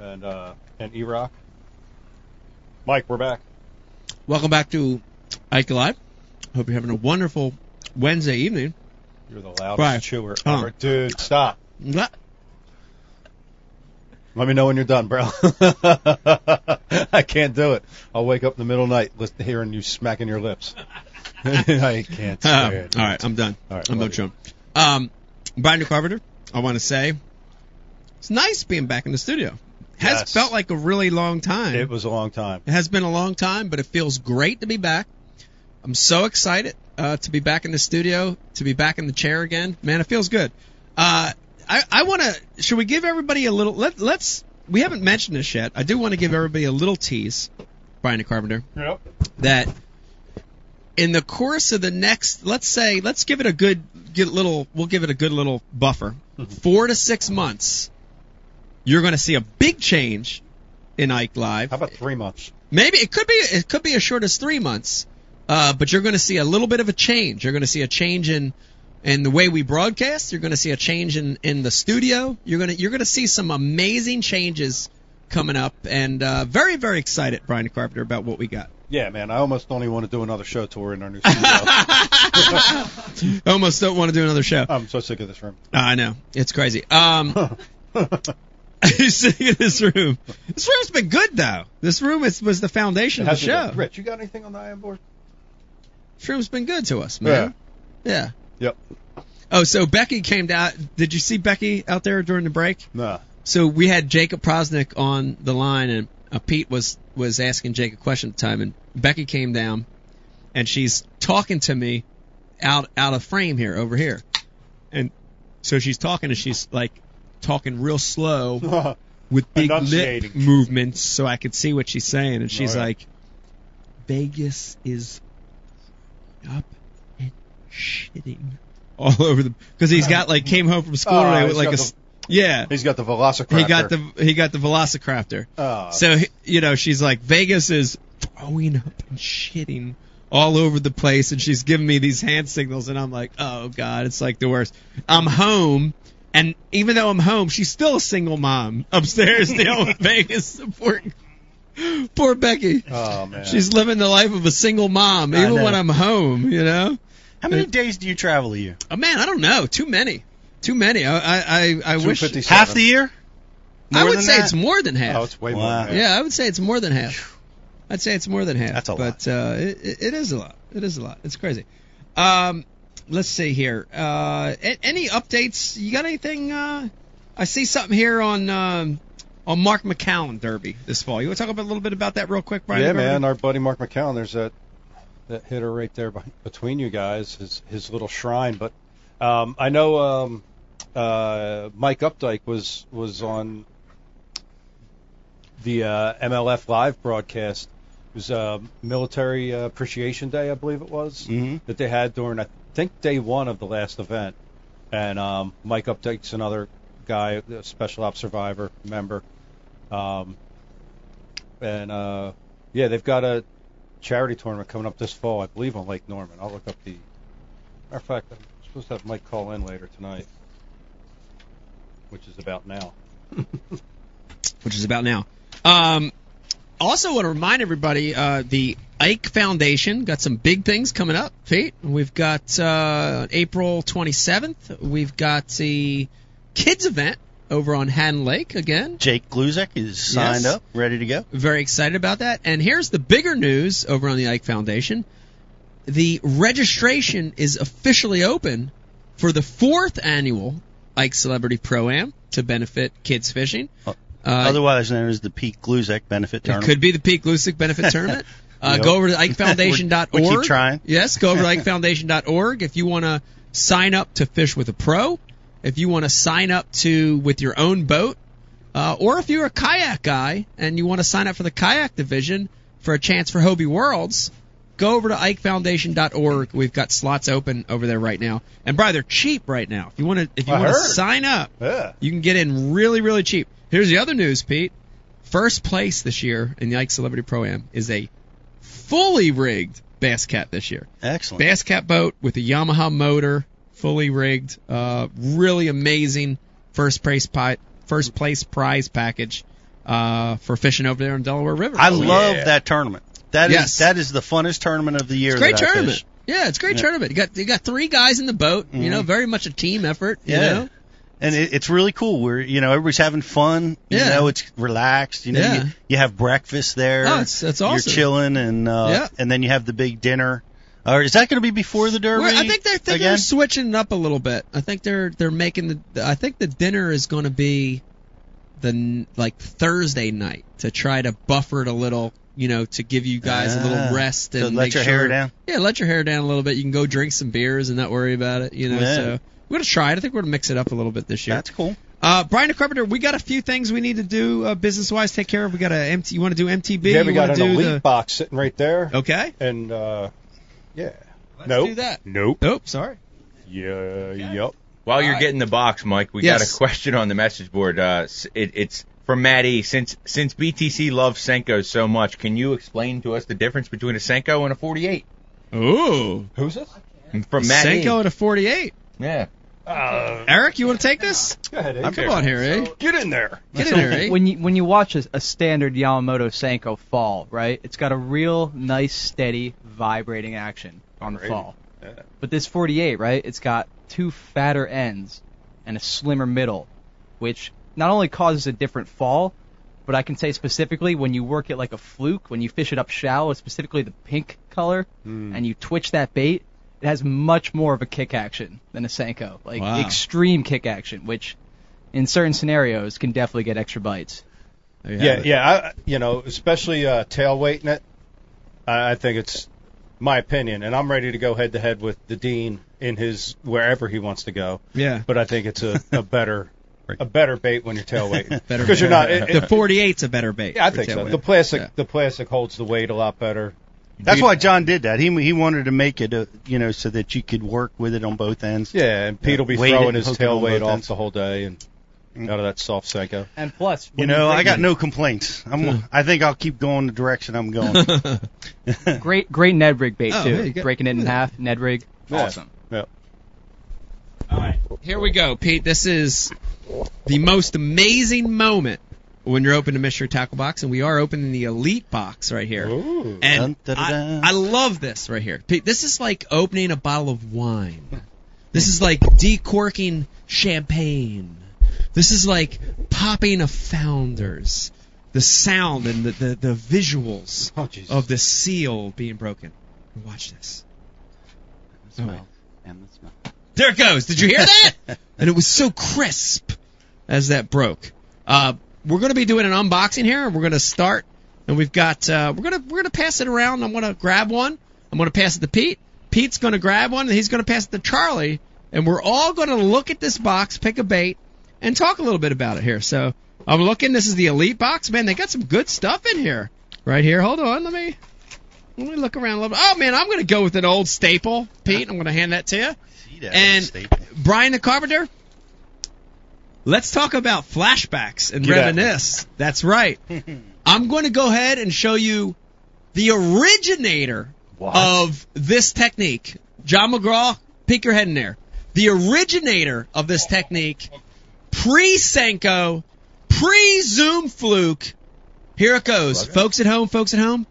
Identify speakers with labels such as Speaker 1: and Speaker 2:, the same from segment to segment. Speaker 1: And uh and E Rock. Mike, we're back.
Speaker 2: Welcome back to Ike Live. Hope you're having a wonderful Wednesday evening.
Speaker 1: You're the loudest
Speaker 2: Right.
Speaker 1: chewer
Speaker 2: Huh.
Speaker 1: ever. Dude, stop.
Speaker 2: Mwah.
Speaker 1: Let me know when you're done, bro. I can't do it. I'll wake up in the middle of the night listen, hearing you smacking your lips. I can't
Speaker 2: Uh,
Speaker 1: stand it.
Speaker 2: all right, I'm done.
Speaker 1: All right,
Speaker 2: I'm
Speaker 1: love
Speaker 2: done chewing. Um, Brian DeCarpenter, I want to say it's nice being back in the studio. Has
Speaker 1: Yes.
Speaker 2: felt like a really long time.
Speaker 1: It was a long time.
Speaker 2: It has been a long time, but it feels great to be back. I'm so excited uh, to be back in the studio, to be back in the chair again. Man, it feels good. Uh, I, I want to. Should we give everybody a little? Let, let's. We haven't mentioned this yet. I do want to give everybody a little tease, Brian Carpenter,
Speaker 1: Yep.
Speaker 2: that in the course of the next, let's say, let's give it a good, good little. We'll give it a good little buffer,
Speaker 1: Mm-hmm.
Speaker 2: four to six months. You're going to see a big change in Ike Live.
Speaker 1: How about three months?
Speaker 2: Maybe it could be it could be as short as three months, uh, but you're going to see a little bit of a change. You're going to see a change in in the way we broadcast. You're going to see a change in in the studio. You're gonna you're gonna see some amazing changes coming up, and uh, very very excited, Brian Carpenter, about what we got.
Speaker 1: Yeah, man. I almost don't even want to do another show tour in our new studio.
Speaker 2: I almost don't want to do another show. Ah,
Speaker 1: I'm so sick of this room.
Speaker 2: I know it's crazy. Um, sitting in this room, this room's been good though. This room is, was the foundation of the
Speaker 1: Hasn't
Speaker 2: show.
Speaker 1: been- Rich, you got anything on the iron board?
Speaker 2: This room's been good to us, man. yeah.
Speaker 1: Yep.
Speaker 2: Oh, so Becky came down. Did you see Becky out there during the break?
Speaker 1: Nah.
Speaker 2: So we had Jacob Prosnick on the line, and uh, Pete was was asking Jake a question at the time, and Becky came down, and she's talking to me out out of frame here over here, and so she's talking and she's like talking real slow with big lip
Speaker 1: Enunciating.
Speaker 2: movements, so I could see what she's saying, and she's
Speaker 1: Oh, yeah.
Speaker 2: like, "Vegas is up and shitting." All over the because he's got like came home from school
Speaker 1: Oh,
Speaker 2: today with
Speaker 1: he's
Speaker 2: like a
Speaker 1: got
Speaker 2: s- yeah
Speaker 1: He's got the Velociraptor.
Speaker 2: he got the he got the Velociraptor.
Speaker 1: Oh.
Speaker 2: So he- you know she's like Vegas is throwing up and shitting all over the place, and she's giving me these hand signals, and I'm like, oh god, it's like the worst. I'm home, and even though I'm home, she's still a single mom upstairs dealing with Vegas support. Poor Becky.
Speaker 1: Oh man.
Speaker 2: She's living the life of a single mom, even
Speaker 3: know.
Speaker 2: when I'm home. You know.
Speaker 3: How many days do you travel a year?
Speaker 2: Oh, man, I don't know. Too many. Too many. I I I, I wish.
Speaker 1: 257.
Speaker 3: Half the year?
Speaker 2: I
Speaker 3: More
Speaker 2: would
Speaker 3: than
Speaker 2: say
Speaker 3: that?
Speaker 2: it's more than half.
Speaker 1: Oh, it's way more.
Speaker 3: Wow.
Speaker 1: than that.
Speaker 2: Yeah, I would say it's more than half. I'd say it's more than half.
Speaker 3: That's a
Speaker 2: But uh, it, it- it is a lot. It is a lot. It's crazy. Um, let's see here. Uh, a- any updates? You got anything? Uh, I see something here on um, on Mark McCown Derby this fall. You want to talk about, a little bit about that real quick, Brian?
Speaker 1: Yeah, man. Our buddy Mark McCown. There's that that hitter right there be- between you guys. His his little shrine. But um, I know um, uh, Mike Updike was was on the uh, MLF live broadcast. It was uh, Military uh, Appreciation Day, I believe it was,
Speaker 3: Mhm.
Speaker 1: that they had during I think day one of the last event. And um, Mike Updike's another guy, a special ops survivor member. Um, and uh, yeah, they've got a charity tournament coming up this fall, I believe, on Lake Norman. I'll look up the. Matter of fact, I'm supposed to have Mike call in later tonight, which is about now.
Speaker 2: which is about now. Um, also, want to remind everybody uh, the Ike Foundation got some big things coming up, Pete. We've got uh, April 27th. We've got the kids event over on Haddon Lake again.
Speaker 3: Jake Gluzek is signed
Speaker 2: Yes.
Speaker 3: up, ready to go.
Speaker 2: Very excited about that. And here's the bigger news over on the Ike Foundation. The registration is officially open for the fourth annual Ike Celebrity Pro Am to benefit kids fishing. Uh,
Speaker 3: Otherwise known as the Pete Gluzek Benefit Tournament.
Speaker 2: It could be the Peak Lucic Benefit Tournament. Uh, Go over to IkeFoundation.org.
Speaker 3: We keep trying.
Speaker 2: Yes, go over to IkeFoundation.org if you want to sign up to fish with a pro. If you want to sign up to with your own boat, Uh, or if you're a kayak guy and you want to sign up for the kayak division for a chance for Hobie Worlds, go over to IkeFoundation.org. We've got slots open over there right now, and by they're cheap right now. If you want to, if you
Speaker 1: I
Speaker 2: want to
Speaker 1: heard.
Speaker 2: sign up,
Speaker 1: Yeah.
Speaker 2: you can get in really, really cheap. Here's the other news, Pete. First place this year in the Ike Celebrity Pro Am is a fully rigged Bass Cat this year.
Speaker 3: Excellent.
Speaker 2: Bass Cat boat with a Yamaha motor, fully rigged, uh, really amazing first place pi- first place prize package uh, for fishing over there in Delaware River.
Speaker 3: I
Speaker 2: So,
Speaker 3: love that tournament. That is
Speaker 2: Yes.
Speaker 3: that is the funnest tournament of the year.
Speaker 2: it's a great
Speaker 3: that I
Speaker 2: tournament.
Speaker 3: fish.
Speaker 2: Yeah, it's a great tournament. You got you got three guys in the boat. You know, very much a team effort. You
Speaker 3: Mm-hmm. Yeah.
Speaker 2: know,
Speaker 3: And it, it's really cool. We're you know everybody's having fun. You
Speaker 2: Yeah.
Speaker 3: know it's relaxed. You know
Speaker 2: Yeah.
Speaker 3: you, you have breakfast there.
Speaker 2: Oh, it's- it's awesome.
Speaker 3: You're chilling and uh,
Speaker 2: Yeah.
Speaker 3: and then you have the big dinner. Or is that going to be before the derby?
Speaker 2: We're- I think they're thinking
Speaker 3: again?
Speaker 2: they're switching it up a little bit. I think they're they're making the. I think the dinner is going to be the n- like Thursday night to try to buffer it a little. You know, to give you guys a
Speaker 3: Ah,
Speaker 2: little rest and
Speaker 3: to let
Speaker 2: make
Speaker 3: your
Speaker 2: sure,
Speaker 3: hair down.
Speaker 2: Yeah, let your hair down a little bit. You can go drink some beers and not worry about it. You know,
Speaker 3: Yeah.
Speaker 2: so we're gonna try it. I think we're gonna mix it up a little bit this year.
Speaker 3: That's cool.
Speaker 2: Uh, Brian the Carpenter, we got a few things we need to do uh, business wise. Take care of. We got a MT. You want to do MTB?
Speaker 1: Yeah,
Speaker 2: you
Speaker 1: we got
Speaker 2: want
Speaker 1: an
Speaker 2: to do
Speaker 1: elite
Speaker 2: the,
Speaker 1: box sitting right there.
Speaker 2: Okay.
Speaker 1: And uh, yeah. Let's
Speaker 2: do that.
Speaker 1: Nope.
Speaker 2: Nope. Sorry.
Speaker 1: Yeah. Yep.
Speaker 4: While you're getting the box, Mike, we
Speaker 2: Yes.
Speaker 4: got a question on the message board. Uh, s- it, it's from Matt E. Since since BTC loves Senko so much, can you explain to us the difference between a Senko and a 48?
Speaker 2: Ooh.
Speaker 1: Who's this?
Speaker 4: From Matt E.
Speaker 2: Senko at a 48.
Speaker 4: Yeah.
Speaker 1: Uh,
Speaker 2: Eric, you want to take this?
Speaker 1: go ahead. Abe.
Speaker 2: Come on here, eh?
Speaker 1: Get in there.
Speaker 2: Get in there, eh?
Speaker 5: When you when you watch a, a standard Yamamoto Senko fall, right? It's got a real nice, steady, vibrating action on the
Speaker 1: Great.
Speaker 5: fall.
Speaker 1: Yeah.
Speaker 5: But this 48, right? It's got two fatter ends and a slimmer middle, which not only causes a different fall, but I can say specifically when you work it like a fluke, when you fish it up shallow, specifically the pink color,
Speaker 2: Hmm.
Speaker 5: and you twitch that bait, it has much more of a kick action than a Senko, like
Speaker 2: Wow.
Speaker 5: extreme kick action, which in certain scenarios can definitely get extra bites.
Speaker 2: There you
Speaker 1: Yeah,
Speaker 2: have it.
Speaker 1: yeah. I, you know, especially uh, tail weighting it. I, I think it's my opinion, and I'm ready to go head to head with the dean in his wherever he wants to go.
Speaker 2: Yeah.
Speaker 1: But I think it's a, a better a better bait when you're tail weighting
Speaker 2: Better
Speaker 1: because you're not. It,
Speaker 2: The
Speaker 1: it,
Speaker 2: 48's a better bait.
Speaker 1: yeah, I
Speaker 2: for
Speaker 1: think so.
Speaker 2: tailwind.
Speaker 1: The plastic
Speaker 2: Yeah.
Speaker 1: the plastic holds the weight a lot better.
Speaker 3: That's why John did that. He he wanted to make it a, you know so that you could work with it on both ends.
Speaker 1: Yeah, and Pete will be
Speaker 3: Weight it
Speaker 1: throwing
Speaker 3: and
Speaker 1: his
Speaker 3: hook it
Speaker 1: tail
Speaker 3: on
Speaker 1: weight
Speaker 3: both
Speaker 1: off
Speaker 3: ends.
Speaker 1: the whole day and out of that soft senko.
Speaker 5: And plus,
Speaker 3: You know, I got no complaints. I'm, I think I'll keep going the direction I'm going.
Speaker 5: great, great Ned rig bait
Speaker 2: Oh,
Speaker 5: too.
Speaker 2: yeah, you got-
Speaker 5: Breaking it in half, Ned rig,
Speaker 1: Yeah.
Speaker 5: awesome.
Speaker 1: Yeah.
Speaker 2: Here we go, Pete. This is the most amazing moment when you're open to Mystery Tackle Box, and we are opening the Elite Box right here.
Speaker 1: Ooh.
Speaker 2: And
Speaker 3: Dun, dun, dun,
Speaker 2: I,
Speaker 3: dun.
Speaker 2: I love this right here. Pete, this is like opening a bottle of wine. This is like decorking champagne. This is like popping a founders. The sound and the, the, the visuals
Speaker 1: Oh, Jesus.
Speaker 2: of the seal being broken. Watch this. smell. There it goes. Did you hear that? and it was so crisp as that broke. Uh, we're going to be doing an unboxing here. We're going to start, and we've got uh, we're going to we're going to pass it around. I'm going to grab one. I'm going to pass it to Pete. Pete's going to grab one, and he's going to pass it to Charlie. And we're all going to look at this box, pick a bait, and talk a little bit about it here. So I'm looking. This is the elite box, man. They got some good stuff in here, right here. Hold on, let me. Let me look around a little bit. Oh man, I'm gonna go with an old staple, Pete. I'm gonna hand that to you. And Brian the Carpenter, let's talk about flashbacks and
Speaker 1: Get at me.
Speaker 2: reminisce. That's right. I'm going to go ahead and show you the originator of this technique. John McGraw, peek your head in there. The originator of this technique, pre Senko, pre Zoom Fluke. Here it goes. Folks at home, folks at home,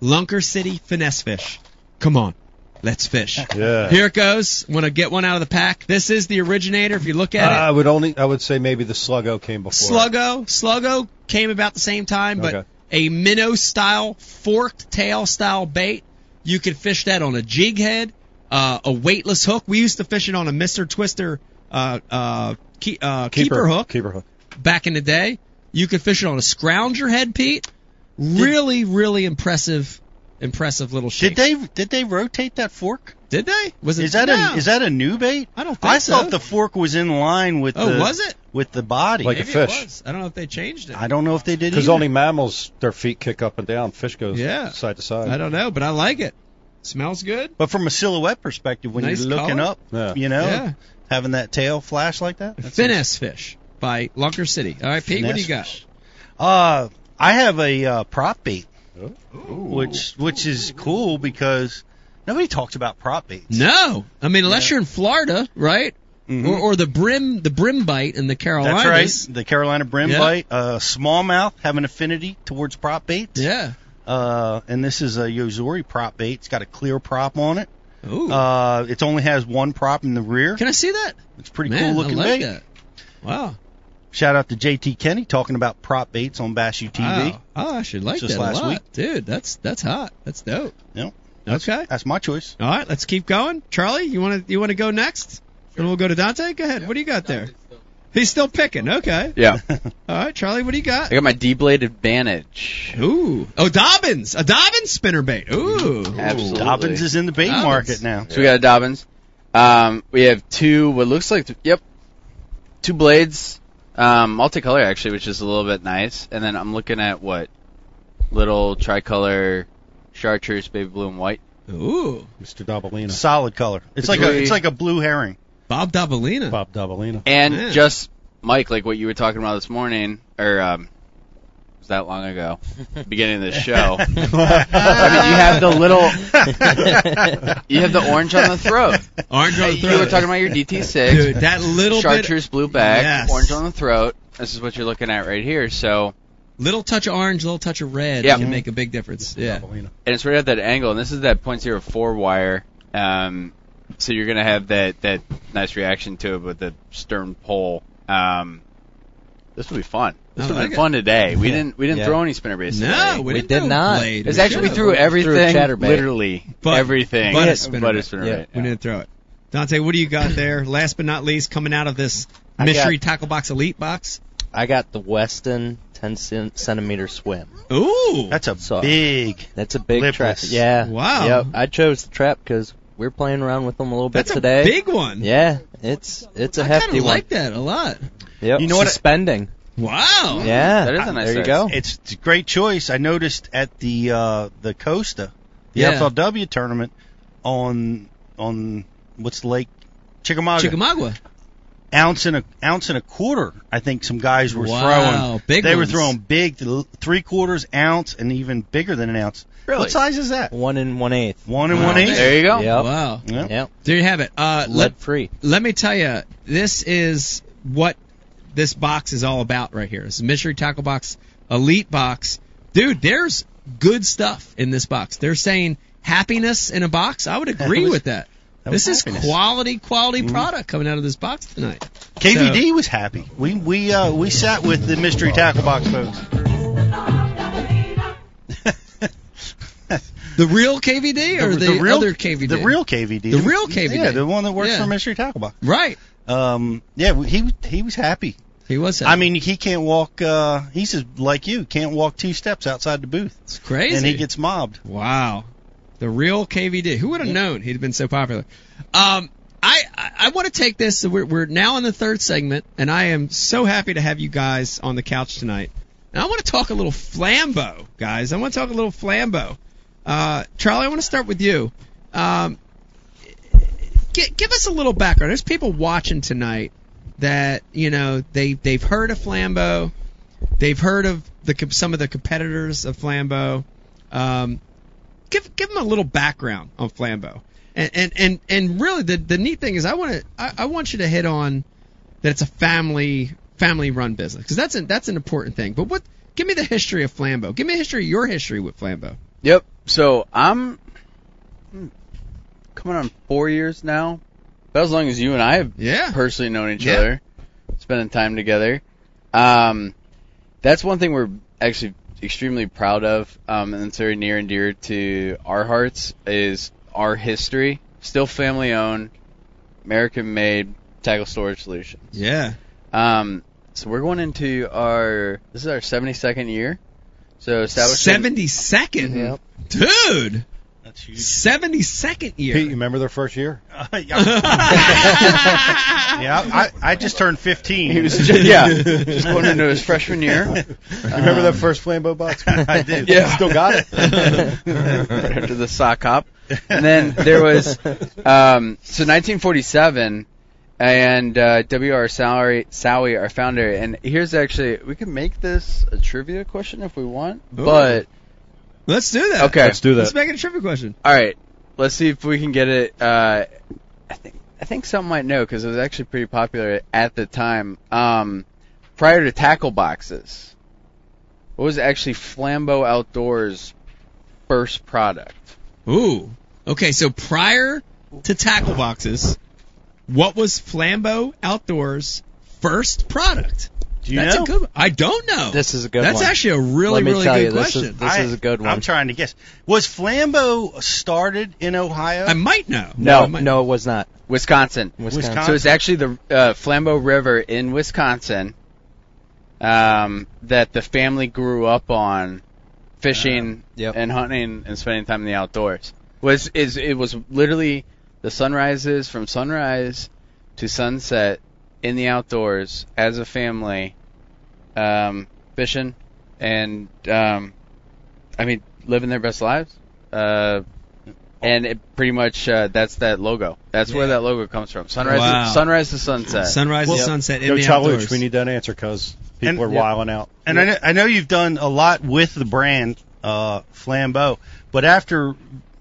Speaker 2: Lunker City finesse fish. Come on, let's fish.
Speaker 1: Yeah.
Speaker 2: Here it goes. Want to get one out of the pack? This is the originator. If you look at
Speaker 1: I
Speaker 2: it,
Speaker 1: would only I would say maybe the sluggo came before.
Speaker 2: Sluggo. Sluggo came about the same time, but
Speaker 1: Okay.
Speaker 2: a minnow style, forked tail style bait. You could fish that on a jig head, uh, a weightless hook. We used to fish it on a Mister Twister uh, uh, key, uh, keeper hook
Speaker 1: Keeper hook.
Speaker 2: back in the day. You could fish it on a scrounger head, Pete. Really, really impressive, impressive little shape.
Speaker 3: Did they did they rotate that fork?
Speaker 2: Did they? Was it?
Speaker 3: Is that
Speaker 2: no.
Speaker 3: a is that a new bait?
Speaker 2: I don't think
Speaker 3: I
Speaker 2: so.
Speaker 3: thought the fork was in line with
Speaker 2: Oh,
Speaker 3: the
Speaker 2: was it?
Speaker 3: with the body.
Speaker 1: Like a
Speaker 2: Maybe
Speaker 1: fish.
Speaker 2: It was. I don't know if they changed it.
Speaker 3: I don't know if they did
Speaker 1: Because
Speaker 3: either.
Speaker 1: only mammals, their feet kick up and down. Fish goes
Speaker 2: Yeah.
Speaker 1: side to side.
Speaker 2: I don't know, but I like it. Smells good.
Speaker 3: but from a silhouette perspective, when
Speaker 2: Nice
Speaker 3: you're looking
Speaker 2: color.
Speaker 3: up,
Speaker 1: Yeah.
Speaker 3: you know,
Speaker 2: Yeah.
Speaker 3: having that tail flash like that.
Speaker 2: Finesse fish by Lunker City. All right, Pete, what do you got?
Speaker 3: Uh, I have a uh, prop bait, which which is cool because nobody talks about prop baits.
Speaker 2: No, I mean unless you're in Florida, right?
Speaker 3: Mm-hmm.
Speaker 2: Or, or the brim, the brim bite in the Carolinas.
Speaker 3: That's right. The Carolina brim
Speaker 2: Yeah.
Speaker 3: bite, uh, smallmouth have an affinity towards prop baits.
Speaker 2: Yeah.
Speaker 3: Uh, and this is a Yozori prop bait. It's got a clear prop on it.
Speaker 2: Ooh.
Speaker 3: Uh, it only has one prop in the rear.
Speaker 2: Can I see that?
Speaker 3: It's a pretty
Speaker 2: Man,
Speaker 3: cool looking
Speaker 2: I like
Speaker 3: bait.
Speaker 2: that. Wow.
Speaker 3: Shout out to JT Kenny talking about prop baits on Bashu TV.
Speaker 2: Wow. Oh, I should like
Speaker 3: Just
Speaker 2: that
Speaker 3: last
Speaker 2: a lot,
Speaker 3: week.
Speaker 2: dude. That's that's hot. That's dope.
Speaker 3: Yep.
Speaker 2: Okay.
Speaker 3: That's my choice.
Speaker 2: All right, let's keep going. Charlie, you want to you want to go next? Then we'll go to Dante. Go ahead. What do you got there? He's still picking. Okay.
Speaker 6: Yeah.
Speaker 2: All right, Charlie, what do you got?
Speaker 6: I got my D-blade advantage.
Speaker 2: Ooh. Oh, Dobbins. A Dobbins spinnerbait. Ooh.
Speaker 6: Absolutely.
Speaker 3: Dobbins is in the bait
Speaker 2: Dobbins.
Speaker 3: market now.
Speaker 6: So we got a Dobbins. Um, we have two, what looks like, yep, two blades, um, multicolor actually, which is a little bit nice. And then I'm looking at what? Little tricolor chartreuse, baby blue and white.
Speaker 2: Ooh.
Speaker 1: Mr. Dabalina.
Speaker 3: Solid color. It's like a
Speaker 6: Between-
Speaker 3: it's like a blue herring.
Speaker 2: Bob Dabalina.
Speaker 1: Bob Dabalina.
Speaker 6: And
Speaker 2: Yeah.
Speaker 6: just, Mike, like what you were talking about this morning, or, um, it was that long ago, beginning of the show. I mean, you have the little, you have the orange on the throat.
Speaker 2: Orange on the
Speaker 6: You were
Speaker 2: throat.
Speaker 6: talking about your DT6.
Speaker 2: Dude, that little bit,
Speaker 6: chartreuse blue back,
Speaker 2: Yes.
Speaker 6: orange on the throat. This is what you're looking at right here. So,
Speaker 2: little touch of orange, little touch of red
Speaker 6: Yeah.
Speaker 2: can make a big difference. Yeah.
Speaker 1: Dabalina.
Speaker 6: and it's right at that angle, and this is that .04 wire. Um, so you're gonna have that that nice reaction to it with the stern pole. Um, this will be fun. This
Speaker 2: I
Speaker 6: would
Speaker 2: like
Speaker 6: have
Speaker 2: it.
Speaker 6: been fun today. We didn't we didn't
Speaker 7: Yeah.
Speaker 6: throw any spinner bases.
Speaker 2: No,
Speaker 6: today.
Speaker 2: we,
Speaker 7: We
Speaker 2: didn't
Speaker 7: did
Speaker 2: throw a
Speaker 7: not.
Speaker 2: blade.
Speaker 6: It's
Speaker 2: We
Speaker 6: actually we
Speaker 2: should've.
Speaker 6: threw everything,
Speaker 7: chatterbait.
Speaker 6: literally
Speaker 2: But-
Speaker 6: everything,
Speaker 2: but a spinnerbait.
Speaker 6: but a spinner
Speaker 7: Yeah.
Speaker 6: bait.
Speaker 2: We didn't throw it. Dante, what do you got there? Last but not least, coming out of this
Speaker 7: I
Speaker 2: mystery tackle box elite box.
Speaker 7: I got the Weston 10 cen- centimeter swim.
Speaker 2: Ooh.
Speaker 3: That's a
Speaker 7: So-
Speaker 3: big.
Speaker 7: That's a big trap.
Speaker 3: Lipless.
Speaker 7: Yeah.
Speaker 2: Wow.
Speaker 7: Yep. I chose the trap because we're playing around with them a little bit
Speaker 2: That's a
Speaker 7: today.
Speaker 2: big one.
Speaker 7: Yeah. It's it's a
Speaker 2: I kind
Speaker 7: hefty
Speaker 2: of
Speaker 7: one.
Speaker 2: like that a lot.
Speaker 7: Yep.
Speaker 3: You know what I-
Speaker 7: Suspending.
Speaker 2: Wow.
Speaker 7: yeah.
Speaker 6: That is a nice
Speaker 7: There you
Speaker 6: size.
Speaker 7: go.
Speaker 3: It's a great choice. I noticed at the uh, the Costa, the
Speaker 2: Yeah.
Speaker 3: FLW tournament on on what's the lake Chickamauga.
Speaker 2: Chickamauga.
Speaker 3: ounce and a ounce and a quarter. I think some guys were
Speaker 2: Wow,
Speaker 3: throwing.
Speaker 2: big
Speaker 3: they
Speaker 2: ones.
Speaker 3: were throwing big th- three quarters ounce and even bigger than an ounce.
Speaker 6: Really?
Speaker 3: What size is that?
Speaker 7: One and one eighth.
Speaker 3: One and
Speaker 2: Wow,
Speaker 3: one eighth.
Speaker 6: There you go.
Speaker 7: Yep.
Speaker 2: Wow.
Speaker 3: Yeah.
Speaker 7: Yep.
Speaker 2: There you have it. Uh, let,
Speaker 7: Lead free.
Speaker 2: let me tell you, this is what this box is all about right here. This is mystery tackle box, elite box. Dude, there's good stuff in this box. They're saying happiness in a box. I would agree
Speaker 3: was-
Speaker 2: with that.
Speaker 3: that was
Speaker 2: this is
Speaker 3: happiness.
Speaker 2: quality, quality product coming out of this box tonight.
Speaker 3: KVD was happy. We we uh, we sat with the mystery tackle box folks.
Speaker 2: The real KVD or the, other KVD?
Speaker 3: the real KVD,
Speaker 2: The real KVD.
Speaker 3: yeah, the one that works
Speaker 2: Yeah.
Speaker 3: for Mystery Tackle Box.
Speaker 2: Right.
Speaker 3: Um, yeah, he he was happy.
Speaker 2: He was.
Speaker 3: I mean, he can't walk. Uh, he's just like you, can't walk two steps outside the booth,
Speaker 2: it's crazy.
Speaker 3: and he gets mobbed.
Speaker 2: Wow. The real KVD. Who would have known he'd been so popular? Um, I, I, I want to take this. We're, we're now in the third segment, and I am so happy to have you guys on the couch tonight. And I want to talk a little flambeau, guys. I want to talk a little flambeau. Uh, Charlie, I want to start with you. Um, gi- give us a little background. There's people watching tonight that you know they they've heard of flambeau, they've heard of the com- some of the competitors of flambeau. Um, give give them a little background on Flambeau. And and and, and really the, the neat thing is I want to I, I want you to hit on that it's a family family run business because that's an, that's an important thing. But what give me the history of Flambeau. Give me a history of your history with Flambeau.
Speaker 6: Yep. So I'm hmm, coming on four years now. About as long as you and I have
Speaker 2: Yeah.
Speaker 6: personally known each
Speaker 2: Yeah.
Speaker 6: other, spending time together. Um, that's one thing we're actually extremely proud of, um, and it's very near and dear to our hearts is our history. Still family owned, American made tackle storage solution.
Speaker 2: Yeah.
Speaker 6: Um, so we're going into our this is our 72nd year. So establishing
Speaker 2: Seventy second,
Speaker 7: Yep.
Speaker 2: dude.
Speaker 3: That's huge.
Speaker 2: Seventy second
Speaker 1: Pete, you
Speaker 2: year.
Speaker 1: remember their first year?
Speaker 3: Yeah, I, I just turned 15.
Speaker 6: He was just, yeah, just going into his freshman year.
Speaker 1: You remember
Speaker 7: Um,
Speaker 1: that first Flambeau box?
Speaker 3: I did.
Speaker 6: Yeah.
Speaker 1: Still got it.
Speaker 6: right after the sock hop. And then there was um, so 1947, and uh, W.R. Sowie, Sowie, our founder. And here's actually we could make this a trivia question if we want, but
Speaker 2: Let's do that.
Speaker 6: okay,
Speaker 1: Let's do
Speaker 2: Let's
Speaker 1: that.
Speaker 2: make it a trivia question.
Speaker 6: all right. Let's see if we can get it. Uh, I think I think some might know because it was actually pretty popular at the time. Um, prior to tackle boxes, what was actually Flambeau Outdoors' first product?
Speaker 2: Ooh. Okay, so prior to tackle boxes, what was Flambeau Outdoors' first product?
Speaker 3: Do you
Speaker 2: That's
Speaker 3: know?
Speaker 2: a good. I don't know.
Speaker 7: This is a good
Speaker 2: That's
Speaker 7: one.
Speaker 2: actually a really
Speaker 7: Let me
Speaker 2: really
Speaker 7: tell
Speaker 2: good
Speaker 7: you, this
Speaker 2: question.
Speaker 7: is- this
Speaker 3: I-
Speaker 7: is a good one.
Speaker 3: I'm trying to guess. Was Flambeau started in Ohio?
Speaker 2: I might know.
Speaker 7: No,
Speaker 2: I might-
Speaker 7: no, it was not.
Speaker 6: Wisconsin.
Speaker 7: Wisconsin.
Speaker 6: So it's actually the uh, Flambeau River in Wisconsin um, that the family grew up on, fishing
Speaker 7: Ah, Yep.
Speaker 6: and hunting and spending time in the outdoors. Was is it was literally the sunrises from sunrise to sunset in the outdoors as a family, um, fishing and um, I mean living their best lives. Uh, and it pretty much uh, that's that logo. That's where that logo comes from. Sunrise,
Speaker 2: Wow.
Speaker 6: sunrise to sunset.
Speaker 2: Sunrise
Speaker 3: Well,
Speaker 2: and sunset in
Speaker 1: Yo,
Speaker 2: the
Speaker 1: Chaluch,
Speaker 2: outdoors.
Speaker 1: we need that answer because people
Speaker 3: And-
Speaker 1: are
Speaker 3: yeah.
Speaker 1: wiling out.
Speaker 3: And I, know, I know you've done a lot with the brand uh, Flambeau, but after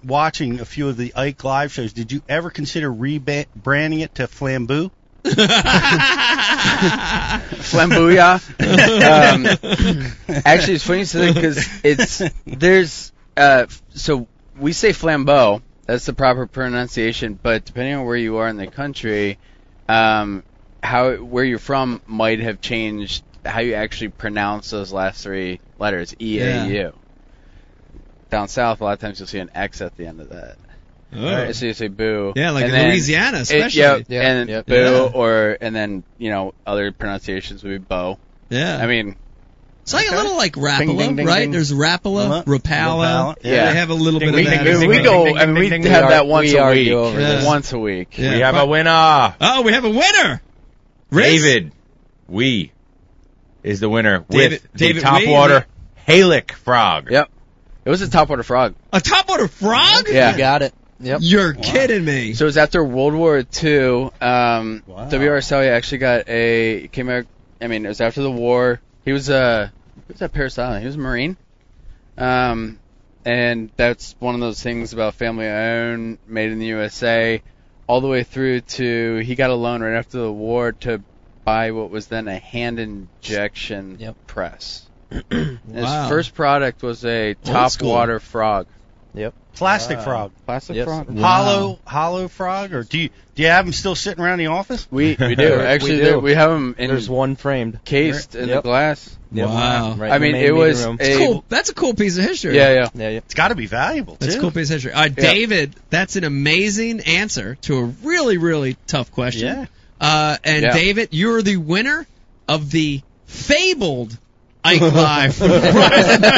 Speaker 3: watching a few of the Ike live shows, did you ever consider rebranding it to Flambeau?
Speaker 6: Flamboyant. um, actually, it's funny because it's there's uh, so we say flambeau. That's the proper pronunciation, but depending on where you are in the country, um, how where you're from might have changed how you actually pronounce those last three letters E A U. Down south, a lot of times you'll see an X at the end of that.
Speaker 2: Oh.
Speaker 6: So you say boo.
Speaker 2: Yeah, like
Speaker 6: and
Speaker 2: in
Speaker 6: then-
Speaker 2: Louisiana,
Speaker 6: it-
Speaker 2: especially.
Speaker 6: yep,
Speaker 7: Yeah,
Speaker 6: and
Speaker 7: yep.
Speaker 6: boo,
Speaker 2: Yeah.
Speaker 6: or and then you know other pronunciations would be bow.
Speaker 2: Yeah.
Speaker 6: I mean,
Speaker 2: It's like a little like Rapala,
Speaker 3: ding, ding,
Speaker 2: right?
Speaker 3: ding.
Speaker 2: There's Rapala,
Speaker 3: Rapala.
Speaker 2: Rapala.
Speaker 6: Yeah.
Speaker 2: uh, They have a little bit
Speaker 6: we,
Speaker 2: of that.
Speaker 6: we,
Speaker 2: as
Speaker 6: we
Speaker 2: well.
Speaker 6: go. I mean, we have
Speaker 7: We
Speaker 6: that
Speaker 7: are-
Speaker 6: once
Speaker 7: we
Speaker 6: a
Speaker 7: argue
Speaker 6: week.
Speaker 7: over
Speaker 2: Yeah. this.
Speaker 6: Once a week.
Speaker 2: Yeah.
Speaker 4: We have a winner.
Speaker 2: Oh, we have a winner. Race.
Speaker 4: David, we is the winner
Speaker 2: David-
Speaker 4: with
Speaker 2: David
Speaker 4: the top
Speaker 2: Wee.
Speaker 4: water Halic frog.
Speaker 6: Yep. It was a topwater frog.
Speaker 2: A top water frog?
Speaker 6: Yeah.
Speaker 7: You got it. Yep.
Speaker 2: You're kidding me.
Speaker 6: So it was after World War II. Um,
Speaker 1: Wow.
Speaker 6: W.R. Sawyer actually got a came out. I mean, it was after the war. He was a he was at Paris Island. He was a Marine. Um, and that's one of those things about family owned, made in the USA, all the way through to he got a loan right after the war to buy what was then a hand injection
Speaker 7: Yep.
Speaker 6: press.
Speaker 2: Wow.
Speaker 6: His first product was a top
Speaker 2: school.
Speaker 6: water frog.
Speaker 3: Plastic frog,
Speaker 6: Plastic
Speaker 7: Yes.
Speaker 6: frog.
Speaker 3: hollow hollow frog, or do you do you have them still sitting around the office?
Speaker 6: We we do actually
Speaker 7: do.
Speaker 6: there- we have them in
Speaker 7: There's one framed.
Speaker 6: cased in the
Speaker 7: Yep.
Speaker 6: glass.
Speaker 2: Wow.
Speaker 7: Right
Speaker 6: I
Speaker 7: in the
Speaker 6: mean,
Speaker 7: main
Speaker 6: it
Speaker 7: meeting
Speaker 6: was
Speaker 7: room.
Speaker 6: a
Speaker 2: Cool. That's a cool piece of history.
Speaker 6: yeah, yeah.
Speaker 7: Yeah, yeah.
Speaker 3: It's got to be valuable too.
Speaker 2: That's a cool piece of history. Uh, David, that's an amazing answer to a really, really tough question.
Speaker 3: Yeah.
Speaker 2: Uh, and
Speaker 6: Yeah.
Speaker 2: David, you're the winner of the fabled Ike Live.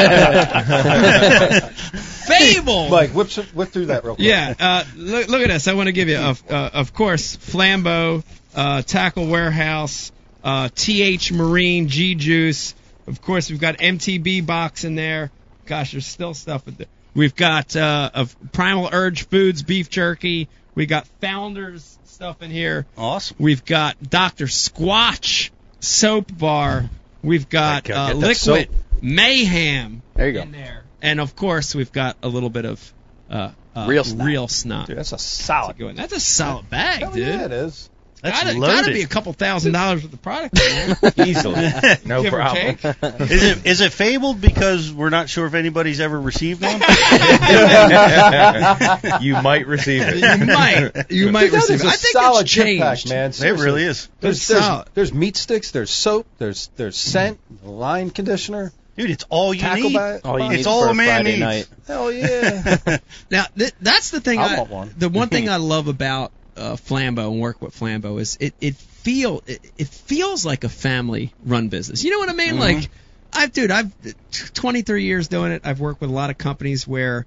Speaker 2: fabled.
Speaker 1: Mike, whip, whip through that real quick.
Speaker 2: Yeah, uh, look, look at this. I want to give you, of, uh, of course, Flambeau, uh, Tackle Warehouse, uh, TH Marine, G Juice. Of course, we've got MTB Box in there. Gosh, there's still stuff. In there. We've got uh, of Primal Urge Foods, beef jerky. We got Founders stuff in here.
Speaker 3: Awesome.
Speaker 2: We've got Dr. Squatch soap bar. We've got
Speaker 3: Okay,
Speaker 2: uh,
Speaker 3: get that
Speaker 2: liquid
Speaker 3: soap.
Speaker 2: mayhem
Speaker 6: There you go.
Speaker 2: in there, and of course we've got a little bit of uh, uh,
Speaker 6: Real snot.
Speaker 2: real snot.
Speaker 1: Dude, that's a solid.
Speaker 2: Going- That's a solid bag,
Speaker 1: Hell
Speaker 2: dude.
Speaker 1: yeah, it is.
Speaker 3: That's
Speaker 2: gotta,
Speaker 3: loaded.
Speaker 2: gotta be a couple thousand dollars worth of product. in there,
Speaker 4: Easily. No
Speaker 2: give or
Speaker 4: problem.
Speaker 2: take.
Speaker 3: is it is it fabled because we're not sure if anybody's ever received one?
Speaker 4: you might receive it.
Speaker 2: You might, you might
Speaker 1: That
Speaker 2: receive.
Speaker 1: is
Speaker 2: It.
Speaker 1: a
Speaker 2: I think
Speaker 1: solid
Speaker 2: it's
Speaker 1: chip
Speaker 2: changed.
Speaker 1: pack, man.
Speaker 3: it
Speaker 1: Seriously.
Speaker 3: really is,
Speaker 2: It's
Speaker 1: There's, there's,
Speaker 2: solid.
Speaker 1: there's meat sticks, there's soap, there's there's scent, line conditioner.
Speaker 3: dude. It's all you
Speaker 1: Tackle
Speaker 3: need.
Speaker 1: bag- All you
Speaker 3: it's
Speaker 1: need
Speaker 3: all
Speaker 7: for
Speaker 3: a
Speaker 7: a
Speaker 3: man
Speaker 7: Friday
Speaker 3: needs.
Speaker 7: night.
Speaker 1: Hell yeah.
Speaker 2: Now th- that's the thing.
Speaker 1: I
Speaker 2: I,
Speaker 1: want one.
Speaker 2: The one thing I love about uh, Flambeau and work with Flambeau is it it feel it, it feels like a family run business. You know what I mean? Like I've dude, I've t- 23 years doing it. I've worked with a lot of companies where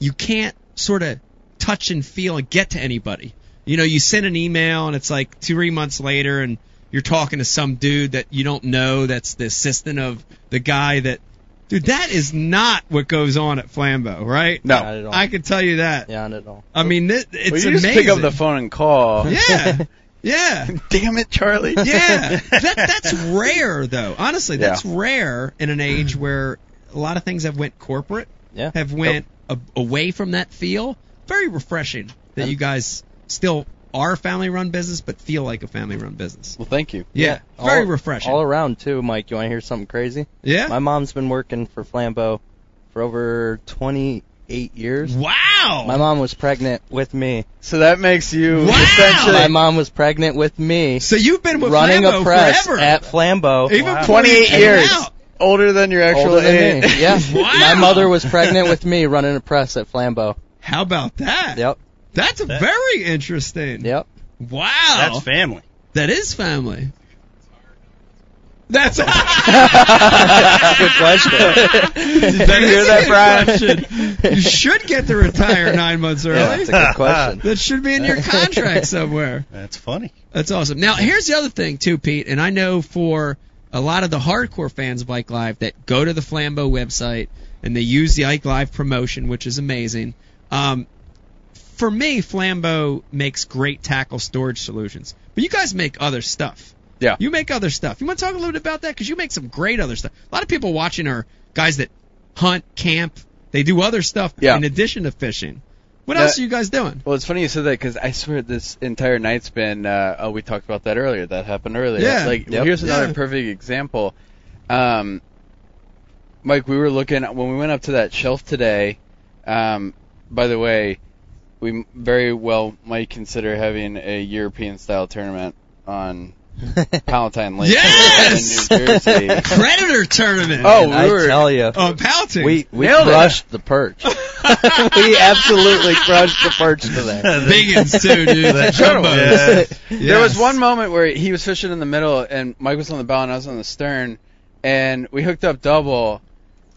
Speaker 2: you can't sort of touch and feel and get to anybody. You know, you send an email and it's like two, three months later and you're talking to some dude that you don't know that's the assistant of the guy that. Dude, that is not what goes on at Flambeau, right?
Speaker 6: No.
Speaker 7: Not at all.
Speaker 2: I can tell you that.
Speaker 7: Yeah, not at all.
Speaker 2: I mean, thi- it's
Speaker 6: well, you
Speaker 2: amazing.
Speaker 6: just pick up the phone and call.
Speaker 2: Yeah. Yeah.
Speaker 6: Damn it, Charlie.
Speaker 2: Yeah. that, that's rare though. Honestly,
Speaker 6: Yeah.
Speaker 2: that's rare in an age where a lot of things have went corporate,
Speaker 7: Yeah.
Speaker 2: have went a- away from that feel. Very refreshing that you guys still are a family-run business but feel like a family-run business.
Speaker 6: Well, thank you.
Speaker 2: Yeah. very
Speaker 7: All-
Speaker 2: refreshing.
Speaker 7: All around too, Mike. You want to hear something crazy?
Speaker 2: yeah.
Speaker 7: My mom's been working for Flambeau for over 28 years.
Speaker 2: wow.
Speaker 7: My mom was pregnant with me.
Speaker 6: So that makes you
Speaker 2: Wow.
Speaker 6: essentially
Speaker 7: My mom was pregnant with me
Speaker 2: so you've been with
Speaker 7: running
Speaker 2: Lambo
Speaker 7: a press
Speaker 2: forever.
Speaker 7: at Flambeau.
Speaker 2: even before
Speaker 6: 28
Speaker 2: you came
Speaker 6: years.
Speaker 2: out.
Speaker 6: older than your actual
Speaker 7: Older than
Speaker 6: age.
Speaker 7: me. Yeah.
Speaker 2: Wow.
Speaker 7: My mother was pregnant with me running a press at Flambeau.
Speaker 2: How about that?
Speaker 7: Yep.
Speaker 2: That's very interesting.
Speaker 7: Yep.
Speaker 2: Wow.
Speaker 3: That's family.
Speaker 2: That is family. That's
Speaker 7: Good question.
Speaker 2: That
Speaker 6: you
Speaker 2: is
Speaker 6: hear
Speaker 2: a
Speaker 6: that,
Speaker 2: good
Speaker 6: Brian?
Speaker 2: question. You should get to retire nine months early.
Speaker 7: Yeah, that's a good question.
Speaker 2: that should be in your contract somewhere.
Speaker 3: That's funny.
Speaker 2: That's awesome. Now, here's the other thing too, Pete, and I know for a lot of the hardcore fans of Ike Live that go to the Flambeau website and they use the Ike Live promotion, which is amazing. Um, for me, Flambeau makes great tackle storage solutions, but you guys make other stuff.
Speaker 6: Yeah.
Speaker 2: You make other stuff. You want to talk a little bit about that because you make some great other stuff. A lot of people watching are guys that hunt, camp, they do other stuff
Speaker 6: Yeah.
Speaker 2: in addition to fishing. What
Speaker 6: That-
Speaker 2: else are you guys doing?
Speaker 6: Well, it's funny you said that because I swear this entire night's been. Uh, oh, we talked about that earlier. That happened earlier.
Speaker 2: Yeah.
Speaker 6: Like well,
Speaker 2: Yep.
Speaker 6: here's another
Speaker 2: Yeah.
Speaker 6: perfect example. Um, Mike, we were looking when we went up to that shelf today. Um, by the way, we very well might consider having a European style tournament on Palatine Lake
Speaker 2: Yes!
Speaker 6: in New Jersey.
Speaker 2: Predator tournament. Oh,
Speaker 6: oh, we
Speaker 7: I
Speaker 6: were
Speaker 7: tell you,
Speaker 2: on pouting.
Speaker 7: we we
Speaker 6: Nailed it.
Speaker 7: crushed the perch. we absolutely crushed the perch today.
Speaker 2: Biggins too, dude. The jumbos.
Speaker 3: Yeah.
Speaker 6: There was one moment where he was fishing in the middle, and Mike was on the bow, and I was on the stern, and we hooked up double,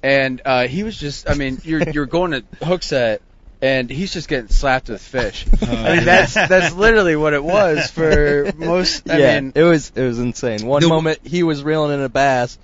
Speaker 6: and uh, he was just—I mean, you're you're going to hook set, and he's just getting slapped with fish. I mean, that's that's literally what it was for most. I
Speaker 7: yeah,
Speaker 6: mean,
Speaker 7: it was it was insane. One
Speaker 2: The-
Speaker 7: moment he was reeling in a bass,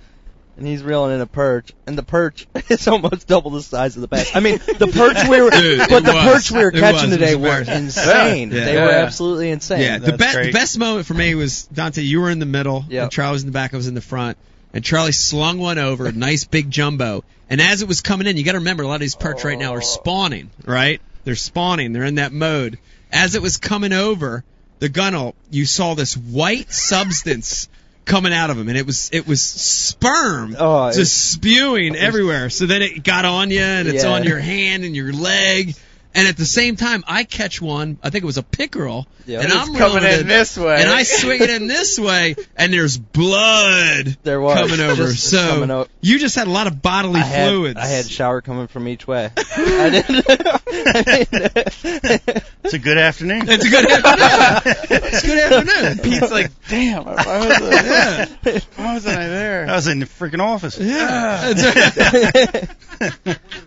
Speaker 7: and he's reeling in a perch, and the perch is almost double the size of the bass. I mean, the perch we were,
Speaker 2: Dude,
Speaker 7: but
Speaker 2: it
Speaker 7: the
Speaker 2: was.
Speaker 7: perch we were
Speaker 2: It
Speaker 7: catching
Speaker 2: was. It was
Speaker 7: today were
Speaker 2: embarrassing.
Speaker 7: insane.
Speaker 2: Yeah.
Speaker 7: They were
Speaker 6: Yeah.
Speaker 7: absolutely insane.
Speaker 2: Yeah, the
Speaker 3: That's
Speaker 2: best the
Speaker 3: great.
Speaker 2: best moment for me was Dante. You were in the middle,
Speaker 7: Yep.
Speaker 2: and Charlie was in the back. I was in the front, and Charlie slung one over, a nice big jumbo. And as it was coming in, you got to remember a lot of these perch right now are spawning, right? They're spawning. They're in that mode. As it was coming over the gunnel, you saw this white substance coming out of him, and it was it was sperm
Speaker 7: Oh, it-
Speaker 2: just spewing everywhere. So then it got on you, and it's
Speaker 7: Yeah.
Speaker 2: on your hand and your leg. And at the same time, I catch one. I think it was a pickerel,
Speaker 7: Yeah.
Speaker 2: and
Speaker 7: It's
Speaker 2: I'm
Speaker 6: coming
Speaker 2: rolling
Speaker 6: in
Speaker 2: it,
Speaker 6: this way.
Speaker 2: and I swing it in this way, and there's blood
Speaker 7: There was.
Speaker 2: coming over.
Speaker 7: Just- just
Speaker 2: so
Speaker 7: coming o-
Speaker 2: you just had a lot of bodily
Speaker 7: I had,
Speaker 2: fluids.
Speaker 7: I had shower coming from each way. I didn't. I mean,
Speaker 3: It's a good afternoon.
Speaker 2: it's a good afternoon. it's a good afternoon.
Speaker 6: Pete's like, "Damn, why wasn't,
Speaker 2: yeah,
Speaker 6: why wasn't I there?"
Speaker 3: I was in the freaking office.
Speaker 2: yeah. That's right.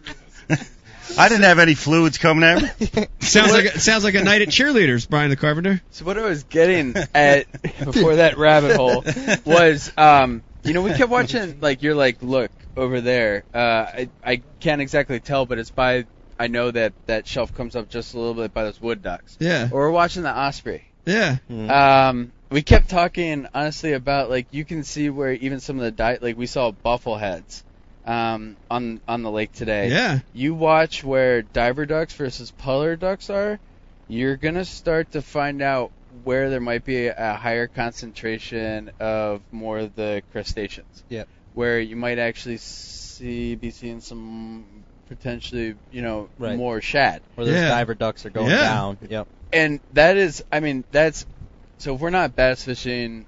Speaker 3: I didn't have any fluids coming at me.
Speaker 2: sounds like a, sounds like a night at cheerleaders, Brian the Carpenter.
Speaker 6: So what I was getting at before that rabbit hole was, um, you know, we kept watching like you're like, look over there. Uh, I I can't exactly tell, but it's by I know that that shelf comes up just a little bit by those wood ducks.
Speaker 2: Yeah,
Speaker 6: Or we're watching the osprey.
Speaker 2: yeah.
Speaker 6: Um, we kept talking honestly about like you can see where even some of the diet like we saw buffleheads, um, on on the lake today
Speaker 2: Yeah.
Speaker 6: you watch where diver ducks versus polar ducks are, you're gonna start to find out where there might be a higher concentration of more of the crustaceans.
Speaker 7: Yep.
Speaker 6: Where you might actually see be seeing some potentially, you know,
Speaker 7: Right.
Speaker 6: more shad.
Speaker 7: where those
Speaker 2: Yeah.
Speaker 7: diver ducks are going
Speaker 2: Yeah.
Speaker 7: down. Yep.
Speaker 6: And that is I mean, that's so if we're not bass fishing,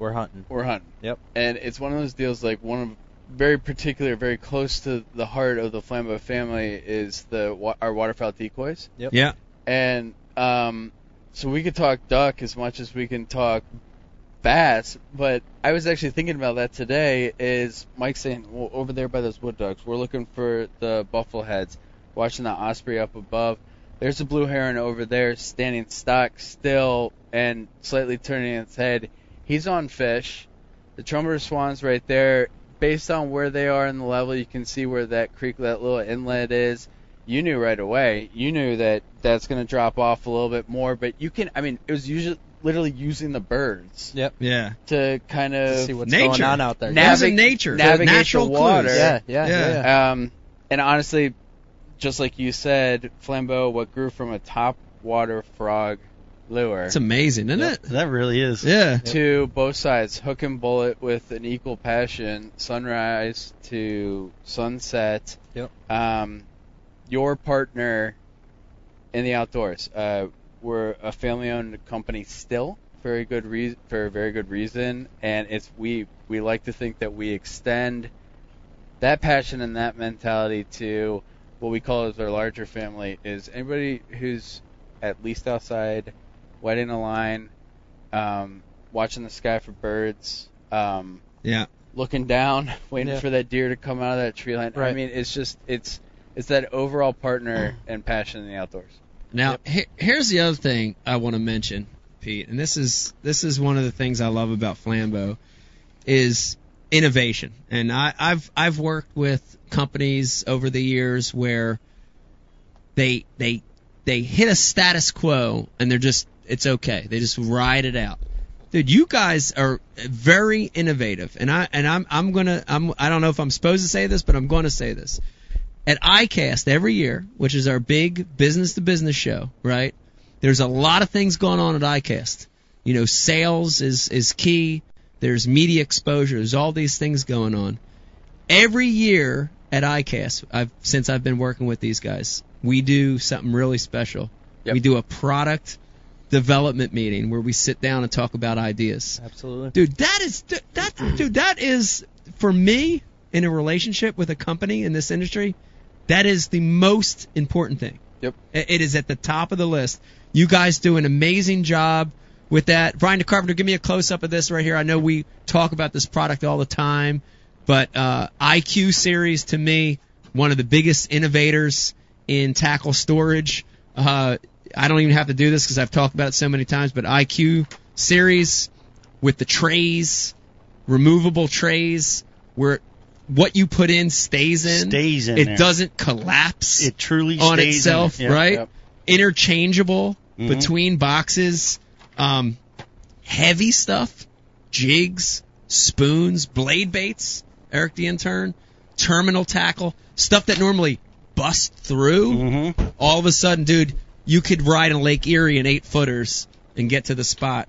Speaker 7: We're hunting.
Speaker 6: we're hunting.
Speaker 7: Yep.
Speaker 6: And it's one of those deals like one of very particular, very close to the heart of the Flambeau family is the wa- our waterfowl decoys.
Speaker 2: Yeah.
Speaker 6: and um, so we could talk duck as much as we can talk bass. But I was actually thinking about that today. Is Mike saying well, over there by those wood ducks, we're looking for the buffleheads. watching the osprey up above. There's a blue heron over there standing stock still and slightly turning its head. He's on fish. The trumpeter swan's right there. Based on where they are in the level, you can see where that creek, that little inlet is. You knew right away. You knew that that's going to drop off a little bit more, but you can. I mean, it was usually literally using the birds
Speaker 7: Yep.
Speaker 2: Yeah.
Speaker 6: to kind of
Speaker 7: see what's
Speaker 2: Nature.
Speaker 7: going on out there.
Speaker 6: Nav-
Speaker 2: Those are nature. They're
Speaker 6: navigate the
Speaker 2: natural
Speaker 6: water.
Speaker 2: clues.
Speaker 7: yeah, yeah, yeah.
Speaker 2: Yeah.
Speaker 7: yeah.
Speaker 6: Um, and honestly, just like you said, Flambeau, what grew from a top water frog lure
Speaker 2: It's amazing, isn't it?
Speaker 3: That really is.
Speaker 2: Yeah.
Speaker 6: to both sides, hook and bullet with an equal passion, sunrise to sunset.
Speaker 7: Yep.
Speaker 6: Um, your partner in the outdoors. Uh, we're a family-owned company still, very good reason for a very good reason, and it's we we like to think that we extend that passion and that mentality to what we call as our larger family is anybody who's at least outside, wetting a line, um, watching the sky for birds, um,
Speaker 2: Yeah.
Speaker 6: looking down, waiting
Speaker 7: Yeah.
Speaker 6: for that deer to come out of that tree line. I
Speaker 7: Right.
Speaker 6: mean, it's just it's it's that overall partner and passion in the outdoors.
Speaker 2: Now, he- here's the other thing I want to mention, Pete, and this is this is one of the things I love about Flambeau is innovation. And I, I've I've worked with companies over the years where they they they hit a status quo and they're just it's okay. They just ride it out. Dude, you guys are very innovative, and I and I'm I'm gonna I'm I don't know if I'm supposed to say this, but I'm going to say this at ICAST every year, which is our big business to business show, right? There's a lot of things going on at ICAST. You know, sales is is key. There's media exposure. There's all these things going on. Every year at ICAST, I've since I've been working with these guys, we do something really special. We do a product development meeting where we sit down and talk about ideas
Speaker 7: Absolutely.
Speaker 2: dude that is that dude that is for me in a relationship with a company in this industry that is the most important thing
Speaker 6: Yep.
Speaker 2: I- it is at the top of the list you guys do an amazing job with that brian decarpenter give me a close-up of this right here i know we talk about this product all the time but uh, iq series to me one of the biggest innovators in tackle storage uh, i don't even have to do this because i've talked about it so many times but iq series with the trays, removable trays, where what you put in stays in.
Speaker 3: Stays in
Speaker 2: It
Speaker 3: there.
Speaker 2: doesn't collapse
Speaker 3: It truly
Speaker 2: on
Speaker 3: stays in
Speaker 2: itself,
Speaker 3: there. Yeah.
Speaker 2: right?
Speaker 6: yep.
Speaker 2: Interchangeable
Speaker 3: Mhm.
Speaker 2: between boxes. Um, heavy stuff, jigs, spoons, blade baits. Eric the intern, terminal tackle, stuff that normally bust through
Speaker 3: Mhm.
Speaker 2: all of a sudden, dude, you could ride in Lake Erie in eight footers and get to the spot.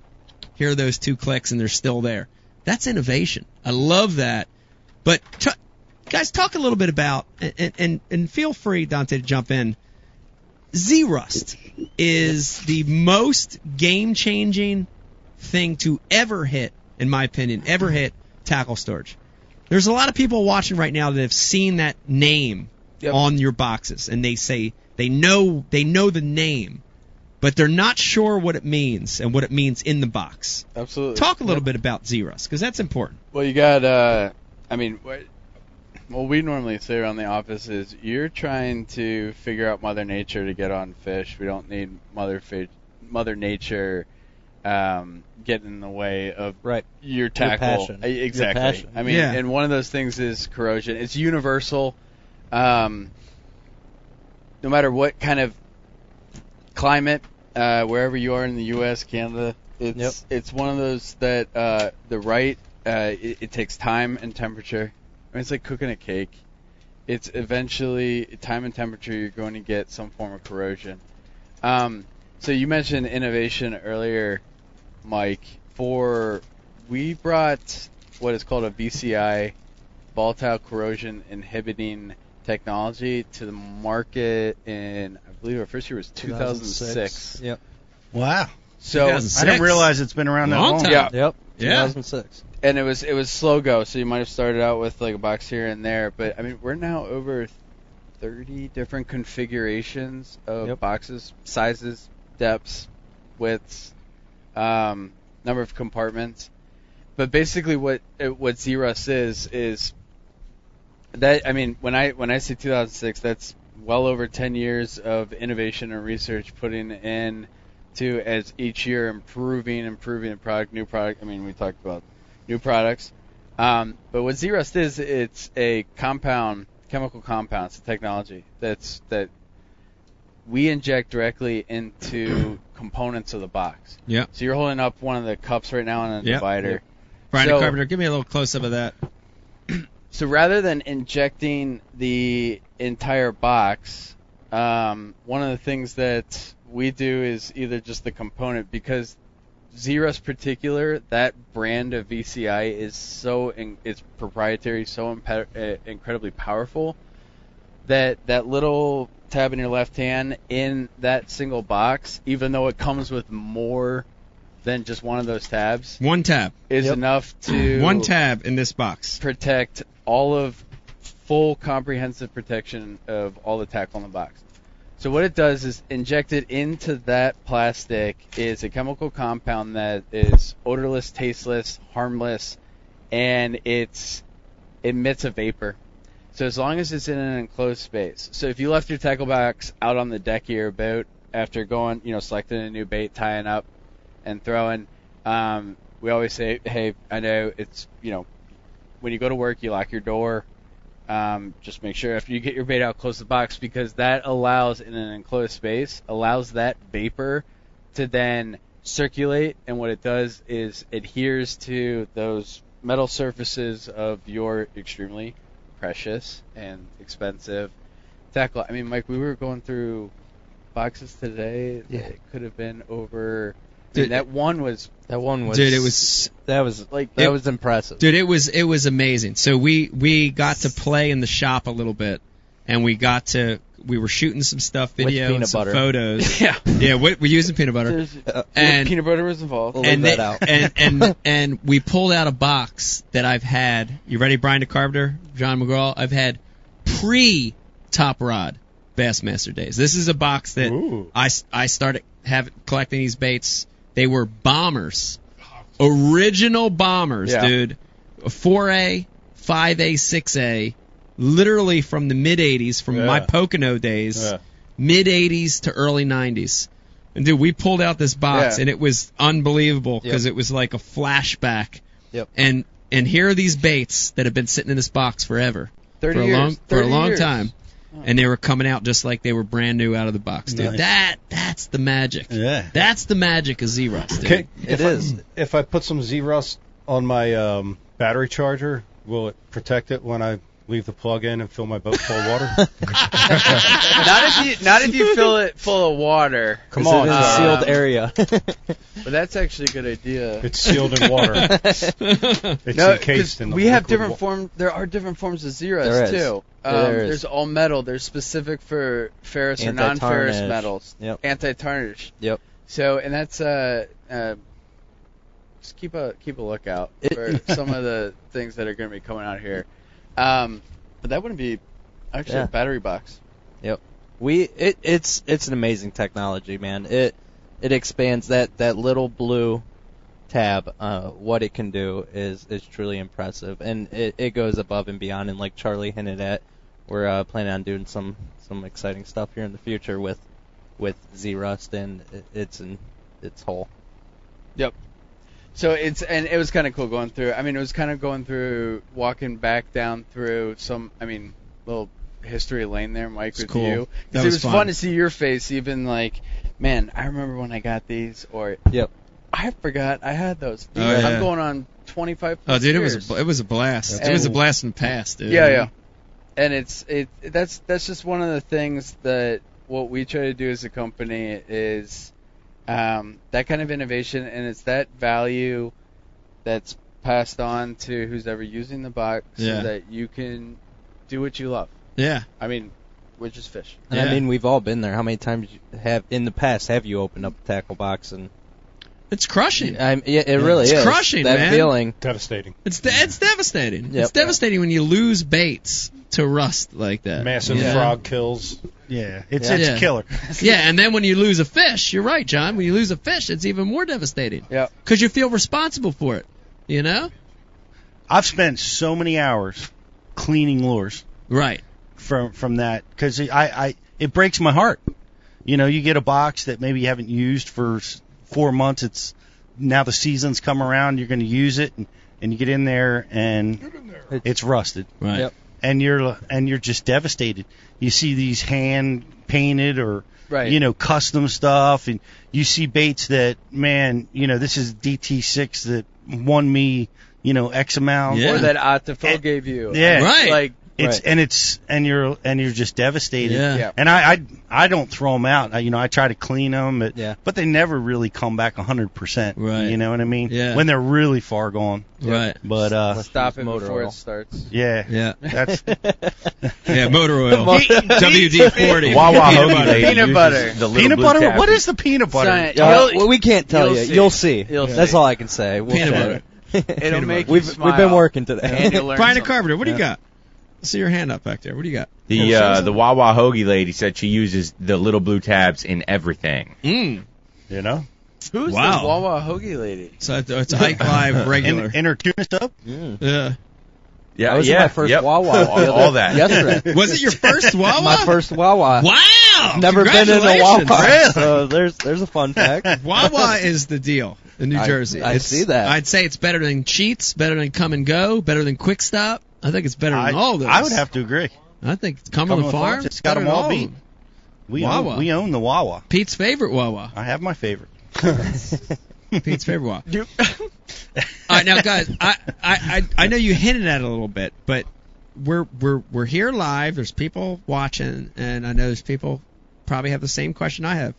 Speaker 2: Hear those two clicks, and they're still there. That's innovation. I love that. But t- guys, talk a little bit about and and and feel free, Dante, to jump in. Z Rust is the most game changing thing to ever hit, in my opinion, ever hit tackle storage. There's a lot of people watching right now that have seen that name on your boxes, and they say they know they know the name, but they're not sure what it means and what it means in the box.
Speaker 6: Absolutely.
Speaker 2: Talk a little bit about Z Rust because that's important.
Speaker 6: Well, you got. Uh, I mean, what, what we normally say around the office is you're trying to figure out Mother Nature to get on fish. We don't need Mother Fish, Mother Nature, um, getting in the way of
Speaker 7: Right.
Speaker 6: your tackle.
Speaker 7: passion.
Speaker 6: Uh,
Speaker 7: Your
Speaker 6: Exactly.
Speaker 7: passion.
Speaker 6: I mean,
Speaker 2: Yeah.
Speaker 6: and one of those things is corrosion. It's universal. Um, no matter what kind of climate, uh, wherever you are in the U.S., Canada, it's
Speaker 7: Yep.
Speaker 6: it's one of those that uh, the right uh, it, it takes time and temperature. I mean, it's like cooking a cake. It's eventually time and temperature. You're going to get some form of corrosion. Um, so you mentioned innovation earlier, Mike. For we brought what is called a VCI, volatile corrosion inhibiting technology, to the market in I believe our first year was 2006.
Speaker 7: Yep.
Speaker 3: Wow.
Speaker 6: So
Speaker 2: 2006.
Speaker 3: I didn't realize it's been around that
Speaker 2: Long
Speaker 3: long.
Speaker 2: time.
Speaker 6: yeah,
Speaker 7: Yep.
Speaker 2: Yeah.
Speaker 7: 2006.
Speaker 6: and it was it was slow go. So you might have started out with like a box here and there, but I mean we're now over 30 different configurations of
Speaker 7: Yep.
Speaker 6: boxes, sizes, depths, widths, um, number of compartments. But basically, what uh, what Zerus is is that I mean when I when I say 2006, that's well over 10 years of innovation and research putting in to as each year improving, improving the product, new product. I mean, we talked about new products. Um, but what Zrust is, it's a compound, chemical compound. It's a technology that's that we inject directly into components of the box.
Speaker 2: Yeah.
Speaker 6: So you're holding up one of the cups right now on a
Speaker 2: Yep.
Speaker 6: divider.
Speaker 2: Yep. Brian
Speaker 6: So-
Speaker 2: Carpenter, give me a little close up of that.
Speaker 6: So rather than injecting the entire box, um, one of the things that we do is either just the component because Xero's particular that brand of VCI is so in, it's proprietary, so impe- uh, incredibly powerful that that little tab in your left hand in that single box, even though it comes with more than just one of those tabs,
Speaker 2: One tab.
Speaker 6: is enough to
Speaker 2: One tab in this box.
Speaker 6: protect all of full comprehensive protection of all the tackle in the box. So what it does is injected into that plastic is a chemical compound that is odorless, tasteless, harmless, and it's emits a vapor. So as long as it's in an enclosed space. So if you left your tackle box out on the deck of your boat after going, you know, selecting a new bait, tying up, and throwing, um, we always say, hey, I know it's, you know, when you go to work, you lock your door. Um, just make sure after you get your bait out, close the box because that allows in an enclosed space allows that vapor to then circulate, and what it does is adheres to those metal surfaces of your extremely precious and expensive tackle. I mean, Mike, we were going through boxes today.
Speaker 7: Yeah.
Speaker 6: It could have been over. I mean,
Speaker 2: Dude.
Speaker 6: that one was
Speaker 7: That one was
Speaker 2: Dude, it was
Speaker 7: that was
Speaker 6: like
Speaker 7: that
Speaker 2: It-
Speaker 7: was impressive.
Speaker 2: Dude, it was it was amazing. So we we got to play in the shop a little bit, and we got to we were shooting some stuff, video,
Speaker 7: peanut
Speaker 2: and some
Speaker 7: butter.
Speaker 2: photos.
Speaker 6: yeah.
Speaker 2: yeah, we, we're using peanut butter.
Speaker 6: There's,
Speaker 2: And-
Speaker 6: peanut butter was involved.
Speaker 7: Leave
Speaker 2: and
Speaker 7: that
Speaker 2: they-
Speaker 7: out.
Speaker 2: and and and we pulled out a box that I've had. You ready, Brian DeCarpenter, John McGraw? I've had pre Top Rod Bassmaster days. This is a box that I s- I started have collecting these baits. They were bombers, original bombers,
Speaker 6: Yeah.
Speaker 2: dude. Four A, five A, six A, literally from the mid '80s, from my
Speaker 1: Yeah.
Speaker 2: Pocono days,
Speaker 1: Yeah.
Speaker 2: mid '80s to early '90s. And dude, we pulled out this box
Speaker 6: Yeah.
Speaker 2: and it was unbelievable because it was like a flashback.
Speaker 7: Yep.
Speaker 2: And and here are these baits that have been sitting in this box forever
Speaker 6: 30
Speaker 2: for a
Speaker 6: years,
Speaker 2: long for a
Speaker 6: 30
Speaker 2: long
Speaker 6: years.
Speaker 2: time, and they were coming out just like they were brand new out of the box, dude.
Speaker 1: Nice.
Speaker 2: That that's the magic.
Speaker 3: Yeah.
Speaker 2: That's the magic of Xerox, dude.
Speaker 1: Can-
Speaker 7: It
Speaker 1: if I-
Speaker 7: is.
Speaker 1: if I put some Z Rust on my um, battery charger, will it protect it when I leave the plug in and fill my boat full of water?
Speaker 6: not if you not if you fill it full of water.
Speaker 1: Come
Speaker 7: 'Cause it
Speaker 1: on,
Speaker 7: is
Speaker 6: uh,
Speaker 7: a sealed area.
Speaker 6: But that's actually a good idea.
Speaker 1: it's sealed in water. It's
Speaker 6: No,
Speaker 1: encased
Speaker 6: 'cause
Speaker 1: in the
Speaker 6: we have
Speaker 1: liquid
Speaker 6: different
Speaker 1: wa-
Speaker 6: form. There are different forms of
Speaker 7: There
Speaker 6: zeros
Speaker 7: is.
Speaker 6: too. Um,
Speaker 7: There is.
Speaker 6: There's all metal. There's specific for ferrous or
Speaker 7: Anti-tarnish.
Speaker 6: non-ferrous metals.
Speaker 7: Yep.
Speaker 6: Anti-tarnish.
Speaker 7: Yep.
Speaker 6: So and that's uh, uh just keep a keep a lookout for
Speaker 7: It-
Speaker 6: some of the things that are going to be coming out here. Um, but that wouldn't be actually
Speaker 7: Yeah.
Speaker 6: a battery box.
Speaker 7: we it it's it's an amazing technology, man. It it expands that that little blue tab. Uh, what it can do is is truly impressive, and it it goes above and beyond. And like Charlie hinted at, we're uh, planning on doing some some exciting stuff here in the future with with Z Rust and it, it's in its whole.
Speaker 6: Yep. So it's and it was kind of cool going through. I mean, it was kind of going through, walking back down through some. I mean, little history lane there, Mike, with
Speaker 2: cool.
Speaker 6: you. 'Cause
Speaker 2: That
Speaker 6: it
Speaker 2: was
Speaker 6: was,
Speaker 2: fun.
Speaker 6: fun. to see your face, even like, man, I remember when I got these, or
Speaker 7: Yep.
Speaker 6: I forgot I had those.
Speaker 2: Oh,
Speaker 6: Dude, I'm
Speaker 2: yeah.
Speaker 6: going on 25.
Speaker 2: Oh, dude, it was a,
Speaker 6: years.
Speaker 2: bl- it was a blast.
Speaker 6: And-
Speaker 2: it was a blast in the past, dude.
Speaker 6: Yeah, yeah. And it's it that's that's just one of the things that what we try to do as a company is um, that kind of innovation, and it's that value that's passed on to who's ever using the box,
Speaker 2: Yeah.
Speaker 6: so that you can do what you love.
Speaker 2: Yeah.
Speaker 6: I mean, which is fish.
Speaker 7: And
Speaker 2: Yeah.
Speaker 7: I mean, we've all been there. How many times you have in the past have you opened up a tackle box and
Speaker 2: It's crushing.
Speaker 7: I'm, yeah, it really
Speaker 2: It's
Speaker 7: is
Speaker 2: crushing,
Speaker 7: that
Speaker 2: man.
Speaker 7: feeling.
Speaker 1: Devastating.
Speaker 2: It's de- it's devastating.
Speaker 7: Yep.
Speaker 2: It's devastating when you lose baits to rust like that.
Speaker 1: Massive
Speaker 2: you know?
Speaker 1: frog kills.
Speaker 3: Yeah. It's
Speaker 2: Yeah.
Speaker 3: it's
Speaker 2: Yeah.
Speaker 3: killer.
Speaker 2: Yeah, and then when you lose a fish, you're right, John. When you lose a fish, it's even more devastating.
Speaker 6: Yeah.
Speaker 2: Because you feel responsible for it. You know.
Speaker 3: I've spent so many hours cleaning lures
Speaker 2: Right.
Speaker 3: from from that because I I it breaks my heart. You know, you get a box that maybe you haven't used for s- four months. It's now the season's come around. You're going to use it, and, and you get in there, and it's rusted.
Speaker 8: Right.
Speaker 7: Yep.
Speaker 3: And you're and you're just devastated. You see these hand painted or
Speaker 6: Right.
Speaker 3: you know custom stuff, and you see baits that man, you know this is DT6 that won me, you know X amount.
Speaker 8: Yeah.
Speaker 6: Or that Atafo gave you.
Speaker 3: Yeah.
Speaker 8: Right.
Speaker 6: Like
Speaker 3: It's
Speaker 7: Right.
Speaker 3: and it's and you're and you're just devastated.
Speaker 8: Yeah.
Speaker 6: Yeah.
Speaker 3: And I, I I don't throw them out. I, you know, I try to clean them, but,
Speaker 7: Yeah.
Speaker 3: but they never really come back 100%.
Speaker 8: Right.
Speaker 3: You know what I mean?
Speaker 8: Yeah.
Speaker 3: When they're really far gone.
Speaker 8: Right.
Speaker 3: But uh
Speaker 6: stop it
Speaker 7: Motor
Speaker 6: before
Speaker 7: oil.
Speaker 6: it starts.
Speaker 3: yeah.
Speaker 2: Yeah.
Speaker 3: That's
Speaker 2: Yeah, motor oil. WD-40.
Speaker 4: Wawa
Speaker 2: Peanut
Speaker 4: Hoagie
Speaker 2: butter.
Speaker 4: lady
Speaker 6: Peanut
Speaker 4: uses
Speaker 6: butter.
Speaker 4: The little
Speaker 3: peanut
Speaker 4: blue
Speaker 3: butter.
Speaker 4: tab.
Speaker 3: What is the peanut butter?
Speaker 6: Son,
Speaker 7: Yeah,
Speaker 6: you'll-
Speaker 7: well, we can't tell
Speaker 6: you'll
Speaker 7: you.
Speaker 6: see.
Speaker 7: You'll see.
Speaker 6: You'll
Speaker 7: That's
Speaker 6: see.
Speaker 7: all I can say. We'll
Speaker 2: Peanut
Speaker 7: see.
Speaker 2: butter.
Speaker 6: It'll make
Speaker 7: We've
Speaker 6: you smile.
Speaker 7: we've been working
Speaker 6: And
Speaker 7: today.
Speaker 6: you'll learn
Speaker 2: Brian
Speaker 6: something.
Speaker 2: Carpenter, what do you got? I see your hand up back there. What do you got?
Speaker 4: The uh, the Wawa hoagie lady said she uses the little blue tabs in everything.
Speaker 2: Mm.
Speaker 3: You know?
Speaker 6: Who's
Speaker 2: Wow.
Speaker 6: the Wawa Hoagie lady?
Speaker 2: So it's it's a Hike Live regular.
Speaker 3: In, inner tuna stuff?
Speaker 2: yeah.
Speaker 4: Yeah,
Speaker 7: That was
Speaker 4: yeah,
Speaker 7: my first
Speaker 4: yep.
Speaker 7: Wawa. the
Speaker 4: all,
Speaker 7: other-
Speaker 4: all that.
Speaker 7: Yesterday.
Speaker 2: Was it your first Wawa?
Speaker 7: my first Wawa.
Speaker 2: Wow!
Speaker 7: Never been in a
Speaker 2: Congratulations.
Speaker 7: Wawa. So there's there's a fun fact.
Speaker 2: Wawa is the deal in New
Speaker 7: I-
Speaker 2: Jersey.
Speaker 7: I
Speaker 2: It's-
Speaker 7: see that.
Speaker 2: I'd say it's better than Cheats, better than Come and Go, better than Quick Stop. I think it's better
Speaker 3: I,
Speaker 2: than all those.
Speaker 3: I would have to agree.
Speaker 2: I think Cumberland,
Speaker 3: Cumberland
Speaker 2: Farms.
Speaker 3: Farms, it's got
Speaker 2: better
Speaker 3: 'em
Speaker 2: than
Speaker 3: all
Speaker 2: of
Speaker 3: beat. We
Speaker 2: Wawa.
Speaker 3: own, we own the Wawa.
Speaker 2: Pete's favorite Wawa.
Speaker 3: I have my favorite.
Speaker 2: Pete's favorite Wawa. All right, now guys, I, I, I, I know you hinted at it a little bit, but we're we're we're here live. There's people watching, and I know there's people probably have the same question I have.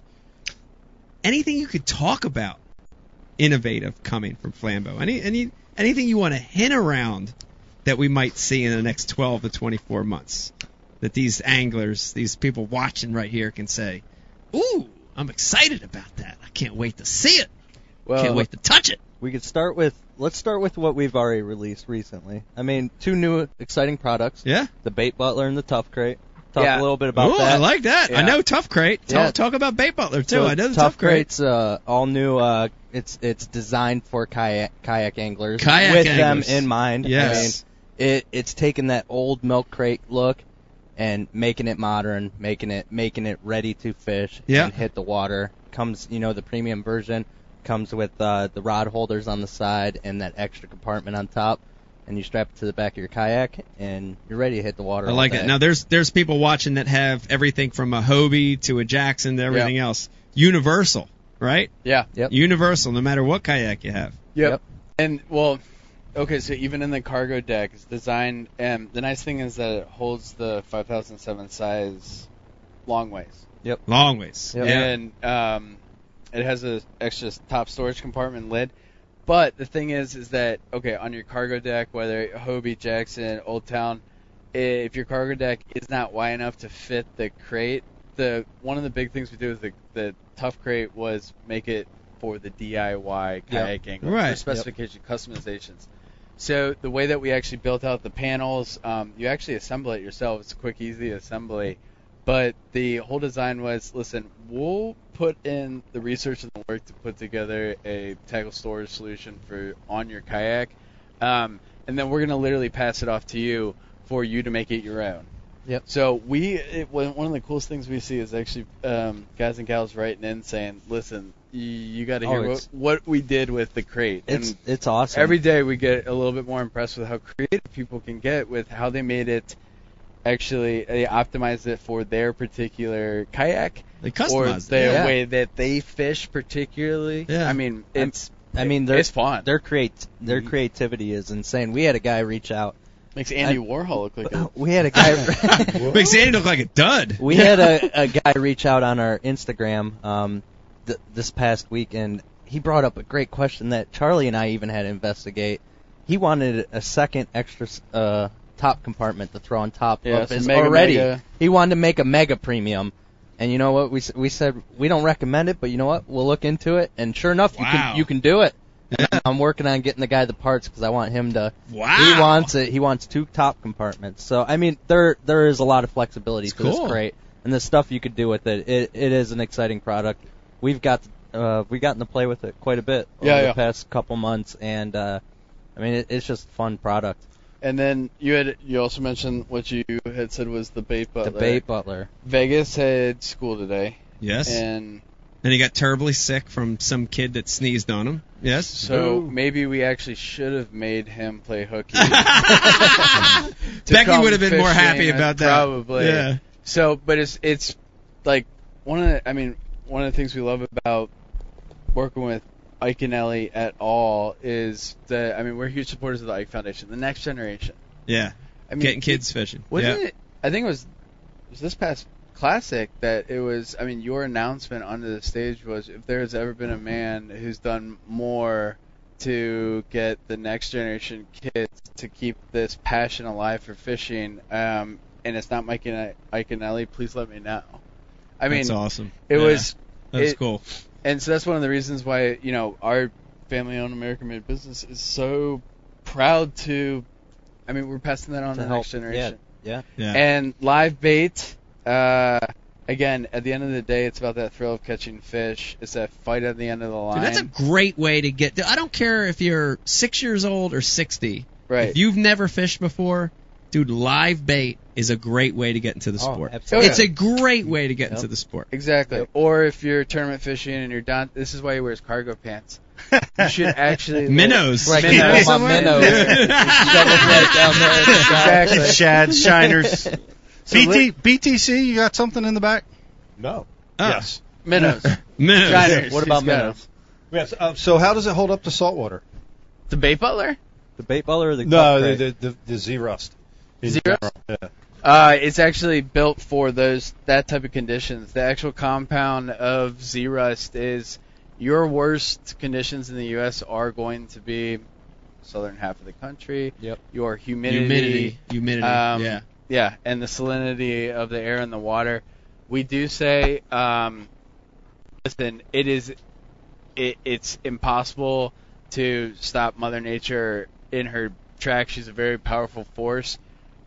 Speaker 2: Anything you could talk about innovative coming from Flambeau? Any any anything you want to hint around that we might see in the next 12 to 24 months that these anglers, these people watching right here, can say, "Ooh, I'm excited about that. I can't wait to see it.
Speaker 7: Well,
Speaker 2: can't wait to touch it."
Speaker 7: we could start with let's start with what we've already released recently. I mean, two new exciting products.
Speaker 2: Yeah.
Speaker 7: The Bait Butler and the Tough Crate. Talk
Speaker 6: Yeah.
Speaker 7: a little bit about
Speaker 2: Ooh,
Speaker 7: that.
Speaker 2: I like that. I
Speaker 6: Yeah.
Speaker 2: know Tough Crate. Talk,
Speaker 7: Yeah.
Speaker 2: talk about Bait Butler too.
Speaker 7: So
Speaker 2: I know the
Speaker 7: Tough
Speaker 2: Tough Crate.
Speaker 7: Crate's uh, all new. Uh, it's it's designed for kayak kayak anglers
Speaker 2: Kayak
Speaker 7: with
Speaker 2: anglers.
Speaker 7: them in mind.
Speaker 2: Yes.
Speaker 7: I mean, it it's taking that old milk crate look and making it modern, making it making it ready to fish
Speaker 2: Yeah.
Speaker 7: and hit the water. Comes you know the premium version comes with uh, the rod holders on the side and that extra compartment on top. And you strap it to the back of your kayak, and you're ready to hit the water.
Speaker 2: I
Speaker 7: all
Speaker 2: like
Speaker 7: day.
Speaker 2: it. Now there's there's people watching that have everything from a Hobie to a Jackson to everything else. Universal, right?
Speaker 6: Yeah.
Speaker 7: Yep.
Speaker 2: Universal, no matter what kayak you have.
Speaker 6: Yep.
Speaker 7: Yep.
Speaker 6: And well, okay, so even in the cargo deck, it's designed, and the nice thing is that it holds the 5007 size long ways,
Speaker 2: Long ways.
Speaker 7: Yep.
Speaker 2: Yeah.
Speaker 6: and um, it has a extra top storage compartment lid. But the thing is, is that okay on your cargo deck, whether Hobie, Jackson, Old Town, if your cargo deck is not wide enough to fit the crate, the one of the big things we did with the, the tough crate was make it for the DIY kayak angler
Speaker 2: Right.
Speaker 6: for
Speaker 2: Yep.
Speaker 6: specification customizations. So the way that we actually built out the panels, um, you actually assemble it yourself. It's a quick, easy assembly. But the whole design was, listen, we'll put in the research and the work to put together a tackle storage solution for on your kayak, um, and then we're gonna literally pass it off to you for you to make it your own.
Speaker 7: Yep.
Speaker 6: So we, it, one one of the coolest things we see is actually um, guys and gals writing in saying, listen, you, you got to
Speaker 7: Oh,
Speaker 6: hear what,
Speaker 7: it's-
Speaker 6: what we did with the crate.
Speaker 7: It's
Speaker 6: and
Speaker 7: it's awesome.
Speaker 6: every day we get a little bit more impressed with how creative people can get with how they made it. Actually, they optimized it for their particular kayak
Speaker 2: They
Speaker 6: or
Speaker 2: customized
Speaker 6: the
Speaker 2: it.
Speaker 7: Yeah.
Speaker 6: way that they fish, particularly.
Speaker 2: Yeah.
Speaker 6: I mean,
Speaker 7: I'm-
Speaker 6: it's
Speaker 7: I mean, they're
Speaker 6: it's fun. Mm-hmm.
Speaker 7: their create their creativity is insane. We had a guy reach out.
Speaker 6: Makes Andy Warhol look like a
Speaker 7: We had a guy.
Speaker 2: Makes Andy look like a dud.
Speaker 7: we had a, a guy reach out on our Instagram um, th- this past week, and he brought up a great question that Charlie and I even had to investigate. He wanted a second extra s- uh, top compartment to throw on top
Speaker 6: Yeah,
Speaker 7: of
Speaker 6: so
Speaker 7: his
Speaker 6: mega,
Speaker 7: already.
Speaker 6: mega.
Speaker 7: He wanted to make a mega premium. And you know what we s- we said we don't recommend it, but you know what we'll look into it. And sure enough, you
Speaker 2: Wow.
Speaker 7: can you can do it. I'm working on getting the guy the parts because I want him to.
Speaker 2: Wow.
Speaker 7: He wants it. He wants two top compartments. So I mean, there there is a lot of flexibility to
Speaker 2: cool.
Speaker 7: this crate and the stuff you could do with it. It it is an exciting product. We've got uh we've gotten to play with it quite a bit over
Speaker 6: Yeah,
Speaker 7: the
Speaker 6: yeah.
Speaker 7: past couple months, and uh, I mean it, it's just a fun product.
Speaker 6: And then you had you also mentioned what you had said was the bait butler.
Speaker 7: The bait butler.
Speaker 6: Vegas had school today,
Speaker 2: Yes. And,
Speaker 6: and
Speaker 2: he got terribly sick from some kid that sneezed on him. Yes.
Speaker 6: so maybe we actually should have made him play hooky. to
Speaker 2: Becky
Speaker 6: come
Speaker 2: would have been more
Speaker 6: fishing,
Speaker 2: happy about that.
Speaker 6: Probably.
Speaker 2: Yeah.
Speaker 6: So, but it's it's like one of the, I mean one of the things we love about working with Ike and Ellie at all is that I mean we're huge supporters of the Ike Foundation, the next generation.
Speaker 2: Yeah.
Speaker 6: I mean,
Speaker 2: Getting kids fishing.
Speaker 6: Wasn't
Speaker 2: yeah.
Speaker 6: it? I think it was it was this past classic that it was. I mean, your announcement onto the stage was if there has ever been a man who's done more to get the next generation kids to keep this passion alive for fishing, um, and it's not Mike and I, Ike and Ellie, please let me know. I mean,
Speaker 2: That's awesome.
Speaker 6: it
Speaker 2: Yeah.
Speaker 6: was
Speaker 2: That was
Speaker 6: it-
Speaker 2: cool.
Speaker 6: and so that's one of the reasons why you know our family-owned American-made business is so proud to. I mean, we're passing that on to
Speaker 7: To
Speaker 6: the
Speaker 7: help.
Speaker 6: next generation.
Speaker 7: Yeah,
Speaker 2: Yeah.
Speaker 6: And live bait. Uh, again, at the end of the day, it's about that thrill of catching fish. It's that fight at the end of the line.
Speaker 2: Dude, that's a great way to get. I don't care if you're six years old or 60.
Speaker 6: right.
Speaker 2: If you've never fished before, dude, live bait is a great way to get into the
Speaker 7: Oh,
Speaker 2: sport.
Speaker 7: absolutely.
Speaker 2: It's a great way to get into the sport.
Speaker 6: Exactly. Or if you're tournament fishing and you're done, this is why he wears cargo pants. You should actually
Speaker 2: Minnows.
Speaker 7: Right,
Speaker 6: Minnows.
Speaker 7: minnows. my minnows. Right down there in the sky.
Speaker 6: Exactly.
Speaker 3: Shad Shiners. BT,
Speaker 6: li-
Speaker 3: BTC, you got something in the back?
Speaker 1: No.
Speaker 2: Ah.
Speaker 1: Yes.
Speaker 6: Minnows.
Speaker 2: Minnows.
Speaker 6: Shiners.
Speaker 7: What about
Speaker 6: He's got
Speaker 7: minnows?
Speaker 6: them.
Speaker 1: Yes. Uh, so how does it hold up to saltwater?
Speaker 6: The bait butler?
Speaker 7: The bait butler or the
Speaker 1: No,
Speaker 7: cup
Speaker 1: the
Speaker 7: crate?
Speaker 1: the, the, the Z rust.
Speaker 6: Z Rust? Uh, it's actually built for those that type of conditions. The actual compound of Z Rust is your worst conditions in the U.S. are going to be southern half of the country.
Speaker 7: Yep.
Speaker 6: Your humidity.
Speaker 2: Humidity. Humidity.
Speaker 6: Um,
Speaker 2: yeah.
Speaker 6: Yeah, and the salinity of the air and the water. We do say, um, listen, it is, it, it's impossible to stop Mother Nature in her tracks. She's a very powerful force.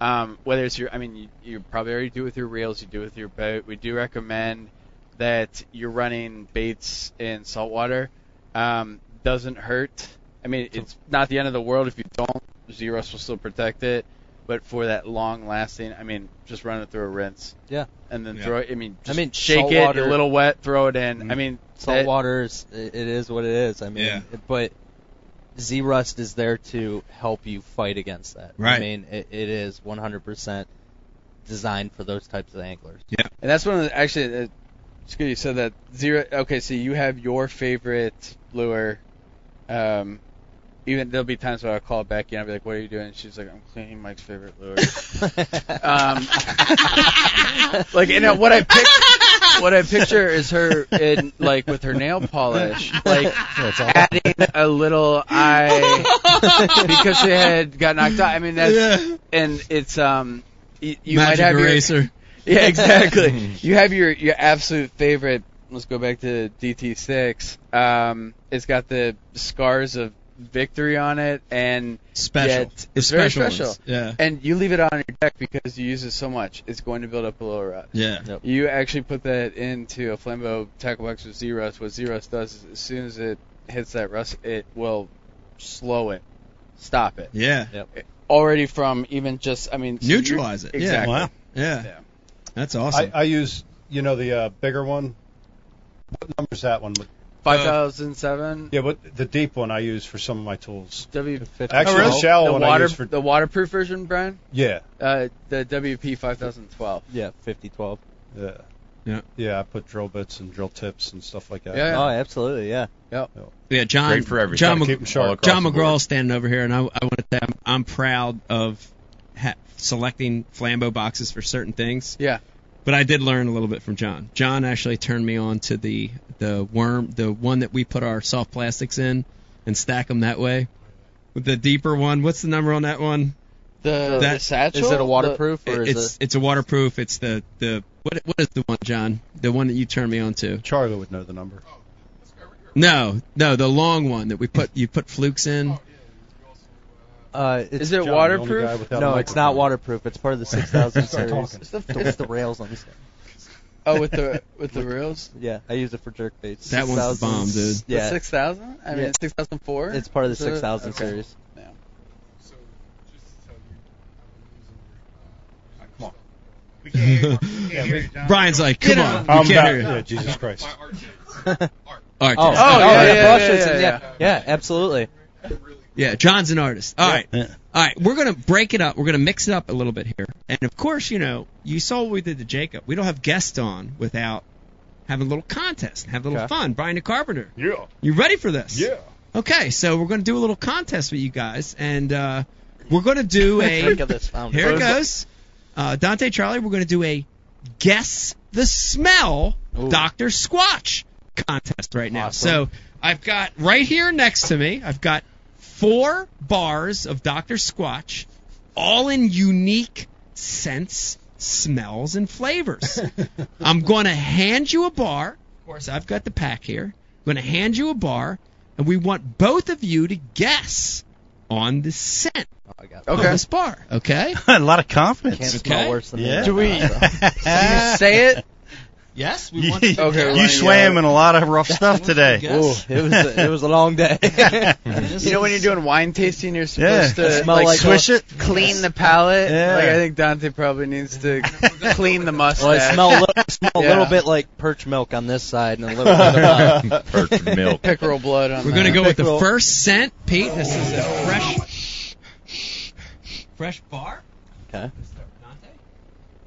Speaker 6: Um, whether it's your, I mean, you, you probably already do it with your reels, you do it with your boat. We do recommend that you're running baits in saltwater. Um, doesn't hurt. I mean, it's not the end of the world if you don't. Zeros will still protect it but for that long lasting, I mean, just run it through a rinse.
Speaker 7: Yeah.
Speaker 6: And then
Speaker 2: Yeah.
Speaker 6: throw it. I mean, just
Speaker 7: mean,
Speaker 6: shake
Speaker 7: salt
Speaker 6: it
Speaker 7: water- Mm-hmm.
Speaker 6: a little wet, throw it in. I mean,
Speaker 7: salt
Speaker 6: that-
Speaker 7: water is it it is what it is. I mean,
Speaker 2: Yeah.
Speaker 7: but Z Rust is there to help you fight against that.
Speaker 2: Right.
Speaker 7: I mean, it, it is 100% designed for those types of anglers.
Speaker 6: And that's one of the actually. Uh, it's good you said that zero. Okay, so you have your favorite lure. Um, even there'll be times where I'll call back in. I'll be like, "What are you doing?" And she's like, "I'm cleaning Mike's favorite lure." um, like you know what I pic- what I picture is her in like with her nail polish, like adding a little eye because she had got knocked out. I mean that's
Speaker 2: Yeah.
Speaker 6: and it's um you, you might
Speaker 2: Magic
Speaker 6: have your
Speaker 2: eraser.
Speaker 6: yeah, exactly. you have your your absolute favorite. Let's go back to DT6. Um, it's got the scars of victory on it, and
Speaker 2: special.
Speaker 6: Yet-
Speaker 2: The
Speaker 6: it's very
Speaker 2: ones.
Speaker 6: special.
Speaker 2: Yeah.
Speaker 6: and you leave it on your deck because you use it so much. It's going to build up a little rust.
Speaker 2: Yeah.
Speaker 6: You actually put that into a Flambeau tackle box with Z-Rust. What Z-Rust does is as soon as it hits that rust, it will slow it, stop it.
Speaker 2: Yeah.
Speaker 6: Already from even just, I mean... so you're-
Speaker 2: Neutralize it. Yeah.
Speaker 6: Exactly.
Speaker 3: Wow.
Speaker 2: Yeah.
Speaker 6: Yeah.
Speaker 2: That's
Speaker 1: I,
Speaker 2: awesome.
Speaker 1: I use you know the uh, bigger one. What number's that one?
Speaker 6: 5007
Speaker 1: Yeah, but the deep one I use for some of my tools.
Speaker 6: W...
Speaker 1: Actually,
Speaker 3: Oh, really?
Speaker 1: the shallow
Speaker 6: the
Speaker 1: one I
Speaker 6: water,
Speaker 1: use for
Speaker 6: the waterproof version, Brian.
Speaker 1: yeah,
Speaker 6: Uh, the WP 5012.
Speaker 7: Yeah, 50 12.
Speaker 1: yeah,
Speaker 2: Yeah.
Speaker 1: yeah. I put drill bits and drill tips and stuff like that.
Speaker 6: Yeah.
Speaker 7: Oh, absolutely, yeah.
Speaker 2: yeah. John.
Speaker 4: Great for everything.
Speaker 2: John,
Speaker 1: Gotta
Speaker 2: Mc-
Speaker 1: keep 'em sharp.
Speaker 4: All across
Speaker 2: John
Speaker 4: the board.
Speaker 2: McGraw standing over here, and I, I want to say I'm, I'm proud of ha- selecting flambeau boxes for certain things.
Speaker 6: Yeah.
Speaker 2: But I did learn a little bit from John. John actually turned me on to the the worm, the one that we put our soft plastics in and stack them that way. With the deeper one, what's the number on that one?
Speaker 6: Uh, The, the
Speaker 2: That-
Speaker 6: satchel.
Speaker 7: Is it a waterproof or is
Speaker 2: It's it's a waterproof. It's the the what what is the one, John? The one that you turned me on to?
Speaker 1: Charlie would know the number.
Speaker 2: No, no, the long one that we put you put flukes in.
Speaker 7: it? Uh,
Speaker 6: The,
Speaker 7: it's
Speaker 6: is it
Speaker 1: John, the only guy
Speaker 6: waterproof?
Speaker 1: without a
Speaker 7: no, it's not
Speaker 1: microphone.
Speaker 7: waterproof. It's part of the 6000 series.
Speaker 1: Start talking.
Speaker 6: It's the,
Speaker 7: It's the rails on this thing.
Speaker 6: oh, with the with the reels.
Speaker 7: Yeah, I use it for jerk baits.
Speaker 2: That one's the
Speaker 7: 6000
Speaker 2: bomb, dude.
Speaker 7: Yeah,
Speaker 6: The 6000. I mean,
Speaker 7: Yeah.
Speaker 6: 6004.
Speaker 7: it's part of
Speaker 6: Is
Speaker 7: the
Speaker 6: it?
Speaker 7: 6000
Speaker 6: Okay.
Speaker 7: series.
Speaker 8: So, just to tell you We can't hear you. We can't hear you, John.
Speaker 2: Brian's like, come on,
Speaker 3: I'm
Speaker 2: we can't
Speaker 3: back.
Speaker 2: hear you.
Speaker 1: Yeah, Jesus Christ.
Speaker 8: My art shows. Art.
Speaker 2: All right,
Speaker 7: Oh,
Speaker 2: yeah.
Speaker 6: yeah,
Speaker 7: yeah,
Speaker 6: yeah,
Speaker 7: Bosch
Speaker 6: yeah,
Speaker 7: is-
Speaker 6: yeah,
Speaker 7: yeah, yeah, absolutely.
Speaker 2: Yeah, John's an artist. All right.
Speaker 3: Yeah.
Speaker 2: All right, we're going to break it up. We're going to mix it up a little bit here. And of course, you know, you saw what we did to Jacob. We don't have guests on without having a little contest and have a little fun. Brian the Carpenter,
Speaker 8: Yeah.
Speaker 2: you ready for this?
Speaker 8: Yeah.
Speaker 2: Okay, so we're going to do a little contest with you guys. And uh, we're going to do a.
Speaker 7: Look at this fountain.
Speaker 2: Here it goes. Uh, Dante Charlie, we're going to do a guess the smell Dr. Squatch contest right now. So I've got right here next to me, I've got four bars of Dr. Squatch, all in unique scents, smells, and flavors. I'm going to hand you a bar. Of course, I've got the pack here. I'm going to hand you a bar, and we want both of you to guess on the scent of
Speaker 6: Okay.
Speaker 2: this bar. Okay?
Speaker 3: a lot of confidence.
Speaker 7: Can't smell
Speaker 2: Okay.
Speaker 7: worse than
Speaker 3: Yeah.
Speaker 7: that.
Speaker 3: Do
Speaker 7: we?
Speaker 6: Did you say it?
Speaker 9: Yes, we
Speaker 3: You,
Speaker 9: want. to
Speaker 6: Okay,
Speaker 3: you
Speaker 6: Ryan,
Speaker 3: swam
Speaker 6: yeah.
Speaker 3: in a lot of rough stuff today.
Speaker 9: guess.
Speaker 7: it was a, it was a long day.
Speaker 6: You know when you're doing wine tasting, you're
Speaker 3: Yeah,
Speaker 6: supposed to
Speaker 7: Smell
Speaker 6: like,
Speaker 7: like
Speaker 6: swish
Speaker 3: swish it.
Speaker 6: clean the palate.
Speaker 3: Yeah.
Speaker 6: Like I think Dante probably needs to clean the mustache.
Speaker 7: well, it smell a little, smell a little
Speaker 6: Yeah.
Speaker 7: bit like perch milk on this side and a little bit of mine.
Speaker 4: Perch milk.
Speaker 6: pickerel blood on.
Speaker 2: We're gonna go with the first scent, Pete. This is a fresh, fresh bar.
Speaker 7: Okay.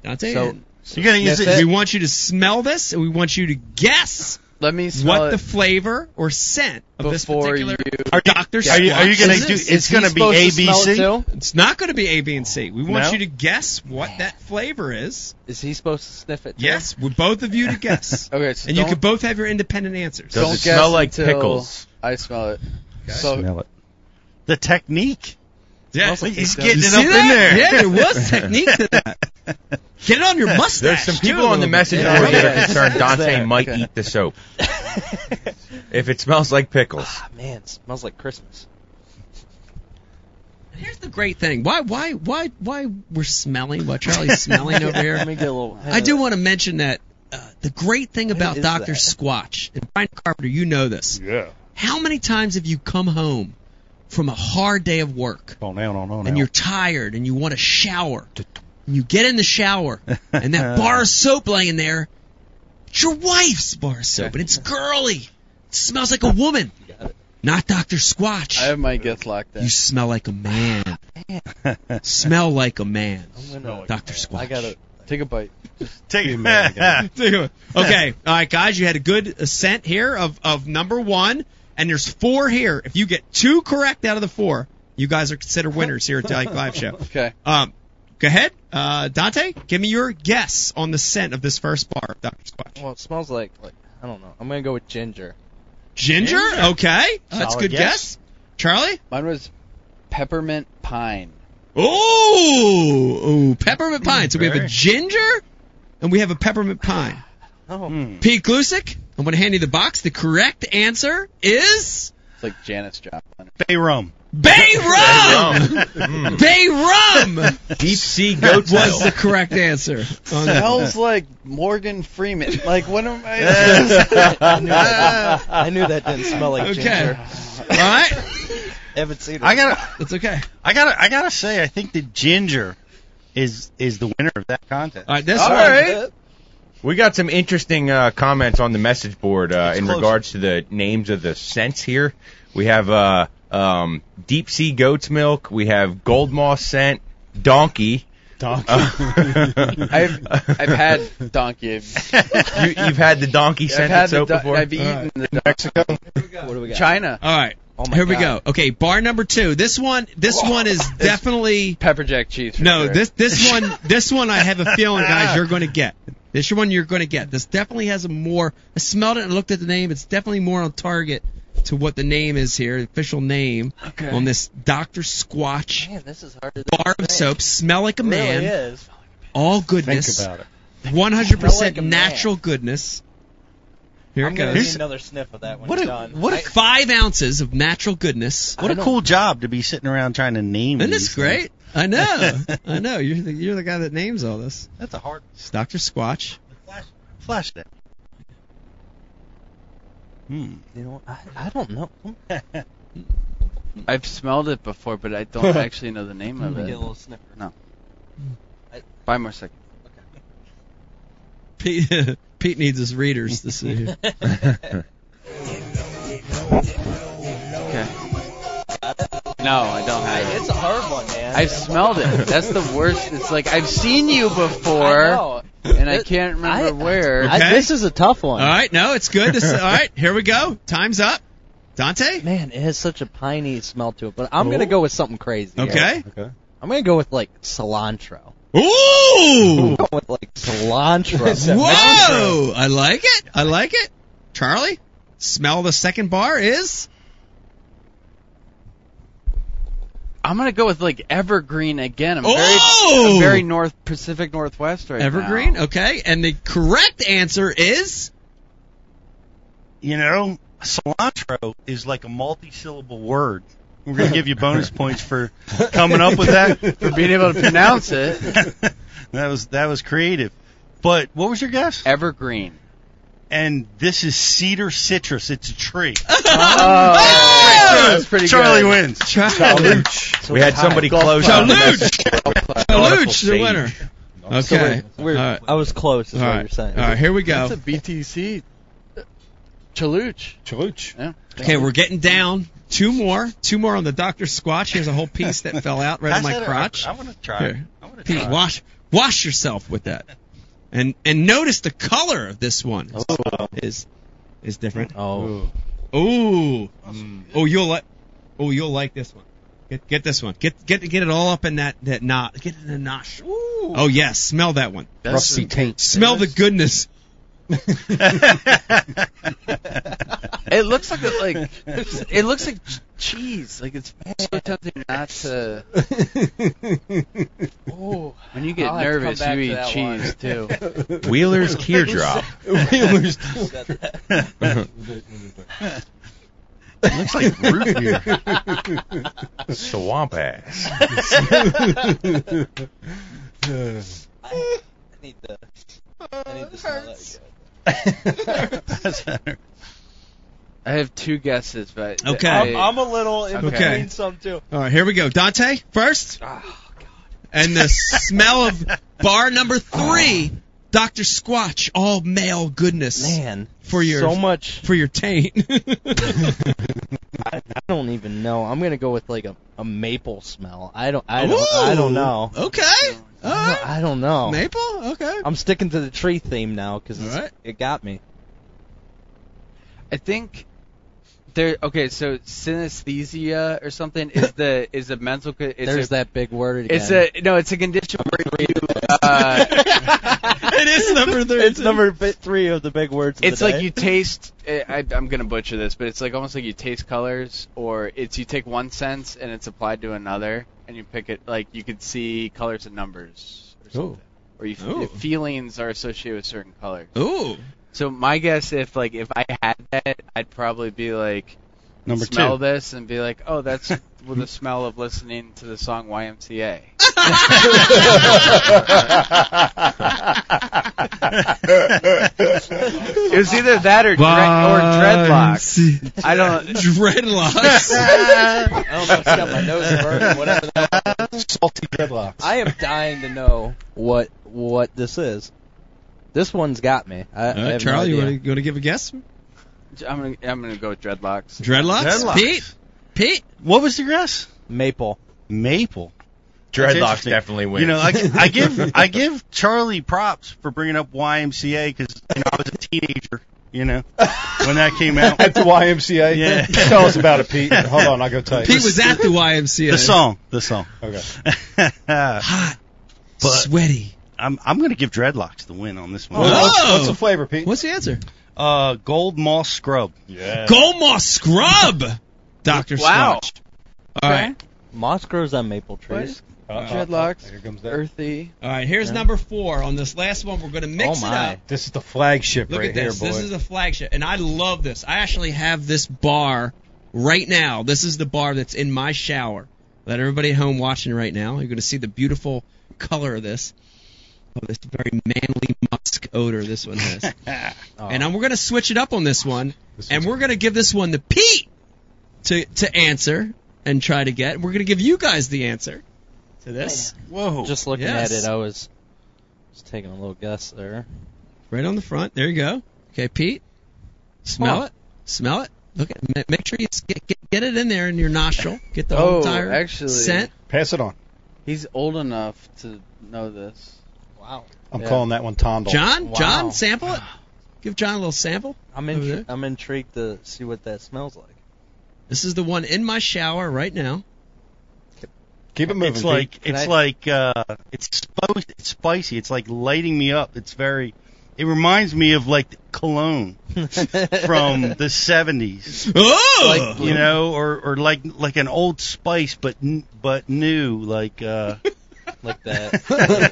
Speaker 2: Dante.
Speaker 7: So-
Speaker 2: and
Speaker 3: You're gonna use
Speaker 7: That's
Speaker 3: it.
Speaker 2: we want you to smell this, and we want you to guess
Speaker 6: Let me smell
Speaker 2: what
Speaker 6: it
Speaker 2: the flavor or scent of this
Speaker 6: before you.
Speaker 2: particular Dr.
Speaker 3: Are you, are you
Speaker 2: Squatch
Speaker 3: gonna
Speaker 2: is.
Speaker 3: do? It's
Speaker 7: He's
Speaker 3: gonna be
Speaker 7: supposed to smell it
Speaker 3: ABC.
Speaker 7: too?
Speaker 2: It's not going to be A, B, and C. We want
Speaker 3: No?
Speaker 2: you to guess what that flavor is.
Speaker 7: Is he supposed to sniff it? Too?
Speaker 2: Yes, we both of you to guess,
Speaker 6: Okay, so
Speaker 2: and you
Speaker 6: don't,
Speaker 2: can both have your independent answers.
Speaker 6: don't
Speaker 4: Does it
Speaker 6: guess
Speaker 4: smell like
Speaker 6: until
Speaker 4: pickles?
Speaker 6: I smell it. So
Speaker 3: it. The technique.
Speaker 2: Yeah.
Speaker 3: He's getting
Speaker 2: You
Speaker 3: it
Speaker 2: see
Speaker 3: up in
Speaker 2: that?
Speaker 3: there.
Speaker 2: Yeah, there was technique to that. Get it on your
Speaker 4: There's
Speaker 2: mustache.
Speaker 4: some
Speaker 2: too,
Speaker 4: people
Speaker 2: a
Speaker 4: on the
Speaker 2: little
Speaker 4: message
Speaker 2: bit.
Speaker 4: board that
Speaker 7: Yeah.
Speaker 4: are concerned Dante
Speaker 7: There.
Speaker 4: might eat the soap if it smells like pickles.
Speaker 7: Ah, man, it smells like Christmas.
Speaker 2: Here's the great thing. Why why why why we're smelling what Charlie's smelling over
Speaker 7: Let me
Speaker 2: here?
Speaker 7: get a little.
Speaker 2: I do want to mention that uh, the great thing about
Speaker 7: is
Speaker 2: Doctor
Speaker 7: that?
Speaker 2: Squatch and Brian Carpenter, you know this.
Speaker 8: Yeah.
Speaker 2: How many times have you come home from a hard day of work
Speaker 1: Oh, now, no, no,
Speaker 2: and you're tired and you want to shower? And you get in the shower and that bar of soap laying there, it's your wife's bar of soap and it's girly. It smells like a woman. Not Doctor Squatch.
Speaker 6: I have my guess locked in.
Speaker 2: You smell like a man. smell like a man.
Speaker 7: to.
Speaker 2: Dr. Squatch.
Speaker 7: I gotta.
Speaker 6: Take a bite.
Speaker 3: Take
Speaker 1: You mad again.
Speaker 2: okay. All right, guys, you had a good ascent here of, of number one, and there's four here. If you get two correct out of the four, you guys are considered winners here at the Ike Live Show.
Speaker 6: Okay.
Speaker 2: Um, go ahead. Uh, Dante, give me your guess on the scent of this first bar, Dr. Squatch.
Speaker 7: Well, it smells like like I don't know. I'm gonna go with ginger.
Speaker 2: Ginger? Okay. That's a
Speaker 3: Solid
Speaker 2: good guess.
Speaker 3: guess.
Speaker 2: Charlie?
Speaker 6: Mine was peppermint pine.
Speaker 2: Ooh, Oh, ooh, peppermint pine. So we have a
Speaker 3: very.
Speaker 2: ginger and we have a peppermint pine.
Speaker 7: Oh,
Speaker 1: Hmm.
Speaker 2: Pete Glusick, I'm going to hand you the box. The correct answer is
Speaker 6: It's like Janice Joplin.
Speaker 3: Bay rum.
Speaker 2: Bay Rum. Bay Rum
Speaker 4: Deep sea goat's
Speaker 2: was the
Speaker 4: milk.
Speaker 2: correct answer. On that.
Speaker 6: Smells like Morgan Freeman. Like what am I?
Speaker 7: I knew that didn't smell like
Speaker 2: Okay.
Speaker 7: ginger.
Speaker 2: All right.
Speaker 7: I haven't seen it.
Speaker 3: I gotta,
Speaker 2: That's okay.
Speaker 3: I gotta, I gotta say, I think the ginger is is the winner of that contest.
Speaker 2: All right. This
Speaker 6: All
Speaker 2: one.
Speaker 6: right.
Speaker 4: We got some interesting uh, comments on the message board uh, in
Speaker 3: close.
Speaker 4: regards to the names of the scents here. We have uh, um, deep sea goat's milk. We have gold moss scent, donkey. Uh,
Speaker 3: Donkey.
Speaker 6: I've I've had donkey. I've,
Speaker 4: You, you've had the donkey
Speaker 6: I've
Speaker 4: scent
Speaker 6: had the
Speaker 4: soap
Speaker 6: do-
Speaker 4: before.
Speaker 6: I've eaten the donkey. Mexico.
Speaker 7: What do we got?
Speaker 6: China.
Speaker 2: All right.
Speaker 7: Oh my
Speaker 2: Here we go.
Speaker 7: God.
Speaker 2: Okay, bar number two. This one. This one is definitely
Speaker 6: Oh. Pepper jack cheese. for
Speaker 2: no.
Speaker 6: sure.
Speaker 2: This this one. This one. I have a feeling, guys, you're going to get. This one you're going to get. This definitely has a more. I smelled it and looked at the name. It's definitely more on target to what the name is here, the official name
Speaker 7: Okay.
Speaker 2: on this Doctor Squatch
Speaker 7: Man, this is hard to
Speaker 2: bar of soap. Smell like a
Speaker 7: It
Speaker 2: man.
Speaker 7: really is.
Speaker 2: All
Speaker 1: Think
Speaker 2: goodness.
Speaker 1: about it.
Speaker 2: 100%
Speaker 7: Smell like a man.
Speaker 2: natural goodness. Here
Speaker 7: I'm
Speaker 2: it
Speaker 7: gonna
Speaker 2: goes.
Speaker 7: need another sniff of that when
Speaker 3: What
Speaker 7: it's
Speaker 3: a-
Speaker 7: done.
Speaker 3: what a-
Speaker 7: I-
Speaker 2: Five ounces of natural goodness.
Speaker 3: what a cool job to be sitting around trying to name.
Speaker 2: Isn't
Speaker 3: these
Speaker 2: this great?
Speaker 3: things.
Speaker 2: I know. I know. You're the, you're the guy that names all this.
Speaker 3: That's a hard
Speaker 2: It's Dr. Squatch.
Speaker 3: flash. Flash that. Hmm.
Speaker 7: you know, I, I don't know. I'm
Speaker 6: I've smelled it before, but I don't actually know the name of
Speaker 7: gonna get a
Speaker 6: it.
Speaker 7: little sniffer.
Speaker 6: Five more seconds.
Speaker 2: Pete, Pete needs his readers to see.
Speaker 6: No, I don't have it.
Speaker 7: It's a hard one, man.
Speaker 6: I've smelled it. That's the worst. It's like I've seen you
Speaker 7: I
Speaker 6: before,
Speaker 7: know.
Speaker 6: and I can't remember
Speaker 7: I-
Speaker 6: where.
Speaker 7: I- this is a tough one.
Speaker 2: All right, no, it's good. To s all right, here we go. Time's up. Dante.
Speaker 7: Man, it has such a piney smell to it, but I'm gonna go with something crazy. here.
Speaker 2: Okay.
Speaker 1: Okay.
Speaker 7: I'm gonna go with like cilantro.
Speaker 2: Ooh.
Speaker 7: I'm going with like cilantro.
Speaker 2: Whoa! I like it. I like it. Charlie, smell the second bar is
Speaker 6: I'm gonna go with like evergreen again. I'm very,
Speaker 2: Oh!
Speaker 6: I'm very North Pacific Northwest right
Speaker 2: evergreen.
Speaker 6: now.
Speaker 2: Okay, and the correct answer is
Speaker 3: You know, cilantro is like a multi-syllable word. We're gonna give you bonus points for coming up with that.
Speaker 6: For being able to pronounce it,
Speaker 3: that was that was creative. But what was your guess?
Speaker 6: evergreen.
Speaker 3: And this is cedar citrus. It's a tree.
Speaker 6: Oh, that's pretty
Speaker 3: Charlie
Speaker 6: good.
Speaker 3: wins.
Speaker 2: Chaluch.
Speaker 4: we had somebody close on the
Speaker 2: Chaluch.
Speaker 4: message.
Speaker 2: Chaluch, the winner. Okay.
Speaker 7: So wait, we're-
Speaker 2: All right.
Speaker 7: I was close. Is
Speaker 2: All
Speaker 7: what
Speaker 2: right.
Speaker 7: you're saying.
Speaker 2: All right, here we go.
Speaker 6: That's a BTC. Chaluch.
Speaker 1: Chaluch.
Speaker 6: Yeah.
Speaker 2: Okay, we're getting down. Two more. Two more on the Dr. Squatch. Here's a whole piece that fell out right on
Speaker 3: I
Speaker 2: my
Speaker 3: said I-
Speaker 2: crotch.
Speaker 3: I, want to try.
Speaker 2: Here.
Speaker 3: I want to
Speaker 2: Pete,
Speaker 3: try.
Speaker 2: wash wash yourself with that. And and notice the color of this one is
Speaker 1: Oh.
Speaker 2: is, is different.
Speaker 7: Oh,
Speaker 2: Ooh. Oh, you'll like Oh, you'll like this one. Get get this one. Get get get it all up in that that knot. Get it in the nosh. Oh yes, smell that one.
Speaker 1: Rusty taint.
Speaker 2: Smell the goodness.
Speaker 6: It looks like a, like it looks like ch- cheese. Like it's so tempting not to. When you get
Speaker 5: I'll have to come
Speaker 6: nervous,
Speaker 5: back
Speaker 6: you
Speaker 5: to
Speaker 6: eat
Speaker 5: that
Speaker 6: cheese too.
Speaker 4: Wheeler's teardrop.
Speaker 1: Wheeler's.
Speaker 3: looks like root beer.
Speaker 4: Swamp ass.
Speaker 7: I need to. I need to smell that.
Speaker 6: I have two guesses, but
Speaker 2: Okay.
Speaker 7: I'm,
Speaker 6: I,
Speaker 7: I'm a little in
Speaker 6: Okay.
Speaker 7: between some too.
Speaker 2: All right, here we go. Dante first.
Speaker 6: Ah,
Speaker 2: And the smell of bar number three, Doctor Squatch, all male goodness
Speaker 7: Man,
Speaker 2: For your-
Speaker 7: so much.
Speaker 2: for your taint.
Speaker 7: I, I don't even know. I'm gonna go with like a, a maple smell. I don't. I don't. I don't know.
Speaker 2: Okay. All
Speaker 7: I
Speaker 2: right.
Speaker 7: don't- I don't know.
Speaker 2: Maple. Okay.
Speaker 7: I'm sticking to the tree theme now because
Speaker 2: All right.
Speaker 7: it got me.
Speaker 6: I think there. Okay, so synesthesia or something is the is a mental. co- It's
Speaker 7: There's
Speaker 6: a,
Speaker 7: that big word again.
Speaker 6: It's a no. It's a condition where you. Uh,
Speaker 2: it is number three.
Speaker 7: It's number bi- three of the big words. Of
Speaker 6: it's
Speaker 7: the
Speaker 6: like
Speaker 7: day.
Speaker 6: you taste. I, I'm gonna butcher this, but it's like almost like you taste colors, or it's you take one sense and it's applied to another, and you pick it. Like you could see colors and numbers, or something. Or you,
Speaker 2: Ooh.
Speaker 6: your feelings are associated with certain colors.
Speaker 2: Ooh.
Speaker 6: So my guess, if like if I had that, I'd probably be like
Speaker 3: Number
Speaker 6: smell
Speaker 3: two.
Speaker 6: this and be like, oh, that's with the smell of listening to the song YMCA. It was either that or, dread- or dreadlocks. I don't.
Speaker 2: Dreadlocks.
Speaker 7: I almost got my nose burning. Whatever. That
Speaker 1: Salty dreadlocks.
Speaker 7: I am dying to know what what this is. This one's got me. I,
Speaker 2: All
Speaker 7: I
Speaker 2: right,
Speaker 7: have
Speaker 2: Uh, Charlie,
Speaker 7: no
Speaker 2: you
Speaker 7: idea.
Speaker 2: want to go to give a guess?
Speaker 6: I'm gonna I'm gonna go with dreadlocks.
Speaker 2: Dreadlocks.
Speaker 3: Dreadlocks.
Speaker 2: Pete. Pete.
Speaker 3: What was the guess?
Speaker 7: maple.
Speaker 3: Maple.
Speaker 4: Dreadlocks
Speaker 3: interesting.
Speaker 4: definitely wins.
Speaker 3: You know, I, I give I give Charlie props for bringing up YMCA because you know I was a teenager. You know, when that came out,
Speaker 1: At the YMCA.
Speaker 3: Yeah.
Speaker 1: Tell us about it, Pete. Hold on, I'll go tell you.
Speaker 2: Pete was at the YMCA.
Speaker 3: the song, the song.
Speaker 1: Okay.
Speaker 2: Hot.
Speaker 3: But-
Speaker 2: sweaty. Oh.
Speaker 3: I'm I'm gonna give dreadlocks the win on this one.
Speaker 1: Well, what's,
Speaker 2: Whoa!
Speaker 1: what's the flavor, Pete?
Speaker 2: What's the answer?
Speaker 3: Uh, gold moss scrub.
Speaker 1: Yeah.
Speaker 2: Golmoss scrub. Doctor
Speaker 6: Wow.
Speaker 2: Squatch. All right.
Speaker 7: Moss grows on maple trees.
Speaker 6: Dreadlocks.
Speaker 1: Uh, Here comes that.
Speaker 6: Earthy.
Speaker 2: All right. Here's number four. On this last one, we're going to mix
Speaker 7: Oh,
Speaker 2: it
Speaker 7: my.
Speaker 2: up.
Speaker 1: This is the flagship
Speaker 2: Look
Speaker 1: right
Speaker 2: at this.
Speaker 1: here, boy.
Speaker 2: This is a flagship, and I love this. I actually have this bar right now. This is the bar that's in my shower. Let everybody at home watching right now. You're going to see the beautiful color of this. Oh, this very manly musk odor this one has.
Speaker 1: Oh.
Speaker 2: And I'm, we're going to switch it up on this one, and we're going to give this one to Pete to to answer and try to get. We're going to give you guys the answer to this.
Speaker 3: Whoa.
Speaker 7: Just looking
Speaker 2: Yes.
Speaker 7: at it, I was just taking a little guess there.
Speaker 2: Right on the front. There you go. Okay, Pete. Smell
Speaker 7: Huh.
Speaker 2: it. Smell it. Look at. ma- Make sure you s- get, get get it in there in your nostril. Get the whole
Speaker 6: Oh,
Speaker 2: entire
Speaker 6: actually.
Speaker 2: scent.
Speaker 3: Pass it on.
Speaker 6: He's old enough to know this.
Speaker 7: Wow.
Speaker 3: I'm
Speaker 7: Yeah.
Speaker 3: calling that one Tondal.
Speaker 2: John,
Speaker 7: Wow.
Speaker 2: John, sample it. Give John a little sample.
Speaker 7: I'm
Speaker 2: Over there.
Speaker 7: in, I'm intrigued to see what that smells like.
Speaker 2: This is the one in my shower right now.
Speaker 3: Keep it moving.
Speaker 4: It's
Speaker 3: Pete.
Speaker 4: like
Speaker 7: Can
Speaker 3: it's
Speaker 7: I-
Speaker 3: it's like uh, it's spicy. It's spicy. It's like lighting me up. It's very. It reminds me of like cologne from the seventies,
Speaker 2: Oh,
Speaker 3: you know, or or like like an old Spice, but n- but new, like uh,
Speaker 7: like that.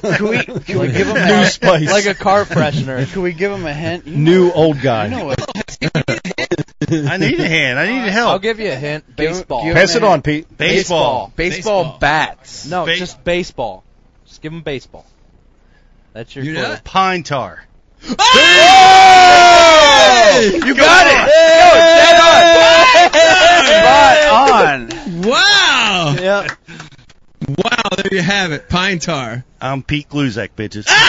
Speaker 6: Can we, can we give him
Speaker 3: new
Speaker 6: a,
Speaker 3: Spice,
Speaker 7: like a car freshener.
Speaker 6: can we give him a hint? You
Speaker 1: New old
Speaker 6: I
Speaker 1: guy.
Speaker 6: know what.
Speaker 3: I need a hand. I need help.
Speaker 7: I'll give you a hint.
Speaker 6: Give him-
Speaker 7: Baseball.
Speaker 6: give him
Speaker 1: Pass
Speaker 6: a
Speaker 1: it
Speaker 6: hint.
Speaker 1: on, Pete.
Speaker 3: baseball.
Speaker 6: Baseball,
Speaker 2: Baseball.
Speaker 6: bats.
Speaker 7: no,
Speaker 3: ba-
Speaker 7: just baseball. Just give him baseball. That's your
Speaker 2: You
Speaker 7: clue.
Speaker 2: know it?
Speaker 3: Pine tar.
Speaker 6: You got it. Yo, dead on. Spot on.
Speaker 2: Wow!
Speaker 7: Yeah.
Speaker 2: Wow! There you have it. Pine tar.
Speaker 3: I'm Pete Gluzak, bitches.
Speaker 7: I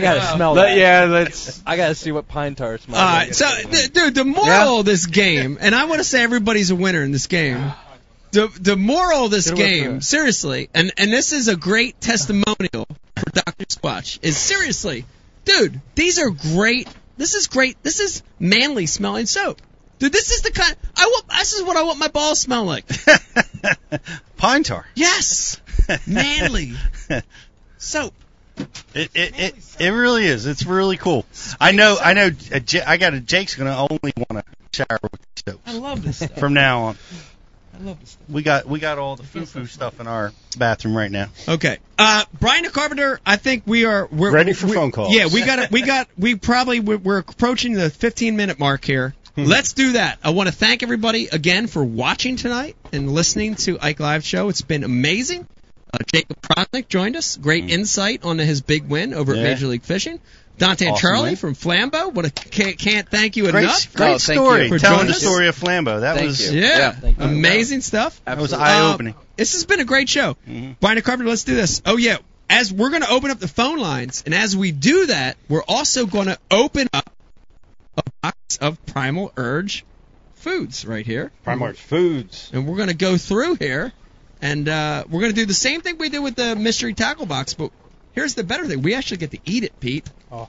Speaker 7: gotta smell
Speaker 6: But
Speaker 7: that. Uh,
Speaker 6: yeah, that's
Speaker 7: I gotta see what pine tar smells
Speaker 2: All
Speaker 7: like.
Speaker 2: right. Uh, So, th- dude, the moral of this game, and I want to say everybody's a winner in this game. The the moral of this
Speaker 7: Get away from
Speaker 2: game,
Speaker 7: it.
Speaker 2: seriously, and and this is a great testimonial for Doctor Squatch. Is seriously, dude, these are great. This is great. This is manly smelling soap. Dude, this is the kind I want. This is what I want my balls smell like.
Speaker 3: Pine tar.
Speaker 2: Yes, manly soap.
Speaker 3: It, it, it, it really is. It's really cool. I know. I know. uh, J- I got a Jake's gonna only want to shower with soaps
Speaker 2: I love this stuff.
Speaker 3: from now on.
Speaker 2: I love this stuff.
Speaker 3: We got we got all the foo foo stuff in our bathroom right now.
Speaker 2: Okay, uh, Brian the Carpenter. I think we are we're
Speaker 1: Ready for
Speaker 2: we-
Speaker 1: phone calls.
Speaker 2: Yeah, we got we got we probably we're, we're approaching the 15 minute mark here.
Speaker 3: Hmm.
Speaker 2: Let's do that. I want to thank everybody again for watching tonight and listening to Ike Live Show. It's been amazing. Uh, Jacob Prosnick joined us. Great insight on his big win over at
Speaker 3: Hmm. Yeah.
Speaker 2: Major League Fishing. Dante and
Speaker 3: Awesome
Speaker 2: Charlie
Speaker 3: win.
Speaker 2: from Flambeau. What a can't, can't thank you
Speaker 3: Great,
Speaker 2: enough.
Speaker 3: great
Speaker 6: No, thank
Speaker 3: story.
Speaker 6: you
Speaker 2: for
Speaker 3: Telling
Speaker 2: joining
Speaker 3: the
Speaker 2: us.
Speaker 3: story of Flambeau. That
Speaker 6: Thank
Speaker 3: was
Speaker 6: you. Yeah,
Speaker 2: Yeah,
Speaker 6: thank you.
Speaker 2: amazing stuff.
Speaker 3: that was
Speaker 6: Absolutely.
Speaker 3: eye opening.
Speaker 2: Uh, this has been a great show. Brian Carpenter, let's do this. Oh yeah, as we're going to open up the phone lines, and as we do that, we're also going to open up a box of Primal Urge foods right here,
Speaker 1: Primark Foods.
Speaker 2: and we're going to go through here, and uh, we're going to do the same thing we did with the mystery tackle box, but here's the better thing: we actually get to eat it, Pete.
Speaker 7: Oh.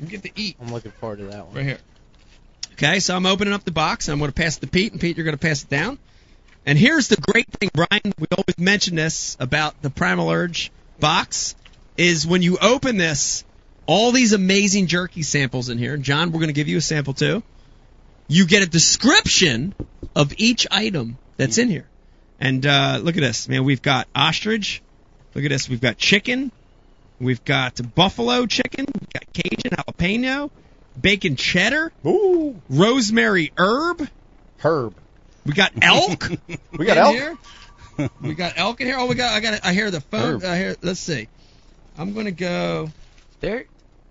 Speaker 2: we get to eat
Speaker 7: I'm looking forward to that one.
Speaker 2: right here. Okay, so I'm opening up the box. and I'm going to pass it to Pete, and Pete, you're going to pass it down. And here's the great thing, Brian. We always mention this about the Primal Urge box is when you open this, all these amazing jerky samples in here. John, we're going to give you a sample too. You get a description of each item that's in here. And uh, look at this, man. We've got ostrich. Look at this. We've got chicken. We've got buffalo chicken. We've got Cajun jalapeno, bacon cheddar,
Speaker 1: Ooh,
Speaker 2: rosemary herb.
Speaker 1: herb.
Speaker 2: We got elk.
Speaker 1: We got
Speaker 2: in
Speaker 1: elk.
Speaker 2: Here. We got elk in here. Oh, we got. I got. I hear the phone. I hear. Let's see. I'm gonna go.
Speaker 6: There,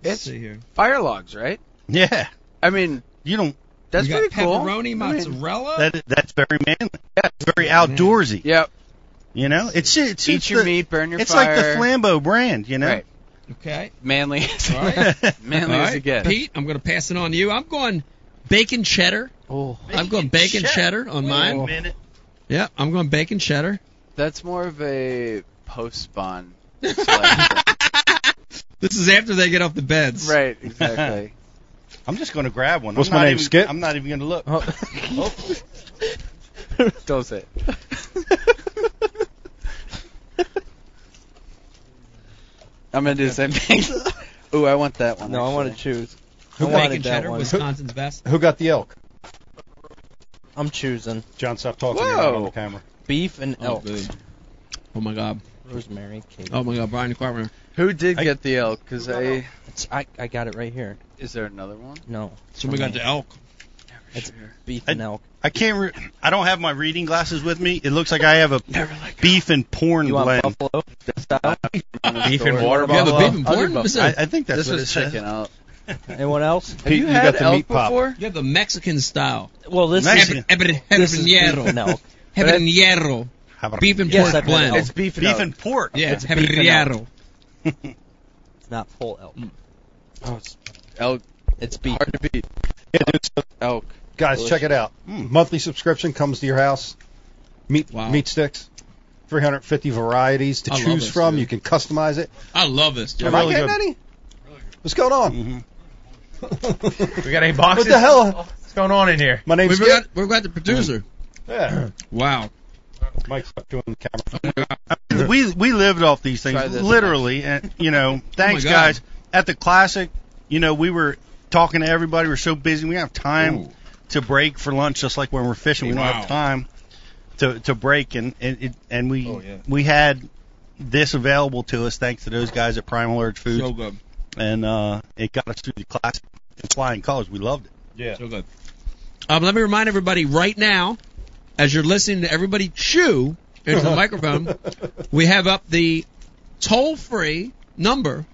Speaker 2: Let's
Speaker 6: it's
Speaker 2: see here.
Speaker 6: fire logs, right?
Speaker 3: Yeah,
Speaker 6: I mean,
Speaker 3: you don't.
Speaker 6: that's
Speaker 2: we
Speaker 6: pretty
Speaker 2: got
Speaker 6: cool.
Speaker 2: pepperoni,
Speaker 6: I mean,
Speaker 2: mozzarella.
Speaker 3: That that's very manly. Yeah, it's very outdoorsy.
Speaker 6: Yep.
Speaker 3: You know, it's it's
Speaker 6: Eat
Speaker 3: it's
Speaker 6: your
Speaker 3: the-
Speaker 6: meat, burn your
Speaker 3: It's
Speaker 6: fire.
Speaker 3: like the Flambeau brand. You know.
Speaker 6: Right.
Speaker 2: okay.
Speaker 6: Manly.
Speaker 2: All right.
Speaker 6: Manly
Speaker 2: All
Speaker 6: as it
Speaker 2: right.
Speaker 6: gets.
Speaker 2: Pete, I'm gonna pass it on to you. I'm going bacon cheddar.
Speaker 7: Oh.
Speaker 2: I'm going bacon cheddar, on mine.
Speaker 3: Wait a minute.
Speaker 2: Yeah, I'm going bacon cheddar.
Speaker 6: That's more of a post spawn. right.
Speaker 2: This is after they get off the beds.
Speaker 6: Exactly.
Speaker 3: I'm just going to grab one.
Speaker 1: What's
Speaker 3: I'm
Speaker 1: my
Speaker 3: not
Speaker 1: name,
Speaker 3: even-
Speaker 1: Skip?
Speaker 3: I'm not even going to look. Oh.
Speaker 6: Don't say it. I'm gonna do the same thing. Ooh, I want that one.
Speaker 7: No, I want to
Speaker 6: actually.
Speaker 7: choose. I
Speaker 2: Bacon
Speaker 7: wanted that
Speaker 2: cheddar,
Speaker 7: one.
Speaker 2: Wisconsin's best.
Speaker 1: Who got the elk?
Speaker 7: I'm choosing
Speaker 1: John, stop talking.
Speaker 6: Whoa.
Speaker 1: You're not on the camera.
Speaker 7: beef and elk.
Speaker 2: Oh my god.
Speaker 7: Rosemary cake.
Speaker 2: Oh my god, Brian Carpenter.
Speaker 6: Who did
Speaker 3: I-
Speaker 6: get the elk? Because I
Speaker 7: It's, I I got it right here.
Speaker 6: is there another one?
Speaker 7: No,
Speaker 2: So we got the elk.
Speaker 7: it's beef
Speaker 3: I-
Speaker 7: and elk.
Speaker 3: I can't. Re- I don't have my reading glasses with me. It looks like I have a beef and porn
Speaker 7: You want
Speaker 3: blend.
Speaker 7: buffalo style?
Speaker 3: Beef and water
Speaker 2: You have a
Speaker 3: bottle.
Speaker 2: beef and pork?
Speaker 6: Underbuff-
Speaker 2: What's
Speaker 3: I,
Speaker 2: that?
Speaker 3: I think
Speaker 6: This
Speaker 3: that's what it
Speaker 6: was
Speaker 3: says.
Speaker 6: chicken elk.
Speaker 7: Anyone else?
Speaker 6: Have you,
Speaker 1: you
Speaker 6: had
Speaker 1: got the
Speaker 6: elk
Speaker 1: meat pop.
Speaker 6: before?
Speaker 2: You have the Mexican style.
Speaker 7: Well, this
Speaker 3: Mexican.
Speaker 7: is
Speaker 2: Eben- Eben-
Speaker 7: this is beef
Speaker 2: Habanero.
Speaker 7: and elk.
Speaker 2: Habanero.
Speaker 10: Beef and pork blend.
Speaker 3: It's beef and,
Speaker 10: Beef
Speaker 3: elk.
Speaker 10: and
Speaker 3: pork.
Speaker 10: Yeah,
Speaker 3: It's beef and elk.
Speaker 10: habanero.
Speaker 7: It's not full elk.
Speaker 6: Oh, it's elk.
Speaker 7: It's beef.
Speaker 6: Hard to beat.
Speaker 1: Yeah, dude, so
Speaker 6: Elk.
Speaker 1: guys, check it out.
Speaker 2: Hmm.
Speaker 1: Monthly subscription comes to your house. Meat
Speaker 10: Wow.
Speaker 1: meat sticks. 350 varieties to
Speaker 10: I love
Speaker 1: choose
Speaker 10: this,
Speaker 1: from.
Speaker 10: dude.
Speaker 1: You can customize it.
Speaker 10: I love this. Dude.
Speaker 1: Am I getting any? What's going on?
Speaker 2: Mm-hmm.
Speaker 4: We got any boxes?
Speaker 1: What the hell?
Speaker 4: What's going on in here?
Speaker 1: My
Speaker 2: We
Speaker 1: name's
Speaker 2: forgot, we forgot the producer.
Speaker 1: Yeah.
Speaker 2: Wow. Oh,
Speaker 1: Mike's up doing the camera.
Speaker 3: we we lived off these
Speaker 6: Try
Speaker 3: things
Speaker 6: this
Speaker 3: literally, and you know, thanks
Speaker 2: Oh, God.
Speaker 3: guys. At the classic, you know, we were talking to everybody. We are so busy, we don't have time to break for lunch. Just like when we're fishing, we don't
Speaker 2: Wow.
Speaker 3: have time to to break, and and it, and we
Speaker 11: Oh, yeah.
Speaker 3: we had this available to us thanks to those guys at Primal Urge Foods,
Speaker 2: So good.
Speaker 3: and uh, it got us through the classic in flying colors. We loved it.
Speaker 1: Yeah.
Speaker 2: So good. Um, let me remind everybody right now, as you're listening to everybody chew into the microphone, we have up the toll free number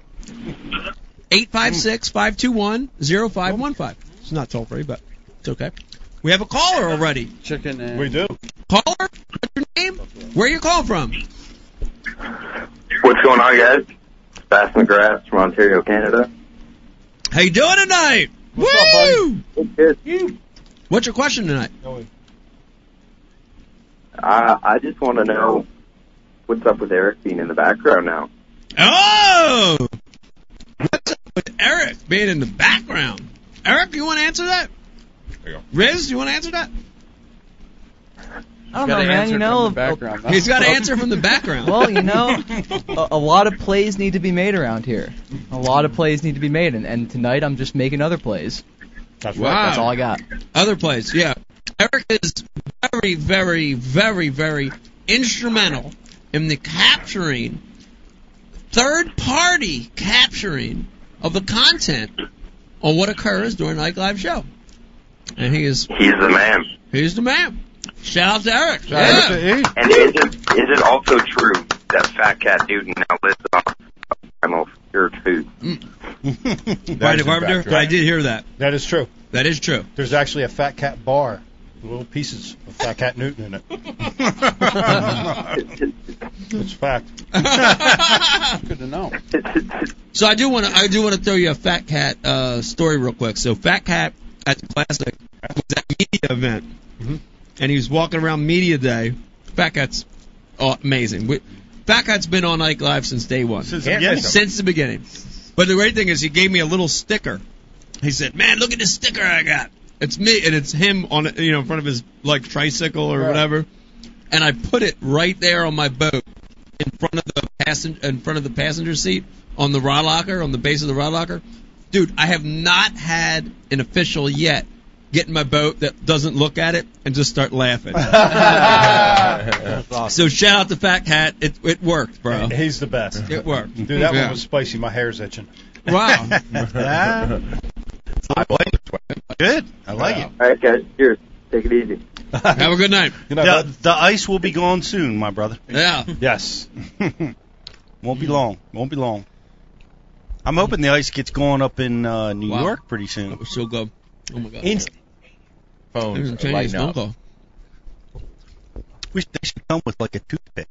Speaker 2: 856 521 0515. It's not toll free, but it's okay. We have a caller already.
Speaker 6: Chicken and
Speaker 1: We do.
Speaker 2: Caller, what's your name? Where you calling from?
Speaker 12: What's going on, guys? Bass McGrath from Ontario, Canada.
Speaker 2: How you doing tonight?
Speaker 1: up,
Speaker 2: Woo!
Speaker 12: It's good.
Speaker 2: What's your question tonight?
Speaker 12: I I just want to know what's up with Eric being in the background now.
Speaker 2: Oh! What's up with Eric being in the background? Eric, you want to answer that?
Speaker 4: There you go.
Speaker 2: Riz, you want to answer that?
Speaker 5: I don't
Speaker 6: Got
Speaker 5: know,
Speaker 6: an
Speaker 5: man.
Speaker 6: answer
Speaker 5: You
Speaker 6: from
Speaker 5: know, oh,
Speaker 6: the background.
Speaker 2: He's got to answer from the background.
Speaker 5: well, you know, a, a lot of plays need to be made around here. A lot of plays need to be made, and, and tonight I'm just making other plays.
Speaker 1: That's
Speaker 2: Wow.
Speaker 5: That's all I got.
Speaker 2: Other place, yeah. Eric is very, very, very, very instrumental in the capturing, third party capturing of the content on what occurs during Ike Live show. And he is
Speaker 12: He's the man.
Speaker 2: he's the man. Shout out to Eric.
Speaker 3: That's
Speaker 2: yeah.
Speaker 3: it.
Speaker 12: And is it is it also true that Fat Cat Newton now lives off primal cured food?
Speaker 4: That is in fact right.
Speaker 2: I did hear that.
Speaker 1: That is true.
Speaker 2: That is true.
Speaker 1: There's actually a Fat Cat bar. Little pieces of Fat Cat Newton in it. it's fact.
Speaker 6: Good to know.
Speaker 2: So I do want to I do want to throw you a Fat Cat uh, story real quick. So Fat Cat at the Classic was at a media event,
Speaker 3: Mm-hmm.
Speaker 2: and he was walking around media day. Fat Cat's uh, amazing. We, Fat Cat's been on Ike Live since day one,
Speaker 3: Since the
Speaker 4: Yeah,
Speaker 3: beginning.
Speaker 2: since the beginning. But the great thing is, he gave me a little sticker. He said, "Man, look at this sticker I got. It's me, and it's him on you know in front of his like tricycle or whatever." And I put it right there on my boat in front of the passen- in front of the passenger seat on the rod locker on the base of the rod locker. Dude, I have not had an official yet get in my boat that doesn't look at it and just start laughing. so shout out to Fat Cat. It it worked, bro.
Speaker 1: He's the best.
Speaker 2: It worked.
Speaker 1: Dude, that
Speaker 2: Yeah.
Speaker 1: one was spicy. My hair's itching.
Speaker 2: Wow.
Speaker 3: Ah. I like it. Good. I like it.
Speaker 12: All right, guys. Cheers. Take it easy.
Speaker 2: Have a good night.
Speaker 1: You know,
Speaker 3: The,
Speaker 1: that-
Speaker 3: the ice will be gone soon, my brother.
Speaker 2: Yeah.
Speaker 1: yes.
Speaker 3: Won't be long. Won't be long. I'm hoping the ice gets going up in uh, New
Speaker 2: Wow.
Speaker 3: York pretty soon.
Speaker 2: That was so good. Oh my god. There's a
Speaker 4: Phones are
Speaker 2: Chinese
Speaker 4: lighting
Speaker 2: phone
Speaker 4: up.
Speaker 2: call.
Speaker 3: We should, they should come with like a toothpick.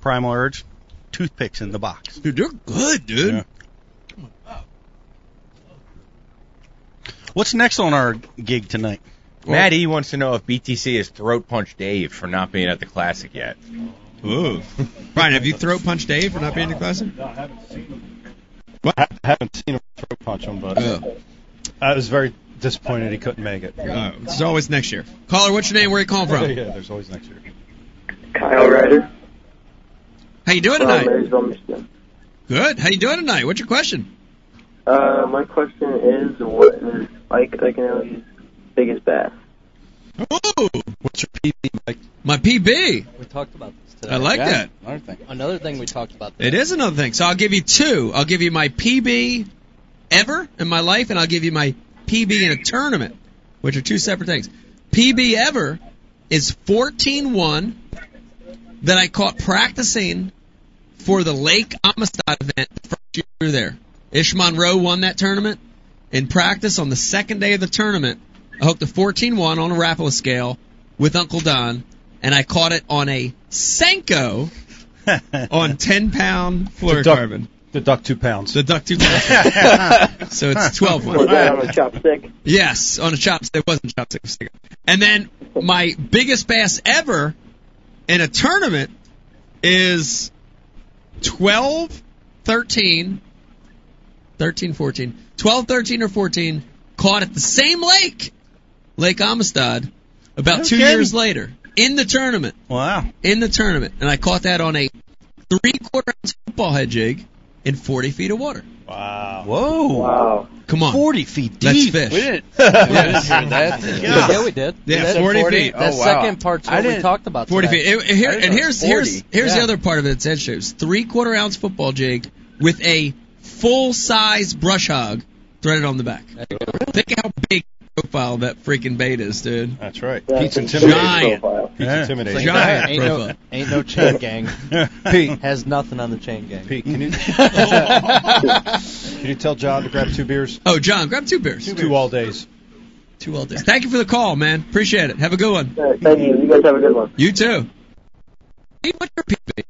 Speaker 3: Primal Urge, toothpicks in the box.
Speaker 2: Dude, they're good, dude.
Speaker 3: Yeah. What's next on our gig tonight?
Speaker 4: Matt E wants to know if BTC has throat punched Dave for not being at the classic yet.
Speaker 2: Ooh. Brian, have you throat punched Dave for not being in the classic?
Speaker 1: I haven't seen him. I haven't seen him throat punch him, but
Speaker 2: Oh.
Speaker 1: I was very disappointed he couldn't make it.
Speaker 2: Oh, it's always next year. Caller, what's your name? Where you calling
Speaker 1: Yeah,
Speaker 2: from?
Speaker 1: yeah, there's always next year.
Speaker 12: Kyle Ryder
Speaker 2: How you doing
Speaker 12: from
Speaker 2: tonight?
Speaker 12: Marysville, Michigan.
Speaker 2: Good. How you doing tonight? What's your question?
Speaker 12: Uh, my question is, what is Mike Iaconelli's biggest bass?
Speaker 2: Ooh. What's your PB? My PB.
Speaker 7: We talked about this today.
Speaker 2: I like
Speaker 6: Yeah,
Speaker 2: that.
Speaker 6: Another thing.
Speaker 7: Another thing we talked about.
Speaker 2: It is another thing. So I'll give you two. I'll give you my PB ever in my life, and I'll give you my PB in a tournament, which are two separate things. PB ever is 14-1 that I caught practicing for the Lake Amistad event the first year we were there. Ish Monroe won that tournament. In practice on the second day of the tournament, I hooked a 14-1 on a Rapala scale with Uncle Don and I caught it on a Senko on 10 pound
Speaker 1: The duck-
Speaker 2: fluorocarbon.
Speaker 1: The duck two pounds.
Speaker 2: The duck two pounds. so it's 12
Speaker 13: Was that on
Speaker 2: one.
Speaker 13: a chopstick?
Speaker 2: Yes, on a chopstick. It wasn't a chopstick. it was a stick. And then my biggest bass ever in a tournament is 12, 13, 13, 14, 12, 13, or 14, caught at the same lake, Lake Amistad, about
Speaker 3: No
Speaker 2: two
Speaker 3: kidding.
Speaker 2: years later in the tournament.
Speaker 3: Wow.
Speaker 2: In the tournament. And I caught that on a three quarter ounce football head jig in 40 feet of water.
Speaker 1: Wow.
Speaker 3: Whoa.
Speaker 13: Wow.
Speaker 2: Come on.
Speaker 3: 40 feet
Speaker 2: That's
Speaker 3: deep.
Speaker 2: fish.
Speaker 6: We didn't. we didn't hear that.
Speaker 7: Yeah, we did.
Speaker 2: Yeah,
Speaker 7: That-
Speaker 2: 40 feet.
Speaker 7: That
Speaker 6: Oh, wow.
Speaker 7: second part's
Speaker 6: I
Speaker 7: what we
Speaker 6: didn't-
Speaker 7: talked about.
Speaker 2: 40
Speaker 7: today.
Speaker 2: feet. And- and here-
Speaker 6: I didn't
Speaker 2: and
Speaker 6: know it
Speaker 2: here's
Speaker 6: was
Speaker 2: here's
Speaker 6: 40.
Speaker 2: here's the
Speaker 7: Yeah.
Speaker 2: other part of it that's interesting. It's three quarter ounce football jig with a full size brush hog threaded on the back. Think how big the profile that freaking bait is, dude.
Speaker 3: That's right.
Speaker 13: That's
Speaker 1: Pete's
Speaker 13: a
Speaker 1: intimidating.
Speaker 13: great profile.
Speaker 1: Pete's
Speaker 3: Yeah.
Speaker 1: intimidating.
Speaker 2: Giant
Speaker 7: Ain't no,
Speaker 2: profile.
Speaker 7: ain't no chain gang.
Speaker 1: Pete,
Speaker 7: Has nothing on the chain gang.
Speaker 1: Pete, can you can you tell John to grab two beers,
Speaker 2: Oh, John, grab two beers.
Speaker 1: two, all days?
Speaker 2: Two all days. Thank you for the call, man. Appreciate it. Have a good one.
Speaker 13: All right, Thank you. You guys have a good one.
Speaker 2: You too. Hey, what's your peak bait?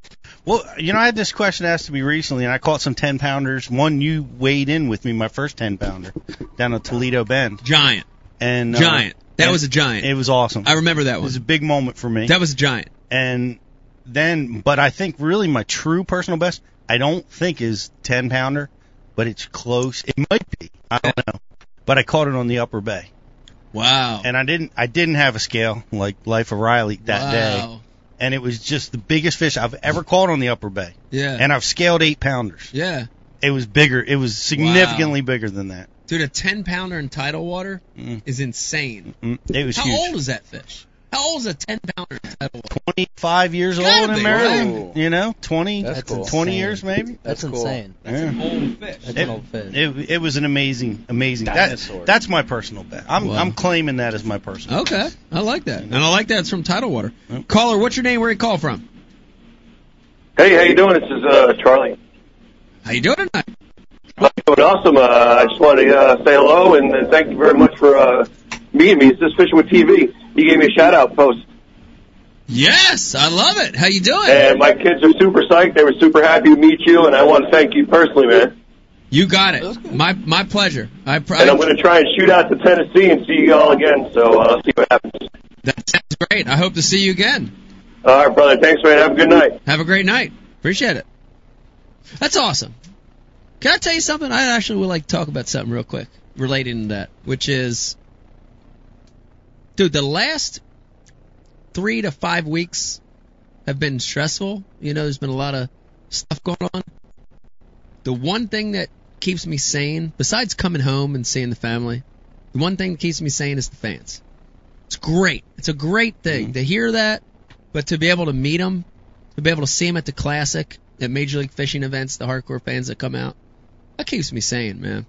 Speaker 3: Well, you know, I had this question asked to me recently, and I caught some 10 pounders. One you weighed in with me, my first 10 pounder, down at Toledo Bend.
Speaker 2: Giant.
Speaker 3: And uh,
Speaker 2: Giant. That
Speaker 3: and
Speaker 2: was a giant.
Speaker 3: It was awesome.
Speaker 2: I remember that
Speaker 3: It was a
Speaker 2: one.
Speaker 3: big moment for me.
Speaker 2: That was a giant.
Speaker 3: and then, but I think really my true personal best, I don't think is 10 pounder, but it's close. It might be. I don't know. But I caught it on the upper bay.
Speaker 2: Wow.
Speaker 3: And I didn't, I didn't have a scale like Life of Riley that day.
Speaker 2: Wow.
Speaker 3: And it was just the biggest fish I've ever caught on the upper bay.
Speaker 2: Yeah.
Speaker 3: And I've scaled eight pounders.
Speaker 2: yeah.
Speaker 3: It was bigger. It was significantly bigger than that.
Speaker 2: Dude, a 10 pounder in tidal water
Speaker 3: Mm.
Speaker 2: is insane.
Speaker 3: Mm, It was
Speaker 2: How
Speaker 3: huge.
Speaker 2: old is that fish? How old is a 10 pounder in tidal water?
Speaker 3: 25 years
Speaker 2: Gotta
Speaker 3: old in
Speaker 2: be,
Speaker 3: Maryland.
Speaker 6: right?
Speaker 3: You know, 20,
Speaker 6: That's cool.
Speaker 3: 20 years maybe.
Speaker 7: That's,
Speaker 6: That's cool.
Speaker 7: insane.
Speaker 3: Yeah.
Speaker 2: Old fish.
Speaker 7: That's
Speaker 3: It-
Speaker 7: an old fish.
Speaker 3: It, it was an amazing, amazing. That,
Speaker 6: Dinosaur.
Speaker 3: that's my personal bet. I'm,
Speaker 2: Wow.
Speaker 3: I'm claiming that as my personal.
Speaker 2: Okay, I like that, and I like that it's from tidal water.
Speaker 3: Yep.
Speaker 2: Caller, what's your name? Where you call from?
Speaker 13: Hey, how you doing? This is uh, Charlie.
Speaker 2: How you doing tonight?
Speaker 13: I'm doing awesome. Uh, I just wanted to uh, say hello and uh, thank you very much for uh, meeting me. It's just Fishing with TV. You gave me a shout out post.
Speaker 2: Yes, I love it. How you doing?
Speaker 13: And my kids are super psyched. They were super happy to meet you, and I want to thank you personally, man.
Speaker 2: You got it. My my pleasure. I, pr-
Speaker 13: And I'm going to try and shoot out to Tennessee and see you all again. So uh, see what happens.
Speaker 2: that sounds great. I hope to see you again.
Speaker 13: All right, brother. Thanks, man. Have a good night.
Speaker 2: Have a great night. Appreciate it. That's awesome. Can I tell you something? I actually would like to talk about something real quick relating to that, which is, dude, the last three to five weeks have been stressful. You know, there's been a lot of stuff going on. The one thing that keeps me sane, besides coming home and seeing the family, the one thing that keeps me sane is the fans. It's great. It's a great thing to hear that, but to be able to meet them to be able to see him at the classic, at Major League Fishing events, the hardcore fans that come out. That keeps me sane, man.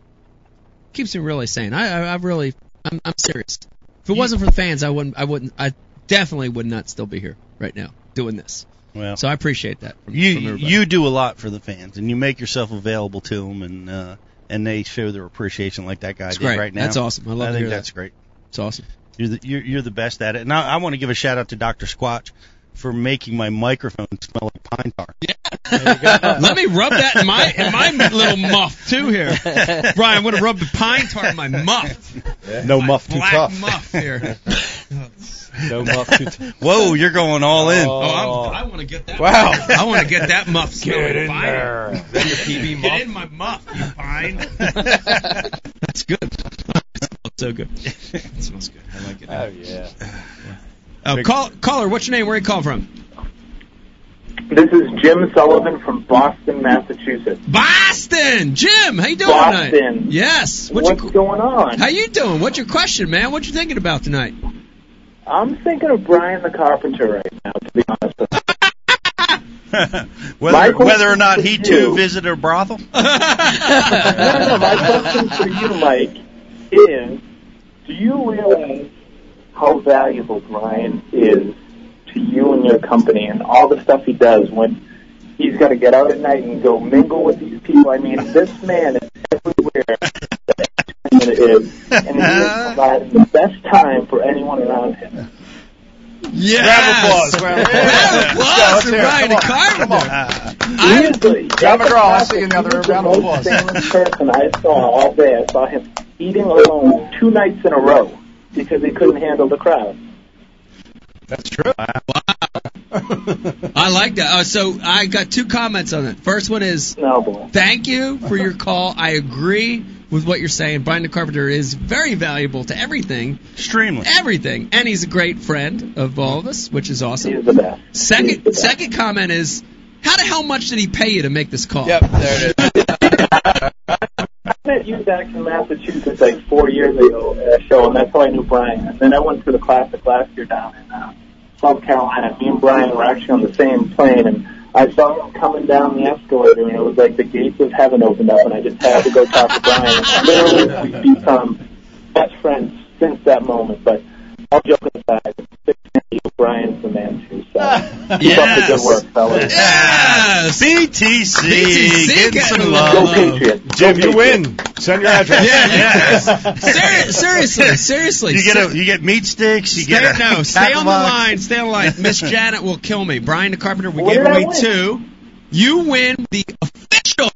Speaker 2: Keeps me really sane. I, I, I really, I'm, I'm serious. If it wasn't for the fans, I wouldn't, I wouldn't, I definitely would not still be here right now doing this.
Speaker 3: Well,
Speaker 2: So I appreciate that. From,
Speaker 3: you
Speaker 2: from everybody.
Speaker 3: you do a lot for the fans, and you make yourself available to them, and uh, and they show their appreciation like that guy
Speaker 2: It's
Speaker 3: did
Speaker 2: great.
Speaker 3: right now.
Speaker 2: That's awesome. I love
Speaker 3: I
Speaker 2: to
Speaker 3: think
Speaker 2: hear that.
Speaker 3: that's great.
Speaker 2: it's awesome.
Speaker 3: You're the you're, you're the best at it. And I, I want to give a shout out to Doctor Squatch for making my microphone smell like pine tar.
Speaker 2: Let me rub that in my in my little muff too here, Brian. I'm gonna rub the pine tar in my muff.
Speaker 1: No
Speaker 2: My
Speaker 1: muff too
Speaker 2: black
Speaker 1: tough.
Speaker 2: muff here.
Speaker 1: No muff too tough.
Speaker 3: Whoa, you're going all in.
Speaker 2: Oh, I'm,
Speaker 1: Oh.
Speaker 2: I want to get that.
Speaker 6: Wow.
Speaker 2: I want to get that muff smelling
Speaker 1: in
Speaker 2: fine.
Speaker 1: there.
Speaker 2: Is that your PB muff? Get in my muff, you fine. That's good. It's so good. It smells good. I like it.
Speaker 1: Oh yeah.
Speaker 2: Oh, call, caller, what's your name? Where you call from?
Speaker 12: This is Jim Sullivan from Boston, Massachusetts.
Speaker 2: Boston. Jim, how you doing tonight?
Speaker 12: Boston.
Speaker 2: Yes. What's
Speaker 12: What's
Speaker 2: your,
Speaker 12: going on?
Speaker 2: how you doing? What's your question, man? What you thinking about tonight?
Speaker 12: I'm thinking of Brian the Carpenter right now, to be honest with you.
Speaker 3: whether,
Speaker 12: question
Speaker 3: whether or not
Speaker 12: is
Speaker 3: he
Speaker 12: to
Speaker 3: too
Speaker 12: you.
Speaker 3: visited a brothel.
Speaker 12: No, no, my question for you, Mike, is do you realize how valuable Brian is to you and your company and all the stuff he does when he's got to get out at night and go mingle with these people? I mean, this man is everywhere that it is, and he is providing the best time for anyone around him.
Speaker 2: Yes!
Speaker 14: Round of applause. Round
Speaker 2: of applause for Ryan
Speaker 14: Carpenter. John McGraw, I see another round of applause.
Speaker 12: famous person I saw all day. I saw him eating alone two nights in a row because he couldn't handle the crowd.
Speaker 1: That's true.
Speaker 2: I like that. Uh, so I got two comments on it. First one is, thank you for your call. I agree with what you're saying. Brian the Carpenter is very valuable to everything.
Speaker 3: Extremely.
Speaker 2: Everything. And he's a great friend of all of us, which is awesome.
Speaker 12: He's the best.
Speaker 2: Second, second comment is, how the hell much did he pay you to make this call?
Speaker 12: Yep, there it is. I met you back in Massachusetts like four years ago at a show, and that's how I knew Brian. And then I went to the classic last year down in uh, South Carolina. Me and Brian were actually on the same plane, and I saw him coming down the escalator, and it was like the gates of heaven opened up, and I just had to go talk to Brian. Literally, we've become best friends since that moment. But all joking aside, Brian's the man too. So keep up the good work, fellas.
Speaker 2: Yes.
Speaker 3: BTC.
Speaker 2: BTC
Speaker 3: Getting
Speaker 2: got
Speaker 3: some
Speaker 2: a
Speaker 3: love.
Speaker 2: little love.
Speaker 14: Jim, you win. Send your address.
Speaker 2: Yeah, Seri- seriously, seriously.
Speaker 3: You get a, you get meat sticks. You
Speaker 2: Stay,
Speaker 3: get a
Speaker 2: no, stay on the
Speaker 3: Tacklemock.
Speaker 2: line. Stay on the line. Miss Janet will kill me. Brian the Carpenter, we
Speaker 3: What
Speaker 2: gave
Speaker 3: did I
Speaker 2: away
Speaker 3: win?
Speaker 2: two. You win the official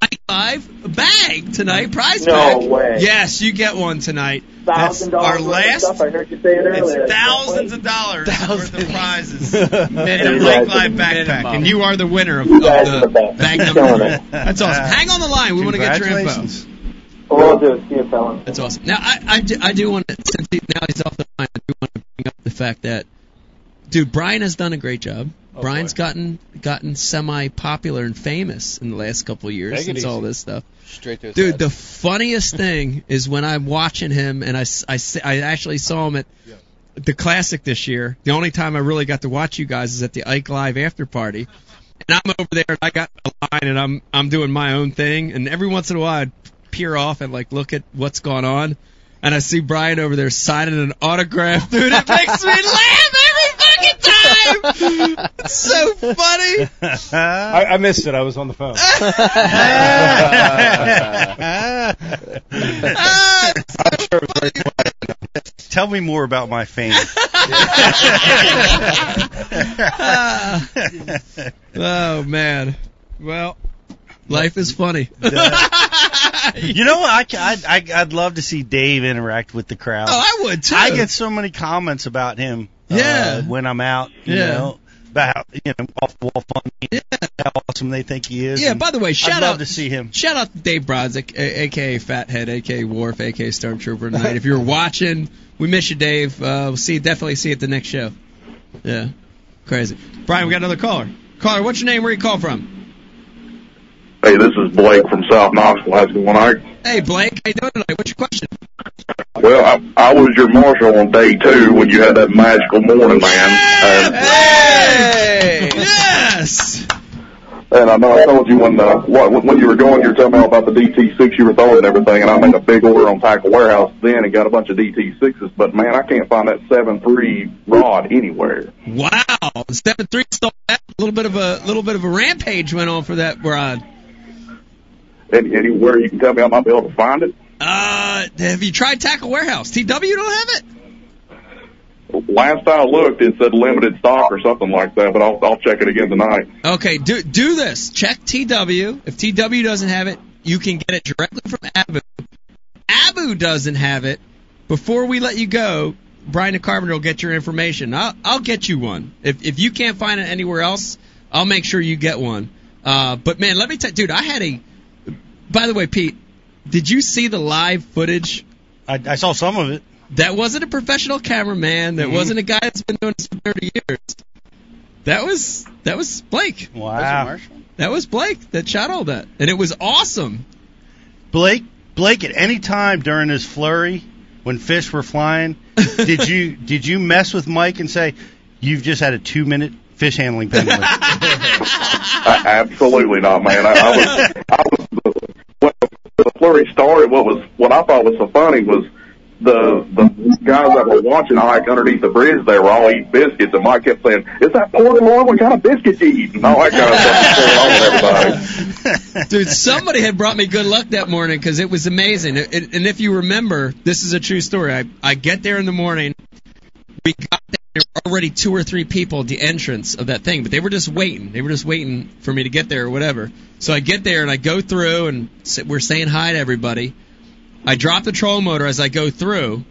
Speaker 2: Night Live bag tonight, prize
Speaker 12: No
Speaker 2: bag.
Speaker 12: way.
Speaker 2: Yes, you get one tonight. That's
Speaker 12: Thousand
Speaker 2: our
Speaker 12: dollars worth of
Speaker 2: last
Speaker 12: stuff. I heard you say it
Speaker 2: it's
Speaker 12: earlier.
Speaker 2: thousands of dollars worth of prizes in a
Speaker 12: Minimum.
Speaker 2: Lake Live backpack, and you are the winner of, of the bag number
Speaker 12: Killing
Speaker 2: one.
Speaker 12: it.
Speaker 2: That's awesome. Hang on the line. We want to get your info.
Speaker 3: Congratulations.
Speaker 12: We'll do it. See you, fellas.
Speaker 2: That's awesome. Now I, I, do, I do want to since he, now he's off the line. I do want to bring up the fact that dude Brian has done a great job.
Speaker 12: Oh,
Speaker 2: Brian's gotten gotten semi popular and famous in the last couple of years
Speaker 12: Take it
Speaker 2: since
Speaker 12: easy.
Speaker 2: all this stuff.
Speaker 6: Straight to his
Speaker 2: Dude,
Speaker 6: head.
Speaker 2: the funniest thing is when I'm watching him and I, s- I s- I actually saw him at the classic this year. The only time I really got to watch you guys is at the Ike Live after party. And I'm over there and I got a line and I'm I'm doing my own thing and every once in a while I'd peer off and like look at what's going on and I see Brian over there signing an autograph. Dude, it makes me laugh every fucking time. It's so funny.
Speaker 1: I, I missed it. I was on the phone.
Speaker 3: Tell me more about my fame.
Speaker 2: Oh man. Well, life is funny.
Speaker 3: you know what? I, ca- I'd, I, I'd love to see Dave interact with the crowd.
Speaker 2: Oh, I would too.
Speaker 3: I get so many comments about him.
Speaker 2: Yeah.
Speaker 3: Uh, when I'm out, you
Speaker 2: Yeah.
Speaker 3: know, about how, you know off the wall funny, how awesome they think he is.
Speaker 2: Yeah,
Speaker 3: And
Speaker 2: by the way, shout
Speaker 3: I'd love
Speaker 2: out-
Speaker 3: to see him.
Speaker 2: Shout out to Dave Brodzik, a- aka Fathead, aka Wharf, aka Stormtrooper tonight. If you're watching, we miss you, Dave. Uh, we'll see you, definitely see you at the next show. Yeah, crazy. Brian, we got another caller. Caller, what's your name? Where you call from?
Speaker 15: Hey, this is Blake from South Knoxville. How's it going, Ike?
Speaker 2: Hey, Blake, how you doing tonight? What's your question?
Speaker 15: Well, I, I was your marshal on day two when you had that magical morning, man. And,
Speaker 2: Hey! Yes!
Speaker 15: and I know I told you when uh, what, when you were going, you were telling me all about the DT6 you were throwing and everything, and I made a big order on Tackle Warehouse then and got a bunch of DT6s, but man, I can't find that seven three rod anywhere.
Speaker 2: Wow, seven three stole that. A little bit of a little bit of a rampage went on for that, Rod.
Speaker 15: Any, anywhere you can tell me I might be able to find it?
Speaker 2: Uh, have you tried Tackle Warehouse? TW don't have it.
Speaker 15: Last I looked, it said limited stock or something like that, but I'll, I'll check it again tonight.
Speaker 2: Okay, do do this. Check TW. If TW doesn't have it, you can get it directly from Abu. Abu doesn't have it. Before we let you go, Brian the Carpenter will get your information. I'll I'll get you one. If if you can't find it anywhere else, I'll make sure you get one. Uh, but man, let me tell dude, I had a. By the way, Pete, did you see the live footage?
Speaker 3: I, I saw some of it.
Speaker 2: That wasn't a professional cameraman. That
Speaker 3: Mhm.
Speaker 2: wasn't a guy that's been doing this for thirty years. That was that was Blake.
Speaker 3: Wow.
Speaker 2: That was Blake that shot all that, and it was awesome.
Speaker 3: Blake, Blake, at any time during this flurry when fish were flying, did you did you mess with Mike and say you've just had a two minute fish handling penalty?
Speaker 15: I, absolutely not, man. I, I was, I was the, when the flurry started. What was what I thought was so funny was the the guys that were watching Ike underneath the bridge. They were all eating biscuits, and Mike kept saying, "Is that pork and lard? What kind of biscuits you eating?" And all that kind of stuff was going on with everybody.
Speaker 2: Dude, somebody had brought me good luck that morning because it was amazing. It, it- and if you remember, this is a true story. I, I get there in the morning. We got there already two or three people at the entrance of that thing, but they were just waiting. They were just waiting for me to get there or whatever. So I get there and I go through and s- we're saying hi to everybody. I drop the troll motor as I go through,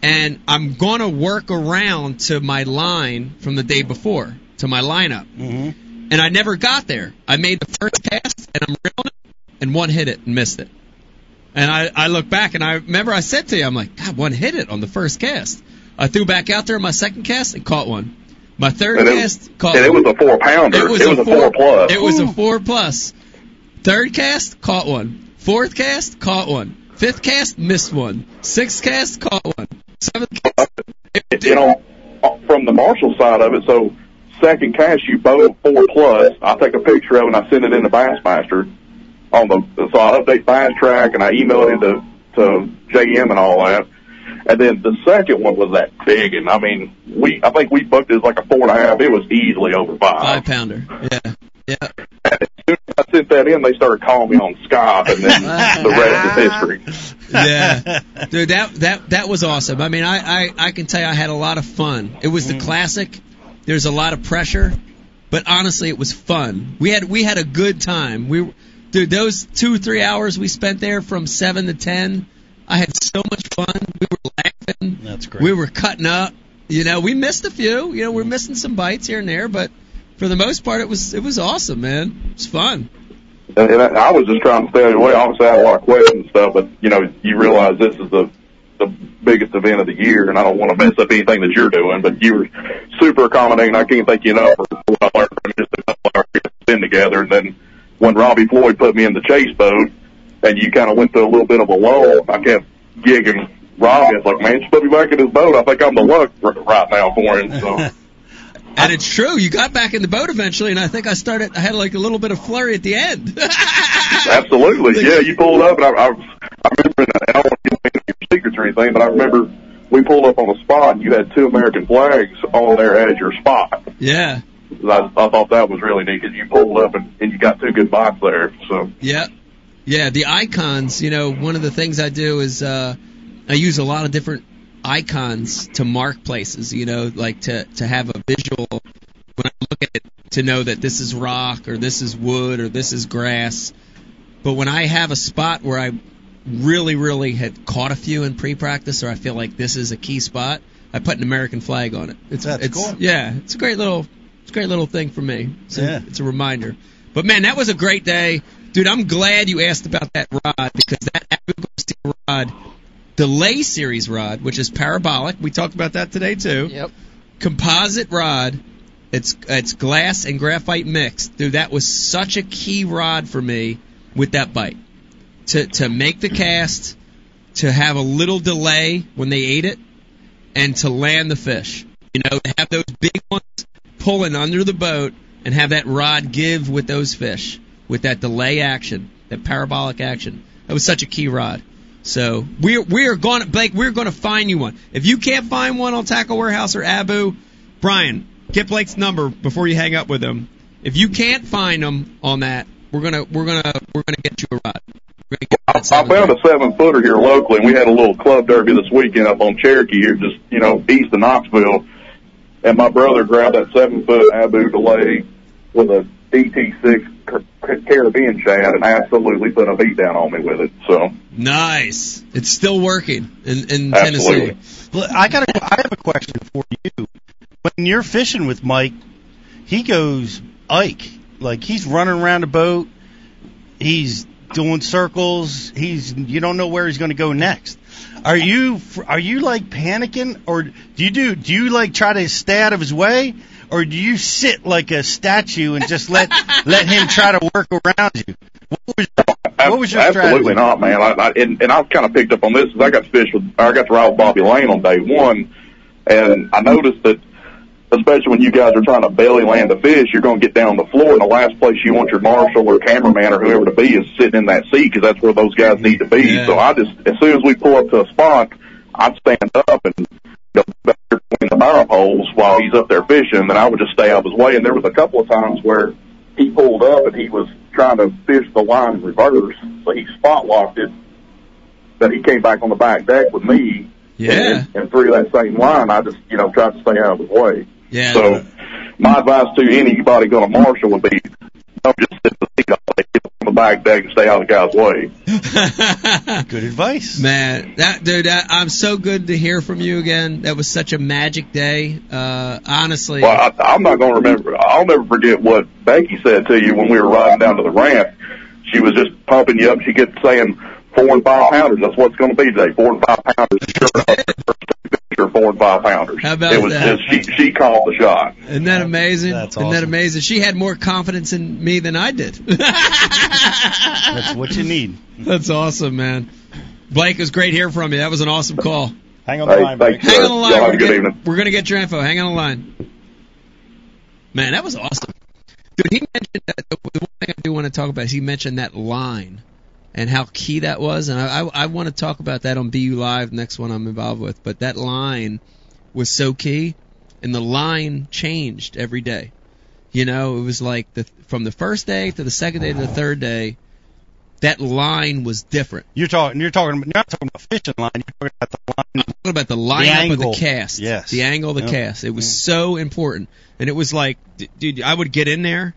Speaker 2: and I'm gonna work around to my line from the day before to my lineup. Mm-hmm. And I never got there. I made the first cast and I'm reeling it, and one hit it and missed it. And I, I look back and I remember I said to you, I'm like, God, one hit it on the first cast. I threw back out there on my second cast and caught one. My third
Speaker 15: And it-
Speaker 2: cast caught
Speaker 15: and it
Speaker 2: one.
Speaker 15: was a four pounder.
Speaker 2: It was,
Speaker 15: It was a four plus.
Speaker 2: It was a
Speaker 15: Ooh.
Speaker 2: four plus. Third cast caught one. Fourth cast caught one. Fifth cast missed one. Sixth cast caught one. Seventh cast
Speaker 15: you know, from the Marshall side of it, so second cast you bow four plus. I take a picture of it and I send it in to Bassmaster. On the so I update Bass Track and I email it to to JM and all that. And then the second one was that big, and I mean, we I think we booked it as like a four and a half. It was easily over five.
Speaker 2: five pounder. Yeah.
Speaker 15: I sent that in, they started calling me on Skype, and then the rest is history.
Speaker 2: yeah, dude, that that that was awesome. I mean, I, I I can tell you, I had a lot of fun. It was the
Speaker 3: Mm.
Speaker 2: classic. There's a lot of pressure, but honestly, it was fun. We had we had a good time. We, dude, those two three hours we spent there from seven to ten, I had so much fun. We were laughing.
Speaker 3: That's great. Mm.
Speaker 2: We were cutting up. You know, we missed a few. You know, we're missing some bites here and there, but for the most part, it was it was awesome, man. It was fun.
Speaker 15: And, and I, I was just trying to stay away. Obviously, I had a lot of questions and stuff, but you know, you realize this is the the biggest event of the year, and I don't want to mess up anything that you're doing. But you were super accommodating. I can't thank you enough for what I learned from just a couple hours in together. And then when Robbie Floyd put me in the chase boat, and you kind of went through a little bit of a lull, I kept gigging. Robbie, I was like, man, just put me back in this boat. I think I'm the luck r- right now for him. So.
Speaker 2: And it's true. You got back in the boat eventually, and I think I started. I had like a little bit of flurry at the end.
Speaker 15: Absolutely, yeah. You pulled up, and I, I, I remember, and I don't want to give away any of your secrets or anything, but I remember we pulled up on the spot, and you had two American flags on there as your spot.
Speaker 2: yeah.
Speaker 15: And I, I thought that was really neat because you pulled up and, and you got two good vibes there. So
Speaker 2: Yep. Yeah, the icons, you know, one of the things I do is uh I use a lot of different icons to mark places, you know, like to to have a visual when I look at it to know that this is rock or this is wood or this is grass. But when I have a spot where I really really had caught a few in pre-practice or I feel like this is a key spot, I put an American flag on it. It's
Speaker 3: That's
Speaker 2: it's
Speaker 3: cool.
Speaker 2: yeah, it's a great little it's a great little thing for me. It's a,
Speaker 3: Yeah.
Speaker 2: it's a reminder. But man, that was a great day, dude. I'm glad you asked about that rod because that Abu Ghraib steel rod, delay series rod, which is parabolic. We talked about that today too. Yep. Composite rod. It's it's glass and graphite mixed, dude. That was such a key rod for me with that bite to to make the cast, to have a little delay when they ate it, and to land the fish. You know, to have those big ones pulling under the boat and have that rod give with those fish with that delay action, that parabolic action. That was such a key rod. So we're we're going to Blake, we're going to find you one. If you can't find one on Tackle Warehouse or Abu, Brian, get Blake's number before you hang up with him. If you can't find them on that, we're gonna we're gonna we're gonna get you a rod.
Speaker 15: I, I found a seven footer here locally, and we had a little club derby this weekend up on Cherokee here, just you know east of Knoxville. And my brother grabbed that seven foot Abu delay with a DT six Caribbean shad and absolutely put a beat down on me with it. So
Speaker 2: Nice. It's still working in in
Speaker 15: Absolutely.
Speaker 2: Tennessee.
Speaker 3: Well, I got. A, I have a question for you. When you're fishing with Mike, he goes Ike. Like he's running around the boat. He's doing circles. He's you don't know where he's going to go next. Are you are you like panicking, or do you do do you like try to stay out of his way, or do you sit like a statue and just let let him try to work around you? What was your
Speaker 15: Absolutely
Speaker 3: strategy?
Speaker 15: not, man. I, I and, and I've kind of picked up on this. Is I got to fish with, I got to ride with Bobby Lane on day one, and I noticed that, especially when you guys are trying to belly land a fish, you're going to get down on the floor, and the last place you want your marshal or cameraman or whoever to be is sitting in that seat because that's where those guys need to be. So I just, as soon as we pull up to a spot, I'd stand up and go back there between the barrel holes while he's up there fishing, and I would just stay out of his way. And there was a couple of times where he pulled up and he was trying to fish the line in reverse, so he spot locked it. But he came back on the back deck with me,
Speaker 9: Yeah.
Speaker 15: And, and through that same line, I just, you know, tried to stay out of the way.
Speaker 9: Yeah.
Speaker 15: So my advice to anybody going to marshal would be don't just sit in the seat all day, get on the back deck and stay out of the guy's way.
Speaker 3: Good advice,
Speaker 2: man. That dude, I, I'm so good to hear from you again. That was such a magic day. Uh, honestly,
Speaker 15: Well, I, I'm not going to remember. I'll never forget what Becky said to you when we were riding down to the ramp. She was just pumping you up. She kept saying four and five pounders. That's what it's going to be today. Four and five pounders. Sure enough, her first picture, four and five pounders.
Speaker 2: How about
Speaker 15: it was
Speaker 2: that?
Speaker 15: just she. She called the shot.
Speaker 2: isn't that amazing?
Speaker 15: That's
Speaker 2: Isn't that
Speaker 15: awesome.
Speaker 2: amazing? She had more confidence in me than I did. That's
Speaker 3: what you need.
Speaker 2: That's awesome, man. Blake, it was great hearing from you. That was an awesome call.
Speaker 1: Hang
Speaker 2: on
Speaker 15: the Hey, line, thanks, Blake. sir.
Speaker 2: Hang on the line.
Speaker 15: Y'all have
Speaker 2: We're
Speaker 15: a good
Speaker 2: gonna-
Speaker 15: evening.
Speaker 2: We're gonna get your info. Hang on the line. Man, that was awesome. Dude, he mentioned that. The one thing I do want to talk about is he mentioned that line and how key that was, and I, I, I want to talk about that on BU Live next one I'm involved with. But that line was so key, and the line changed every day. You know, it was like the from the first day to the second day to the third day, that line was different.
Speaker 3: You're talking. You're talking. You're not talking about fishing line. You're talking about the line. I'm
Speaker 2: talking about the lineup of the
Speaker 3: angle.
Speaker 2: cast.
Speaker 3: Yes.
Speaker 2: The angle of the
Speaker 3: Yep.
Speaker 2: cast. It was so important. And it was like, d- dude, I would get in there,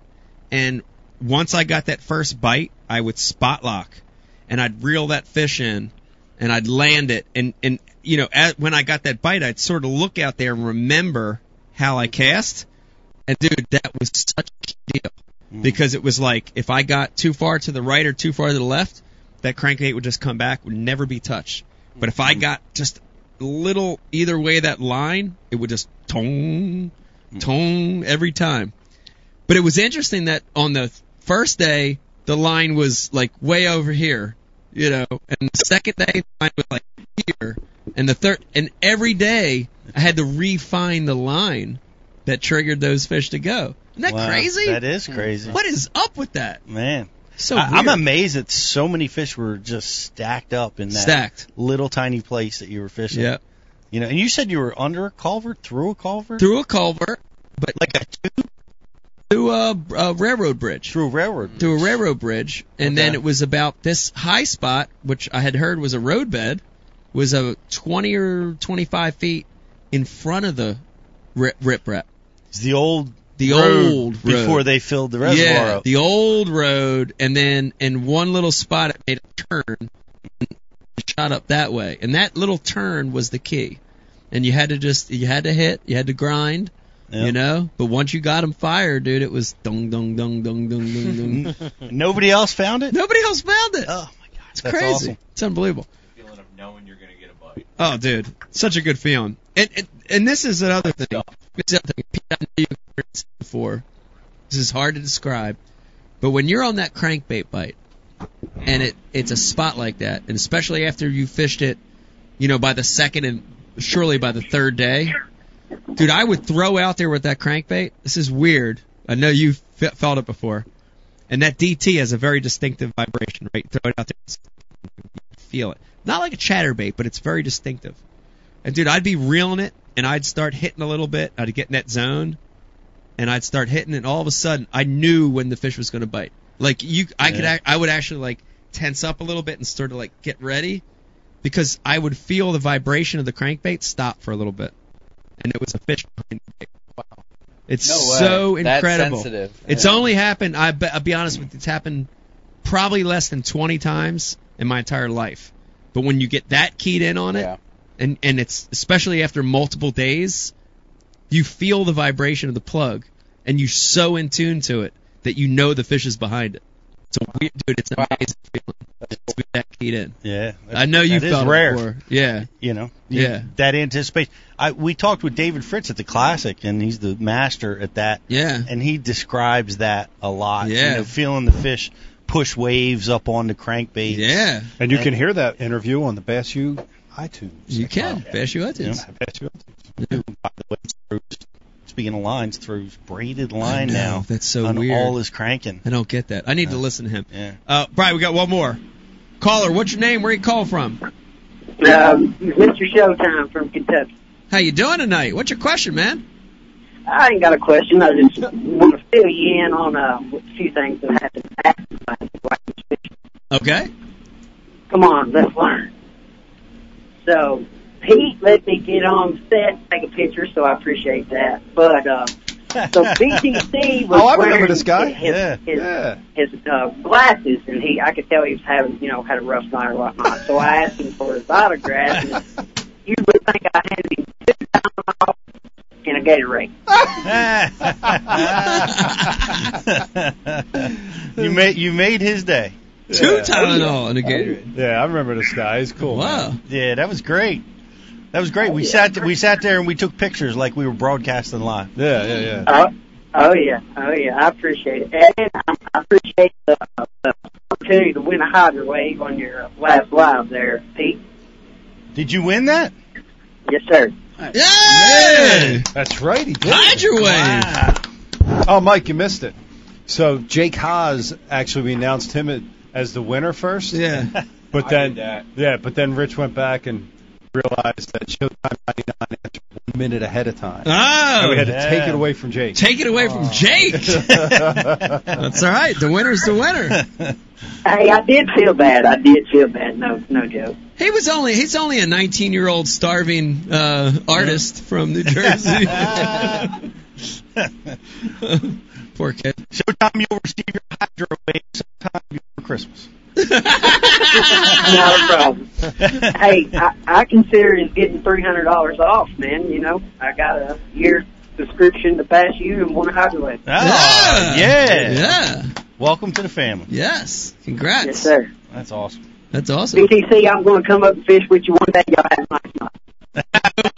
Speaker 2: and once I got that first bite, I would spot lock, and I'd reel that fish in, and I'd land it. And, and you know, at, when I got that bite, I'd sort of look out there and remember how I cast. And, dude, that was such a key deal.
Speaker 3: Mm.
Speaker 2: Because it was like, if I got too far to the right or too far to the left, that crankbait would just come back, would never be touched. But if I
Speaker 3: Mm-hmm.
Speaker 2: got just little either way that line, it would just tong,
Speaker 3: Mm.
Speaker 2: tong every time. But it was interesting that on the first day, the line was like way over here, you know, and the second day, the line was like here, and the third, and every day I had to refine the line that triggered those fish to go. Isn't that
Speaker 3: Wow,
Speaker 2: crazy?
Speaker 3: That is crazy.
Speaker 2: What is up with that?
Speaker 3: Man.
Speaker 2: So
Speaker 3: I, I'm
Speaker 2: weird.
Speaker 3: amazed that so many fish were just stacked up in that
Speaker 2: Stacked.
Speaker 3: little tiny place that you were fishing.
Speaker 2: Yeah.
Speaker 3: You know, and you said you were under a culvert, through a culvert,
Speaker 2: Through a culvert,
Speaker 3: but like a
Speaker 2: to a, a railroad bridge.
Speaker 3: Through a railroad.
Speaker 2: To a railroad bridge, and then it was about this high spot, which I had heard was a roadbed, was a 20 or 25 feet in front of the rip rip rep.
Speaker 3: It's the old
Speaker 2: the
Speaker 3: road
Speaker 2: old road.
Speaker 3: before they filled the reservoir
Speaker 2: yeah,
Speaker 3: up.
Speaker 2: the old road, and then in one little spot it made a turn, and shot up that way, and that little turn was the key. And you had to just you had to hit, you had to grind, you know. But once you got them fired, dude, it was dong dong dong dong dong dong dong.
Speaker 3: Nobody else found it.
Speaker 2: Nobody else found it.
Speaker 3: Oh my god,
Speaker 2: It's
Speaker 3: that's
Speaker 2: crazy.
Speaker 3: awesome.
Speaker 2: It's unbelievable. Oh, dude, such a good feeling. And and, and this is another thing. This is another thing. Pete, I know you've experienced it before. This is hard to describe, but when you're on that crankbait bite, and it it's a spot like that, and especially after you fished it, you know, by the second and surely by the third day, dude, I would throw out there with that crankbait. This is weird. I know you fe- felt it before, and that DT has a very distinctive vibration. Right, throw it out there, it's feel it. Not like a chatterbait, but it's very distinctive. And dude, I'd be reeling it, and I'd start hitting a little bit. I'd get in that zone, and I'd start hitting, and all of a sudden, I knew when the fish was going to bite. Like you, I could,
Speaker 3: Yeah.
Speaker 2: ac- I would actually like tense up a little bit and sort of like get ready, because I would feel the vibration of the crankbait stop for a little bit, and it was a fish behind the bait. Wow, it's
Speaker 5: No way.
Speaker 2: so
Speaker 5: That's
Speaker 2: incredible.
Speaker 5: sensitive.
Speaker 2: It's
Speaker 5: Yeah.
Speaker 2: only happened. I be, I'll be honest with you, it's happened probably less than 20 times in my entire life. But when you get that keyed in on it, and and it's especially after multiple days, you feel the vibration of the plug, and you're so in tune to it that you know the fish is behind it. It's a weird, dude. It's an amazing feeling to be that keyed in.
Speaker 3: Yeah,
Speaker 2: I know you
Speaker 3: that is
Speaker 2: felt it
Speaker 3: rare.
Speaker 2: before. Yeah,
Speaker 3: you know,
Speaker 2: Yeah.
Speaker 3: that anticipation. I we talked with David Fritz at the classic, and he's the master at that.
Speaker 2: Yeah,
Speaker 3: and he describes that a lot. you
Speaker 1: Yeah.
Speaker 3: know, feeling the fish push waves up on the crankbait.
Speaker 2: Yeah,
Speaker 1: And you can hear that interview on the Bass U iTunes.
Speaker 2: You can Bass U iTunes.
Speaker 3: Yeah, Bass U iTunes. By the way, Bruce, speaking of lines, throws braided line
Speaker 2: I know,
Speaker 3: now.
Speaker 2: That's so
Speaker 3: on
Speaker 2: weird.
Speaker 3: all his cranking.
Speaker 2: I don't get that. I need to listen to him.
Speaker 3: Yeah.
Speaker 2: Uh, Brian, we got one more. Caller, what's your name? Where you call from?
Speaker 16: Um, Mr. Showtime from Kentucky.
Speaker 2: How you doing tonight? What's your question, man?
Speaker 16: I ain't got a question. I just want to fill you in on uh, a few things that happened.
Speaker 2: Okay.
Speaker 16: Come on, let's learn. So, Pete let me get on set and take a picture, so I appreciate that. But uh, so BTC was
Speaker 12: Oh, I remember
Speaker 16: wearing
Speaker 12: this guy.
Speaker 16: His,
Speaker 12: Yeah,
Speaker 16: his,
Speaker 12: yeah.
Speaker 16: his uh, glasses, and he I could tell he was having you know had a rough night or whatnot. So I asked him for his autograph. And you would think I handed him two dollars in a Gatorade.
Speaker 3: you made you made his day.
Speaker 2: Two Tylenol and a Gatorade.
Speaker 3: Yeah, I remember this guy. He's cool.
Speaker 2: Wow.
Speaker 3: Yeah, that was great. That was great. We
Speaker 16: Oh,
Speaker 3: sat we sat there and we took pictures like we were broadcasting live.
Speaker 1: Yeah, yeah, yeah.
Speaker 16: Oh, oh yeah, oh yeah, I appreciate it, and I, I appreciate the, the opportunity to win a hydro wave on your last live there, Pete.
Speaker 3: Did you win that?
Speaker 16: Yes, sir.
Speaker 2: Yay!
Speaker 1: That's right, he did.
Speaker 2: Hydro
Speaker 1: Oh, Mike, you missed it. So Jake Haas actually we announced him a- as the winner first.
Speaker 2: Yeah.
Speaker 1: But then yeah, but then Rich went back and realized that Showtime 99 entered one minute ahead of time.
Speaker 2: Oh,
Speaker 1: and we had to
Speaker 2: yeah.
Speaker 1: take it away from Jake.
Speaker 2: Take it away
Speaker 12: Oh.
Speaker 2: from Jake. That's all right. The winner's the winner.
Speaker 16: Hey, I did feel bad. I did feel bad. No, no joke.
Speaker 2: He was only he's only a 19 year old starving uh, artist from New Jersey. Poor kid.
Speaker 3: Showtime, you'll receive your hydro wave sometime before Christmas.
Speaker 16: Not a problem. hey, I, I consider it getting three hundred dollars off, man. You know, I got a year subscription to pass you and one hydro wave.
Speaker 3: Oh, yeah.
Speaker 2: Yeah.
Speaker 3: Welcome to the family.
Speaker 2: Yes. Congrats.
Speaker 16: Yes, sir.
Speaker 3: That's awesome.
Speaker 2: That's awesome.
Speaker 16: BTC, I'm going to come up and fish with you one day. Y'all have a nice night.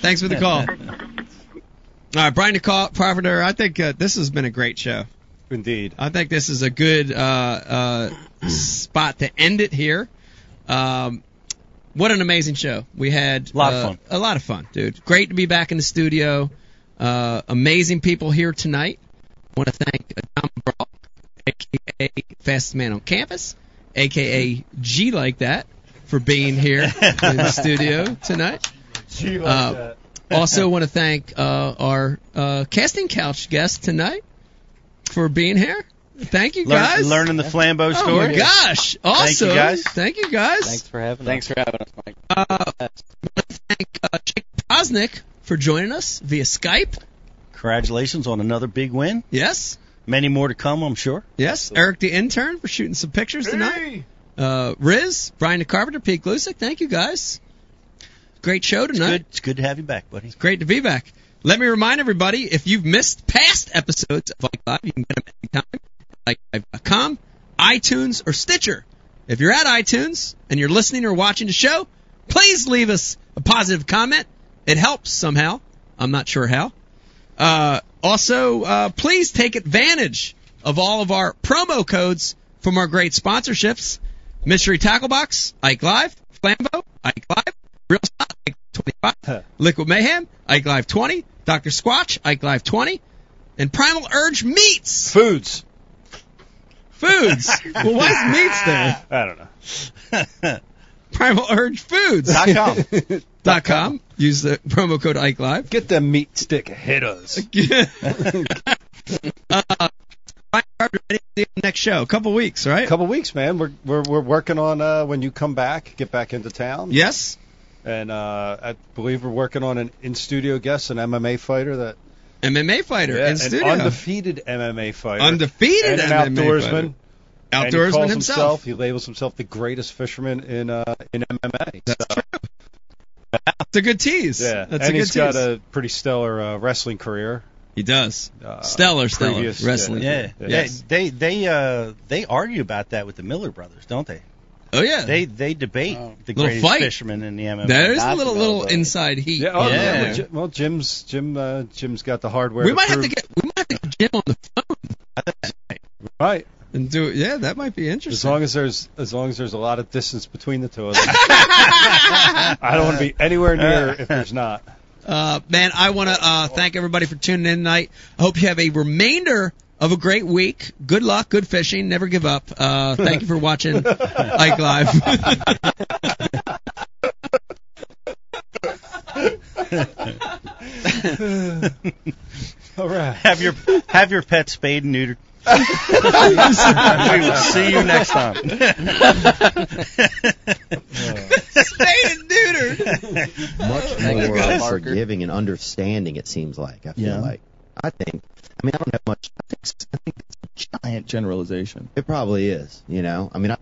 Speaker 2: Thanks for the call. All right, Brian DeCall, Profitor, I think uh, this has been a great show.
Speaker 1: Indeed.
Speaker 2: I think this is a good uh, uh, spot to end it here. Um, what an amazing show. We had a
Speaker 3: Lot of fun.
Speaker 2: A lot of fun, dude. Great to be back in the studio. Uh, amazing people here tonight. I want to thank Tom Brock, a.k.a. Fastest Man on Campus, a.k.a. G Like That, for being here in the studio tonight. Uh,
Speaker 1: G Like That.
Speaker 2: also want to thank uh, our uh, casting couch guest tonight for being here. Thank you
Speaker 3: Learn-
Speaker 2: guys.
Speaker 3: learning the Flambeau
Speaker 2: Oh my
Speaker 3: story.
Speaker 2: gosh!
Speaker 3: Thank you,
Speaker 2: Awesome.
Speaker 3: guys.
Speaker 2: Thank you guys.
Speaker 17: Thanks for having
Speaker 18: Thanks for having us, Mike.
Speaker 2: Uh, wanna thank uh, Jake Posnick for joining us via Skype.
Speaker 3: Congratulations on another big win.
Speaker 2: Yes.
Speaker 3: Many more to come, I'm sure.
Speaker 2: Yes, Eric the intern for shooting some pictures tonight. Uh, Riz, Brian the Carpenter, Pete Glusick, thank you guys. Great show tonight.
Speaker 3: Good, it's good to have you back, buddy.
Speaker 2: It's great to be back. Let me remind everybody, if you've missed past episodes of Like Live, you can get them anytime at likelive.com, iTunes, or Stitcher. If you're at iTunes and you're listening or watching the show, please leave us a positive comment. It helps somehow. I'm not sure how. Uh, also, uh, please take advantage of all of our promo codes from our great sponsorships. Mystery Tackle Box, Ike Live, Flambeau, Ike Live, Real Stop, Ike 25, Liquid Mayhem, Ike Live 20, Dr. Squatch, Ike Live 20, and Primal Urge Meats.
Speaker 1: Foods.
Speaker 2: Foods. well, why is meats there?
Speaker 1: I don't know.
Speaker 2: Primal Urge Foods.
Speaker 1: Dot com.
Speaker 2: Dot com. Use the promo code Ike Live.
Speaker 1: Get the meat stick hitters.
Speaker 2: uh, Brian Carpenter, ready to see you next show. A couple weeks, right?
Speaker 1: couple weeks, man. We're we're, we're working on uh, when you come back, get back into town.
Speaker 2: Yes.
Speaker 1: And uh, I believe we're working on an in studio guest, an MMA fighter that
Speaker 2: MMA fighter
Speaker 1: Yeah,
Speaker 2: in
Speaker 1: an
Speaker 2: studio.
Speaker 1: undefeated MMA fighter,
Speaker 2: Undefeated
Speaker 1: and an
Speaker 2: MMA
Speaker 1: outdoorsman.
Speaker 2: fighter.
Speaker 1: And he calls
Speaker 2: Outdoorsman himself.
Speaker 1: He labels himself the greatest fisherman in uh, in MMA.
Speaker 2: That's true. That's a good tease.
Speaker 1: Yeah,
Speaker 2: That's a
Speaker 1: and
Speaker 2: good
Speaker 1: he's
Speaker 2: tease.
Speaker 1: got a pretty stellar uh, wrestling career.
Speaker 2: he does.
Speaker 1: Uh,
Speaker 2: stellar, stellar
Speaker 1: previous,
Speaker 2: wrestling.
Speaker 3: Yeah,
Speaker 1: Yeah.
Speaker 2: Yes.
Speaker 3: they they uh they argue about that with the Miller brothers, don't they?
Speaker 2: Oh yeah.
Speaker 3: They they debate the
Speaker 2: Little
Speaker 3: greatest
Speaker 2: fight.
Speaker 3: fisherman in the MMA.
Speaker 2: There's a little little inside heat.
Speaker 1: Yeah, oh, yeah.
Speaker 3: Yeah.
Speaker 1: Well, Jim, well, Jim's Jim uh, Jim's got the hardware.
Speaker 2: We might have
Speaker 1: prove-
Speaker 2: to get we might have to get Jim on the phone
Speaker 1: right.
Speaker 2: and do it. Yeah, that might be
Speaker 1: As
Speaker 2: interesting.
Speaker 1: long as there's as long as there's a lot of distance between the two of them. I don't want to be anywhere near if there's not.
Speaker 2: Uh, man, I want to uh, thank everybody for tuning in tonight. I hope you have a remainder of a great week. Good luck, good fishing. Never give up. Uh, thank you for watching Ike Live.
Speaker 1: All right.
Speaker 3: Have your have your pet spayed and neutered. we will see you next time.
Speaker 2: Spayed and neutered. much more forgiving and understanding. It seems like I feel
Speaker 3: Yeah.
Speaker 2: like I think. I mean, I don't have much. I think, I think it's a giant generalization. It probably is. You know, I mean, I,